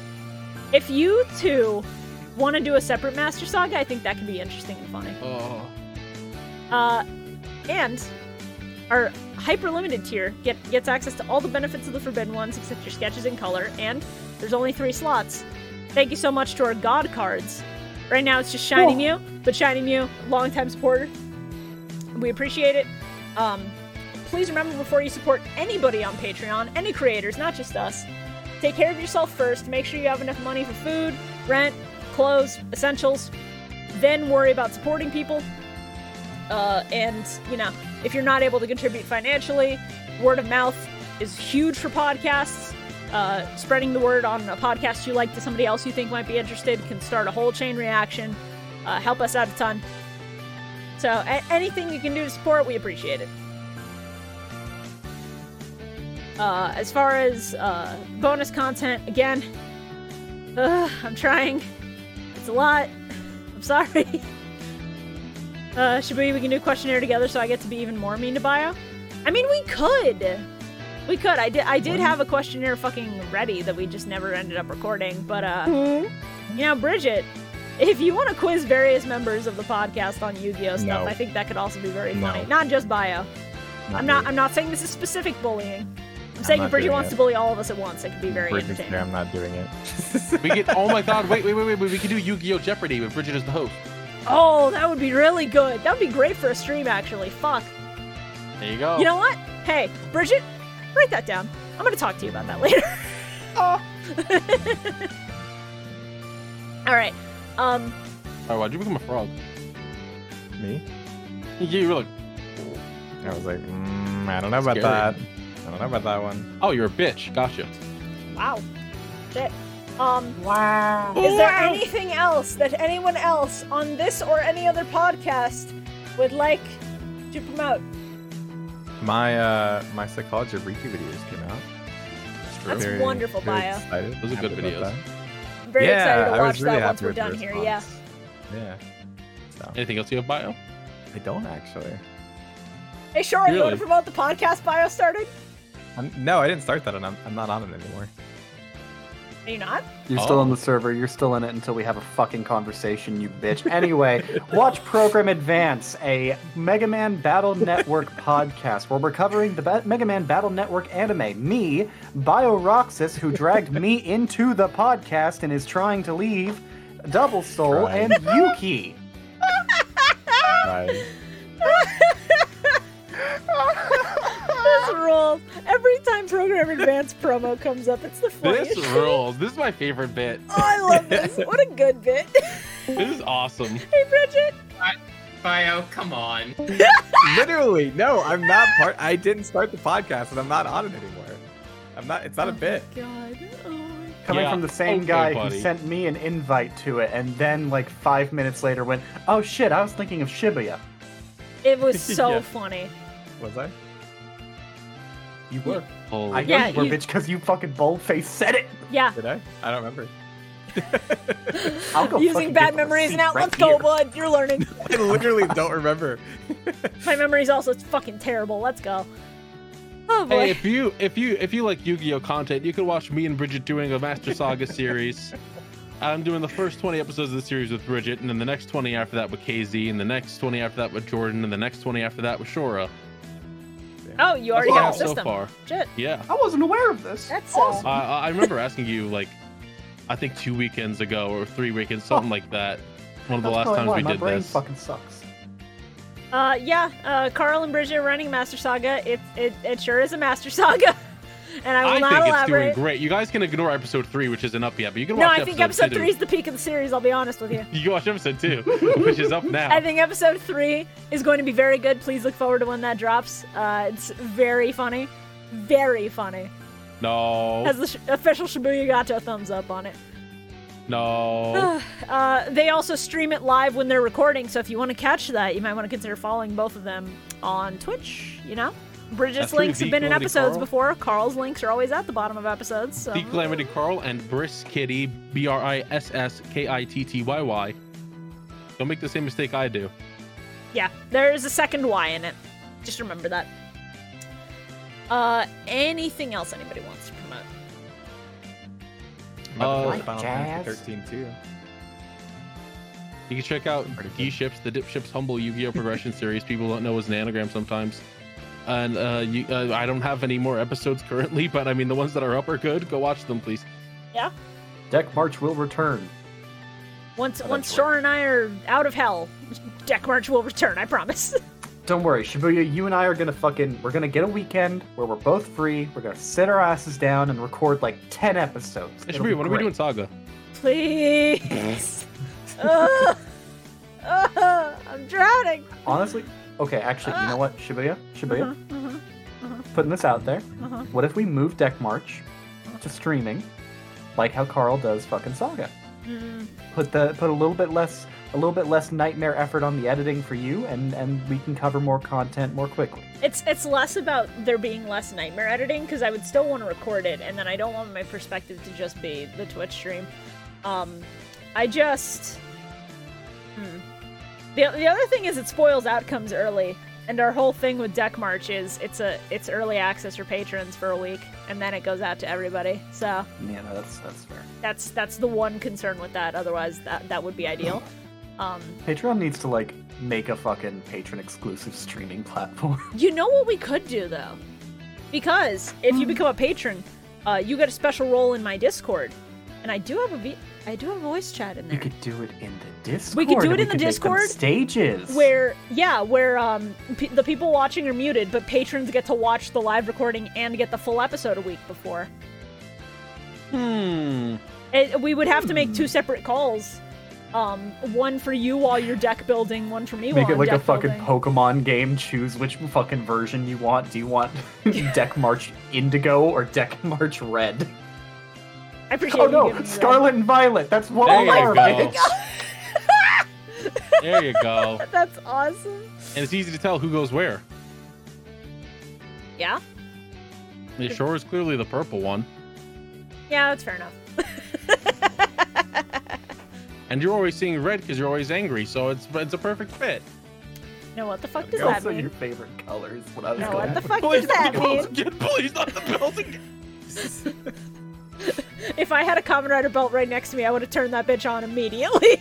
Speaker 1: if you two want to do a separate Master Saga, I think that could be interesting and funny.
Speaker 3: oh,
Speaker 1: Uh, and our hyper limited tier get, gets access to all the benefits of the forbidden ones except your sketches in color, and there's only three slots. Thank you so much to our god cards. Right now it's just Shiny Mew, but Shiny Mew, longtime supporter. We appreciate it. Um, please remember before you support anybody on Patreon, any creators, not just us, take care of yourself first. Make sure you have enough money for food, rent, clothes, essentials. Then worry about supporting people uh, and you know if you're not able to contribute financially word of mouth is huge for podcasts uh, spreading the word on a podcast you like to somebody else you think might be interested can start a whole chain reaction uh, help us out a ton so a- anything you can do to support we appreciate it uh, as far as uh, bonus content again ugh, i'm trying it's a lot i'm sorry Uh, Shibuya, we can do questionnaire together, so I get to be even more mean to Bio. I mean, we could, we could. I did, I did have a questionnaire fucking ready that we just never ended up recording. But uh, you know, Bridget, if you want to quiz various members of the podcast on Yu-Gi-Oh stuff,
Speaker 4: No.
Speaker 1: I think that could also be very
Speaker 4: No.
Speaker 1: funny. Not just Bio. I'm not. I'm not saying this is specific bullying. I'm, saying
Speaker 4: not
Speaker 1: if Bridget
Speaker 4: doing
Speaker 1: wants
Speaker 4: it.
Speaker 1: to bully all of us at once, it could be very
Speaker 4: Breaking
Speaker 1: entertaining.
Speaker 4: Snare, I'm not doing it.
Speaker 3: we get. Oh my God! Wait, wait, wait, wait! wait, We can do Yu-Gi-Oh Jeopardy with Bridget as the host.
Speaker 1: Oh, that would be really good. That would be great for a stream, actually. Fuck.
Speaker 3: There you
Speaker 4: Oh.
Speaker 3: go.
Speaker 1: You know what? Hey, Bridget, write that down. I'm gonna talk to you about that later. All right. Um,
Speaker 3: Alright, why'd you become a frog?
Speaker 4: Me?
Speaker 3: Yeah, you were like,
Speaker 4: I was like, mm, I don't know about
Speaker 3: Scary.
Speaker 4: that. I don't know about that one.
Speaker 3: oh, you're a bitch. Gotcha.
Speaker 1: wow. Shit. Um,
Speaker 5: Wow.
Speaker 1: Is there
Speaker 3: Wow.
Speaker 1: anything else that anyone else on this or any other podcast would like to promote?
Speaker 4: My uh, my psychology reiki videos came out.
Speaker 1: That's
Speaker 4: Very-
Speaker 1: wonderful,
Speaker 4: very
Speaker 1: Bio.
Speaker 4: excited.
Speaker 3: Those are
Speaker 4: Happy
Speaker 3: good
Speaker 4: about
Speaker 3: videos.
Speaker 4: that.
Speaker 1: I'm very
Speaker 4: yeah,
Speaker 1: excited to
Speaker 4: I
Speaker 1: watch
Speaker 4: was really
Speaker 1: that
Speaker 4: happy
Speaker 1: once we're
Speaker 4: with the
Speaker 1: done here. Yeah.
Speaker 4: response. Yeah. So
Speaker 3: Anything else you have bio?
Speaker 4: I don't actually.
Speaker 1: Hey, sure, you want
Speaker 3: Really?
Speaker 1: to promote the podcast Bio started?
Speaker 4: I'm, no, I didn't start that, and I'm, I'm not on it anymore.
Speaker 1: Are you not?
Speaker 2: You're still on
Speaker 3: Oh.
Speaker 2: the server. You're still in it until we have a fucking conversation, you bitch. Anyway, watch Program Advance, a Mega Man Battle Network podcast where we're covering the ba- Mega Man Battle Network anime. Me, Bioroxis, who dragged me into the podcast and is trying to leave, Double Soul,
Speaker 4: Trying.
Speaker 2: and Yuki.
Speaker 4: Right.
Speaker 1: this rules. Every time Program Advance promo comes up, it's the funniest.
Speaker 3: This rules. This is my favorite bit.
Speaker 1: Oh, I love this. What a good bit.
Speaker 3: This is awesome.
Speaker 1: hey, Bridget.
Speaker 6: Bio, come on.
Speaker 4: Literally, no, I'm not part. I didn't start the podcast, and I'm not on it anymore. I'm not. It's not a bit.
Speaker 1: God. Oh my
Speaker 2: Coming
Speaker 3: Yeah,
Speaker 2: from the same
Speaker 3: okay,
Speaker 2: guy
Speaker 3: buddy.
Speaker 2: who sent me an invite to it and then, like, five minutes later went, oh shit, I was thinking of Shibuya.
Speaker 1: It was so
Speaker 3: Yeah.
Speaker 1: funny.
Speaker 4: Was I?
Speaker 2: You were.
Speaker 3: Holy
Speaker 2: I know
Speaker 1: Yeah,
Speaker 2: you were,
Speaker 1: you-
Speaker 2: bitch, because you fucking boldface said it.
Speaker 1: Yeah.
Speaker 4: Did I? I don't remember.
Speaker 2: I'll go
Speaker 1: Using
Speaker 2: fucking
Speaker 1: bad
Speaker 2: get the
Speaker 1: memories
Speaker 2: receipt
Speaker 1: now.
Speaker 2: right
Speaker 1: Let's go,
Speaker 2: here.
Speaker 1: bud. You're learning.
Speaker 4: I literally don't remember.
Speaker 1: My memory's also fucking terrible. Let's go. Oh boy.
Speaker 3: Hey, if you if you if you like Yu-Gi-Oh content, you can watch me and Bridget doing a Master Saga series. I'm doing the first 20 episodes of the series with Bridget, and then the next 20 after that with KZ, and the next 20 after that with Jordan, and the next 20 after that with Shora.
Speaker 1: oh, you already
Speaker 3: That's
Speaker 1: got
Speaker 3: all
Speaker 1: the
Speaker 3: so
Speaker 1: system.
Speaker 3: far.
Speaker 1: Shit.
Speaker 3: Yeah,
Speaker 2: I wasn't aware of this.
Speaker 1: That's uh,
Speaker 2: awesome.
Speaker 3: I, I I remember asking you like, I think two weekends ago or three weekends, something like that. One of the
Speaker 2: That's
Speaker 3: last
Speaker 2: probably
Speaker 3: times
Speaker 2: why
Speaker 3: we
Speaker 2: my
Speaker 3: did
Speaker 2: brain
Speaker 3: this.
Speaker 2: fucking sucks.
Speaker 1: Uh, yeah. Uh, Carl and Bridget are running Master Saga. It it it sure is a Master Saga, and I will
Speaker 3: I
Speaker 1: not
Speaker 3: think it's
Speaker 1: elaborate.
Speaker 3: doing great. You guys can ignore episode three, which isn't up yet, but you can
Speaker 1: no,
Speaker 3: watch
Speaker 1: I think episode
Speaker 3: two.
Speaker 1: three is the peak of the series. I'll be honest with you.
Speaker 3: You can watch episode two, which is up now.
Speaker 1: I think episode three is going to be very good. Please look forward to when that drops. Uh, it's very funny, very funny.
Speaker 3: no,
Speaker 1: Has the sh- official Shibuya Gato thumbs up on it.
Speaker 3: no.
Speaker 1: Uh, they also stream it live when they're recording, so if you want to catch that, you might want to consider following both of them on Twitch, you know? Bridget's
Speaker 3: That's true,
Speaker 1: links
Speaker 3: the
Speaker 1: have been in
Speaker 3: Calamity
Speaker 1: episodes
Speaker 3: Carl.
Speaker 1: before. Carl's links are always at the bottom of episodes. So.
Speaker 3: The Calamity Carl and Briss Kitty, B R I S S K I T T Y Y. Don't make the same mistake I do.
Speaker 1: Yeah, there is a second Y in it. Just remember that. Uh, anything else anybody wants to promote?
Speaker 4: I'm about to
Speaker 3: Uh,
Speaker 4: finish Final Fantasy
Speaker 2: Jazz.
Speaker 4: 13 too.
Speaker 3: You can check out
Speaker 4: Pretty good.
Speaker 3: D Ships, the Dip Ships Humble Yu Gi Oh! Progression Series. People don't know is an anagram sometimes. And uh, you, uh, I don't have any more episodes currently, but I mean, the ones that are up are good. Go watch them, please.
Speaker 2: Deck March will return.
Speaker 1: Once
Speaker 2: that's
Speaker 1: once Shore and I are out of hell, Deck March will return, I promise.
Speaker 2: Don't worry, Shibuya, you and I are gonna fucking we're gonna get a weekend where we're both free, we're gonna sit our asses down and record like ten episodes.
Speaker 3: Hey,
Speaker 2: It'll
Speaker 3: Shibuya,
Speaker 2: be
Speaker 3: what are we
Speaker 2: great.
Speaker 3: doing, Saga?
Speaker 1: Please. Ugh. Ugh, I'm drowning.
Speaker 2: Honestly, okay, actually, you know what, Shibuya? Shibuya? Putting this out there.
Speaker 1: Uh-huh.
Speaker 2: What if we move Deck March to streaming? Like how Carl does fucking saga.
Speaker 1: Mm,
Speaker 2: Put the put a little bit less a little bit less nightmare effort on the editing for you and and we can cover more content more quickly.
Speaker 1: It's it's less about there being less nightmare editing because I would still want to record it, and then I don't want my perspective to just be the Twitch stream. Um, I just hmm. the the other thing is it spoils outcomes early, and our whole thing with Deck March is it's a it's early access for patrons for a week, and then it goes out to everybody. So
Speaker 2: Yeah, no, that's that's fair.
Speaker 1: that's that's the one concern with that. Otherwise, that that would be ideal. Um,
Speaker 2: Patreon needs to like make a fucking patron exclusive streaming platform.
Speaker 1: You know what we could do though? Because if
Speaker 2: Hmm.
Speaker 1: you become a patron, uh, you get a special role in my Discord. And I do have a v- I do have a voice chat in
Speaker 2: You
Speaker 1: there.
Speaker 2: could do it in the Discord.
Speaker 1: We could do
Speaker 2: and
Speaker 1: it in the
Speaker 2: make them
Speaker 1: Discord,
Speaker 2: stages.
Speaker 1: Where yeah, where um pe the people watching are muted, but patrons get to watch the live recording and get the full episode a week before.
Speaker 3: Hmm.
Speaker 1: It, we would have to make two
Speaker 2: Hmm.
Speaker 1: separate calls. Um, one for you while you're deck building, one for me
Speaker 2: Make
Speaker 1: while
Speaker 2: it
Speaker 1: I'm
Speaker 2: like a
Speaker 1: deck
Speaker 2: fucking
Speaker 1: building.
Speaker 2: Pokemon game. Choose which fucking version you want. Do you want Deck March Indigo or Deck March Red?
Speaker 1: I appreciate
Speaker 2: Oh
Speaker 1: you giving
Speaker 2: no,
Speaker 1: me that.
Speaker 2: Scarlet and Violet. That's
Speaker 1: Oh
Speaker 2: what
Speaker 3: There
Speaker 2: we
Speaker 3: you
Speaker 2: are,
Speaker 3: go.
Speaker 2: bitch.
Speaker 3: There you go.
Speaker 1: That's awesome.
Speaker 3: And it's easy to tell who goes where.
Speaker 1: Yeah.
Speaker 3: The shore is clearly the purple one,
Speaker 1: Yeah, that's fair enough.
Speaker 3: and you're always seeing red because you're always angry. So it's it's a perfect fit.
Speaker 1: You know what the fuck does that
Speaker 2: Also, your
Speaker 1: mean?
Speaker 2: favorite color is what I was
Speaker 1: No,
Speaker 2: going
Speaker 1: Oh, what the
Speaker 2: for.
Speaker 1: fuck does that
Speaker 3: not the
Speaker 1: mean?
Speaker 3: bells again. Please not the bells again.
Speaker 1: If I had a Kamen Rider belt right next to me, I would have turned that bitch on immediately.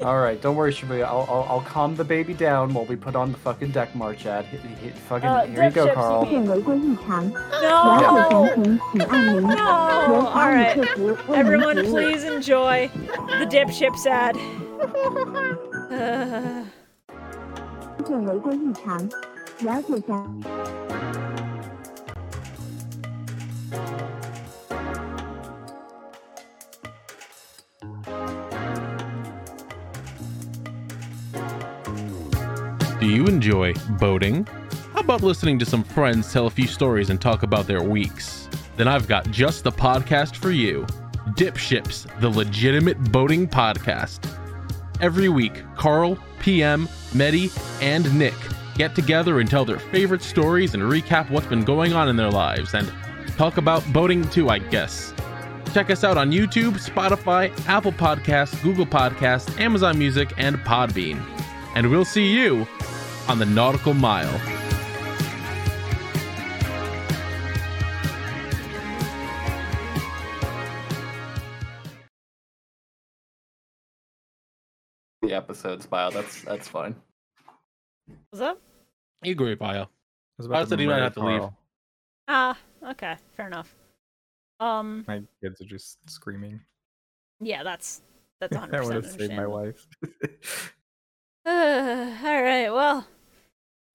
Speaker 2: All right, don't worry, Shibuya. I'll, I'll I'll calm the baby down while we put on the fucking Deck March ad. Hit, hit, fucking
Speaker 1: Uh,
Speaker 2: here you
Speaker 1: Deck
Speaker 2: go,
Speaker 1: Ships,
Speaker 2: Carl.
Speaker 5: 愿违规日常，
Speaker 1: Oh, no.
Speaker 5: 然后神情请按铃，
Speaker 1: No.
Speaker 5: 由
Speaker 1: All
Speaker 5: 法语
Speaker 1: right.
Speaker 5: 客服为您
Speaker 1: Everyone,
Speaker 5: 服务。
Speaker 1: please enjoy the dip ships ad. Uh,
Speaker 5: 正违规异常，了解详。
Speaker 3: Do you enjoy boating? How about listening to some friends tell a few stories and talk about their weeks? Then I've got just the podcast for you Dip Ships, the legitimate boating podcast. Every week, Carl, PM, Medi, and Nick get together and tell their favorite stories and recap what's been going on in their lives and talk about boating too, I guess. Check us out on YouTube, Spotify, Apple Podcasts, Google Podcasts, Amazon Music, and Podbean. And we'll see you on the Nautical Mile.
Speaker 2: The episode's bio. That's that's fine.
Speaker 1: what's up?
Speaker 3: You agree, Pio.
Speaker 4: was
Speaker 3: I said you might
Speaker 4: murder
Speaker 3: have to leave.
Speaker 4: Carl.
Speaker 1: Ah, okay, fair enough. Um,
Speaker 4: My kids are just screaming.
Speaker 1: yeah, that's that's 100
Speaker 4: that would
Speaker 1: percent
Speaker 4: have saved my
Speaker 1: understandable.
Speaker 4: life.
Speaker 1: Uh, all right, well,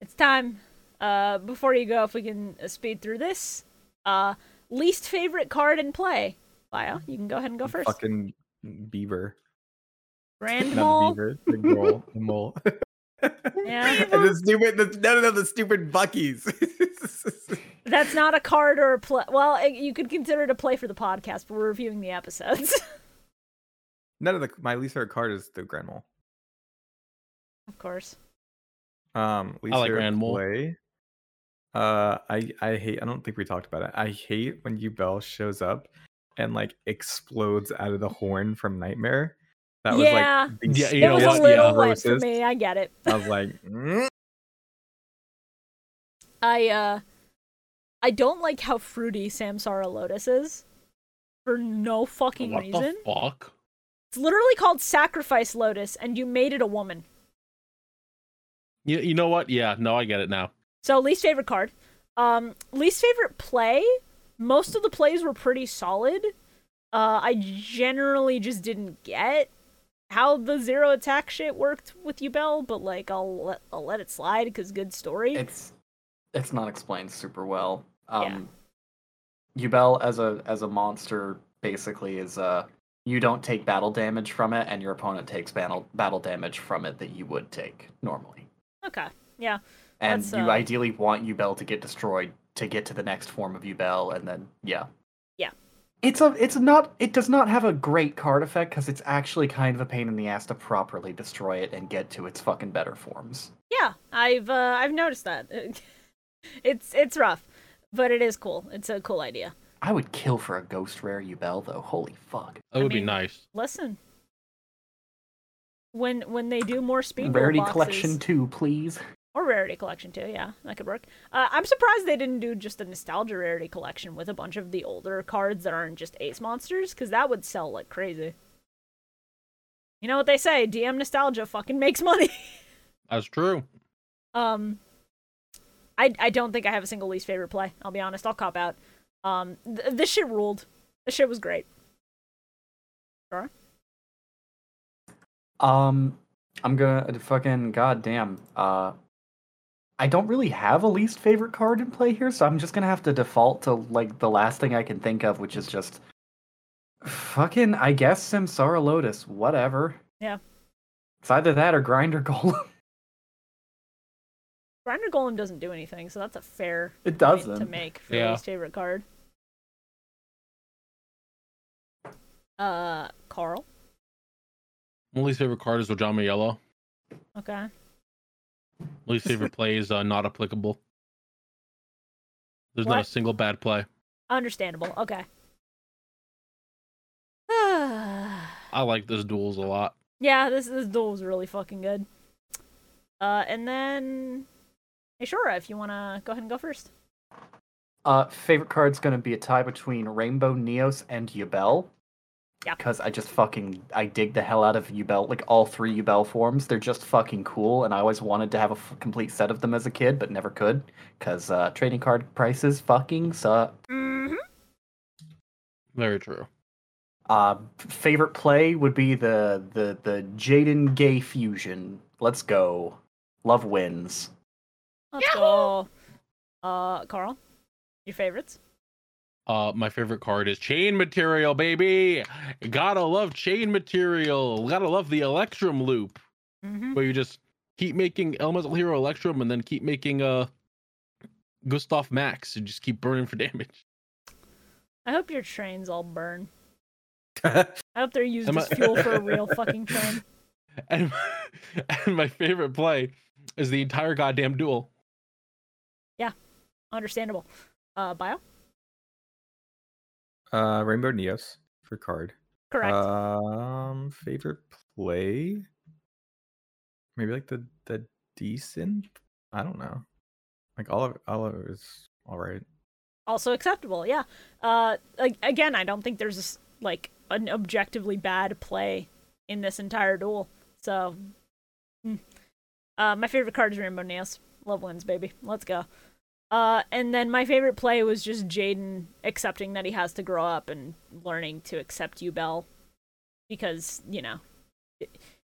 Speaker 1: it's time. Uh, before you go, if we can uh, speed through this, uh, least favorite card in play. Bio, you can go ahead and go first.
Speaker 4: Fucking beaver.
Speaker 1: Grand
Speaker 4: Not
Speaker 1: Mole.
Speaker 4: the beaver. The mole. The mole.
Speaker 1: Yeah.
Speaker 4: And the stupid. The, no, no, the stupid Buckies.
Speaker 1: That's not a card or a play. Well, it, you could consider it a play for the podcast, but we're reviewing the episodes,
Speaker 4: None of the my least favorite card is the grand mole.
Speaker 1: of course.
Speaker 4: Um, least
Speaker 3: like
Speaker 4: favorite
Speaker 3: Grand Mole.
Speaker 4: play. Uh, I I hate. I don't think we talked about it. I hate when Ubel shows up and like explodes out of the horn from Nightmare. That was
Speaker 1: Yeah.
Speaker 4: like the
Speaker 3: Yeah, you
Speaker 1: It
Speaker 3: know
Speaker 1: was a
Speaker 3: what?
Speaker 4: stupidest,
Speaker 1: little wet
Speaker 4: grossest.
Speaker 1: for me. I get it.
Speaker 4: I was like, "Mm."
Speaker 1: I uh I don't like how fruity Samsara Lotus is for no fucking
Speaker 3: What
Speaker 1: reason.
Speaker 3: the fuck?
Speaker 1: it's literally called Sacrifice Lotus and you made it a woman.
Speaker 3: You, you know what? Yeah, no, I get it now.
Speaker 1: So least favorite card. Um least favorite play. Most of the plays were pretty solid. Uh I generally just didn't get how the zero attack shit worked with you Bell, but like I'll let I'll let it slide cuz good story.
Speaker 2: It's it's not explained super well.
Speaker 1: Yeah.
Speaker 2: Um Yubel as a as a monster basically is uh you don't take battle damage from it and your opponent takes battle battle damage from it that you would take normally.
Speaker 1: okay. Yeah.
Speaker 2: And
Speaker 1: That's,
Speaker 2: you
Speaker 1: uh,
Speaker 2: ideally want Yubel to get destroyed to get to the next form of Yubel and then yeah.
Speaker 1: Yeah.
Speaker 2: It's a it's not it does not have a great card effect cuz it's actually kind of a pain in the ass to properly destroy it and get to its fucking better forms.
Speaker 1: Yeah, I've uh, I've noticed that. it's it's rough, but it is cool. It's a cool idea.
Speaker 2: I would kill for a ghost rare Yubel though. Holy fuck.
Speaker 3: That
Speaker 1: I
Speaker 3: would be
Speaker 1: mean,
Speaker 3: nice.
Speaker 1: Listen, when when they do more speed
Speaker 2: Rarity
Speaker 1: boxes,
Speaker 2: Collection 2, please.
Speaker 1: or rarity collection too, yeah, that could work. Uh, I'm surprised they didn't do just a nostalgia rarity collection with a bunch of the older cards that aren't just ace monsters, because that would sell like crazy. You know what they say? DM nostalgia fucking makes money.
Speaker 3: That's true.
Speaker 1: Um, I I don't think I have a single least favorite play. I'll be honest. I'll cop out. Um, th- this shit ruled. This shit was great.
Speaker 2: Um, I'm gonna fucking goddamn. Uh, I don't really have a least favorite card in play here, so I'm just gonna have to default to like the last thing I can think of, which is just fucking I guess Samsara Lotus, whatever.
Speaker 1: Yeah.
Speaker 2: It's either that or Grinder Golem.
Speaker 1: Grinder Golem doesn't do anything, so that's a fair
Speaker 2: It
Speaker 1: point
Speaker 2: doesn't.
Speaker 1: to make for
Speaker 3: Yeah.
Speaker 1: least favorite card. Uh, Carl.
Speaker 3: My least favorite card is Ojama Yellow.
Speaker 1: Okay.
Speaker 3: My least favorite play is uh, not applicable. There's not a
Speaker 1: What?
Speaker 3: single bad play.
Speaker 1: Understandable. Okay.
Speaker 3: I like this duels a lot.
Speaker 1: yeah, this this duel was really fucking good. Uh, and then, hey, Shora, if you wanna go ahead and go first.
Speaker 2: Uh, favorite card's gonna be a tie between Rainbow Neos and Yubel.
Speaker 1: Yeah.
Speaker 2: Because I just fucking I dig the hell out of Yubel, like all three Yubel forms. They're just fucking cool, and I always wanted to have a f- complete set of them as a kid, but never could, because uh, trading card prices fucking suck.
Speaker 1: Mm-hmm.
Speaker 3: Very true.
Speaker 2: Uh, favorite play would be the the the Jaden Gay fusion. Let's go. Love wins.
Speaker 1: Let's go. Uh, Carl, your favorites?
Speaker 3: Uh, my favorite card is Chain Material, baby. Gotta love Chain Material. Gotta love the Electrum loop,
Speaker 1: Mm-hmm.
Speaker 3: where you just keep making Elemental Hero Electrum and then keep making uh Gustav Max and just keep burning for damage.
Speaker 1: I hope your trains all burn.
Speaker 4: That's
Speaker 1: I hope they're used
Speaker 3: Am
Speaker 1: as
Speaker 3: I-
Speaker 1: fuel for a real fucking train.
Speaker 3: And and my favorite play is the entire goddamn duel.
Speaker 1: Understandable. Uh, bio?
Speaker 4: uh, Rainbow Neos for card.
Speaker 1: Correct.
Speaker 4: Uh, Um, favorite play? Maybe like the the decent. I don't know. Like all of all of it is all right.
Speaker 1: also acceptable. Yeah. Uh, a- again, I don't think there's a s like an objectively bad play in this entire duel. So, mm. uh, my favorite card is Rainbow Nails. Love wins, baby. Let's go. Uh, and then my favorite play was just Jaden accepting that he has to grow up and learning to accept Ubel, because you know,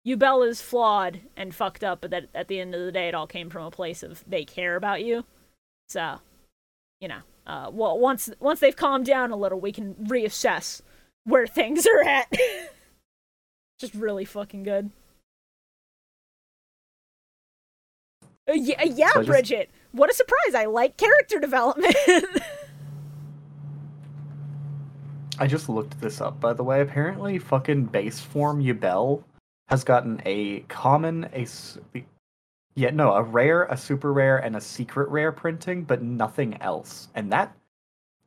Speaker 1: Ubel is flawed and fucked up, but that at the end of the day, it all came from a place of they care about you. So, you know, uh, well, once once they've calmed down a little, we can reassess where things are at. Just really fucking good. Uh, yeah, yeah
Speaker 2: So I just-
Speaker 1: Bridget. What a surprise! I like character development.
Speaker 2: I just looked this up, by the way. Apparently, fucking base form Yubel has gotten a common, a s- yeah, no, a rare, a super rare, and a secret rare printing, but nothing else. And that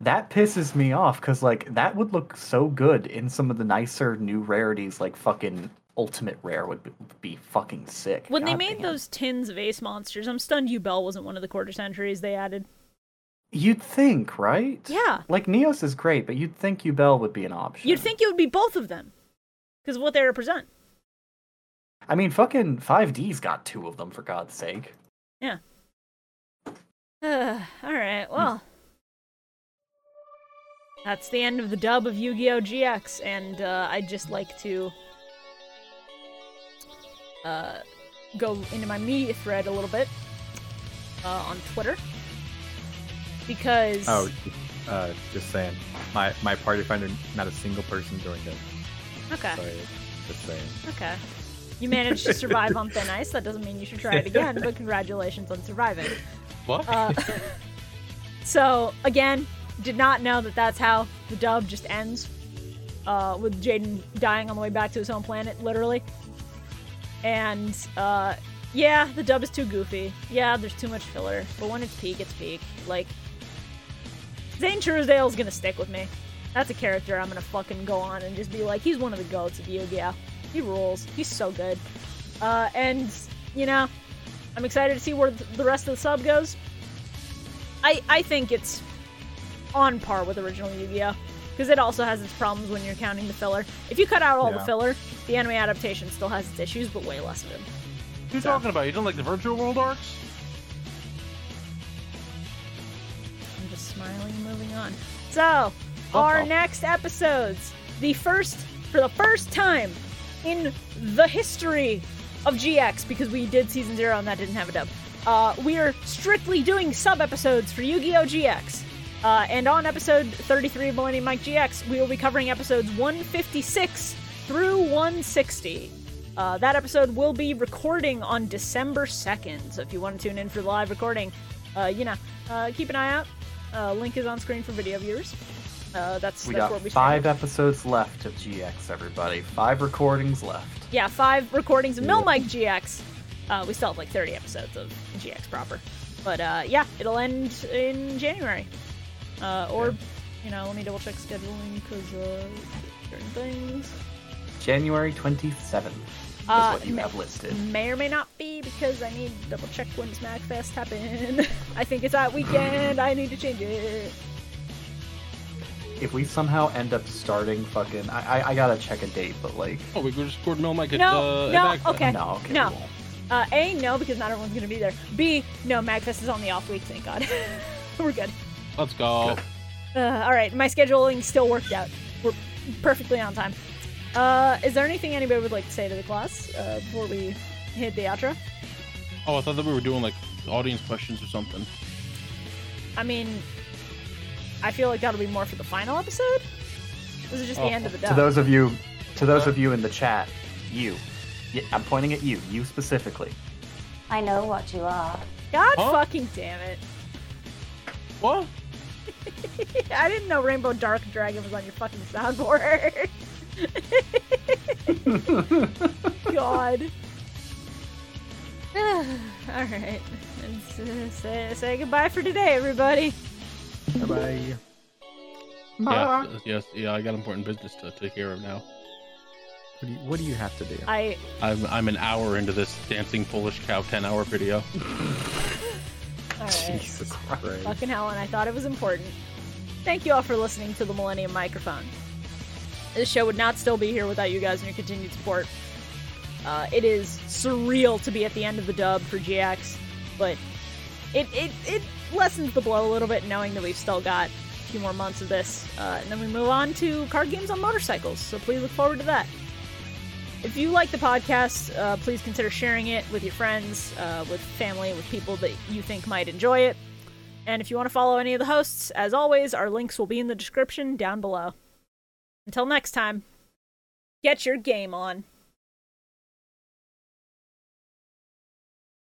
Speaker 2: that pisses me off because like that would look so good in some of the nicer new rarities, like fucking ultimate rare would be, be fucking sick.
Speaker 1: when they
Speaker 2: God
Speaker 1: made
Speaker 2: Ah, damn.
Speaker 1: those tins of Ace monsters, I'm stunned you Bell wasn't one of the quarter centuries they added.
Speaker 2: you'd think, right?
Speaker 1: Yeah,
Speaker 2: Like Neos is great, but you'd think Yubel would be an option.
Speaker 1: you'd think it would be both of them, because of what they represent.
Speaker 2: I mean, fucking 5D's got two of them for God's sake.
Speaker 1: all right, well. Hmm. That's the end of the dub of Yu Gi Oh! GX, and uh, I'd just like to uh, go into my media thread a little bit uh, on Twitter. Because.
Speaker 4: Oh, uh, just saying. My my party finder, not a single person joined it.
Speaker 1: okay,
Speaker 4: Sorry, just saying.
Speaker 1: okay. You managed to survive on thin ice. That doesn't mean you should try it again, but congratulations on surviving.
Speaker 3: What?
Speaker 1: Uh, so again, did not know that that's how the dub just ends, uh, with Jaden dying on the way back to his home planet, literally. And uh, yeah, the dub is too goofy. Yeah, there's too much filler. But when it's peak, it's peak. Like Zane Truesdale's gonna stick with me. That's a character I'm gonna fucking go on and just be like, he's one of the goats of Yu-Gi-Oh. He rules. He's so good. Uh, and you know, I'm excited to see where th- the rest of the sub goes. I I think it's on par with original Yu-Gi-Oh because it also has its problems when you're counting the filler. If you cut out all the
Speaker 4: Yeah.
Speaker 1: filler, the anime adaptation still has its issues, but way less of them.
Speaker 3: What are you talking about? You don't like the virtual world arcs?
Speaker 1: I'm just smiling and moving on. So, our next episodes, the first for the first time in the history of GX because we did season 0 and that didn't have a dub. uh, we are strictly doing sub episodes for Yu Gi Oh! GX. Uh, and on episode 33 of Millennium Mike GX, we will be covering episodes 156 through 160. Uh, that episode will be recording on December 2nd, so if you want to tune in for the live recording, uh, you know, uh, keep an eye out. Uh, link is on screen for video viewers. Uh, that's
Speaker 2: We
Speaker 1: that's
Speaker 2: got
Speaker 1: where we
Speaker 2: five
Speaker 1: stand.
Speaker 2: episodes left of GX, everybody. Five recordings left.
Speaker 1: Yeah, five recordings of Mill Mike GX. Uh, we still have like 30 episodes of GX proper. But uh, yeah, it'll end in January. Uh, or, you know, let me double check scheduling because uh, certain things
Speaker 2: January 27th is
Speaker 1: Uh,
Speaker 2: what you
Speaker 1: ma-
Speaker 2: have listed.
Speaker 1: may or may not be because I need to double check when Smackfest happened. I think it's that weekend. I need to change it.
Speaker 2: If we somehow end up starting fucking, I, I, I gotta check a date, but like,
Speaker 3: Oh, we could just record Mel Mike at
Speaker 1: No,
Speaker 3: uh,
Speaker 1: no,
Speaker 3: at Magfest.
Speaker 1: okay.
Speaker 2: no, okay,
Speaker 1: No.
Speaker 2: we won't.
Speaker 1: Uh, A, no, because not everyone's going to be there. B, no, Magfest is on the off week, thank God. We're good.
Speaker 3: Let's go.
Speaker 1: Uh, all right, my scheduling still worked out. We're perfectly on time. Uh, is there anything anybody would like to say to the class uh, before we hit the outro?
Speaker 3: Oh, I thought that we were doing like audience questions or something.
Speaker 1: I mean, I feel like that'll be more for the final episode. This is just the end of the
Speaker 2: Oh, To
Speaker 1: dub.
Speaker 2: those of you, to those of you in the chat, you, Y- I'm pointing at you, you specifically.
Speaker 7: I know what you are.
Speaker 1: God
Speaker 3: Huh?
Speaker 1: fucking damn it!
Speaker 3: What?
Speaker 1: I didn't know Rainbow Dark Dragon was on your fucking soundboard. God. All right, Let's, uh, say, say goodbye for today, everybody.
Speaker 4: Bye bye.
Speaker 3: Yeah,
Speaker 1: Uh-huh.
Speaker 3: uh, yes, yeah. I got important business to take care of now.
Speaker 4: What do you, what do you have to do?
Speaker 1: I
Speaker 3: I'm I'm an hour into this dancing Polish cow ten hour video.
Speaker 1: all right.
Speaker 4: Jesus Christ.
Speaker 1: Fucking hell, and I thought it was important. Thank you all for listening to the Millennium Microphone. This show would not still be here without you guys and your continued support. Uh, it is surreal to be at the end of the dub for GX, but it, it, it lessens the blow a little bit knowing that we've still got a few more months of this. Uh, and then we move on to card games on motorcycles, so please look forward to that. If you like the podcast, uh, please consider sharing it with your friends, uh, with family, with people that you think might enjoy it. And if you want to follow any of the hosts, as always, our links will be in the description down below. Until next time, get your game on.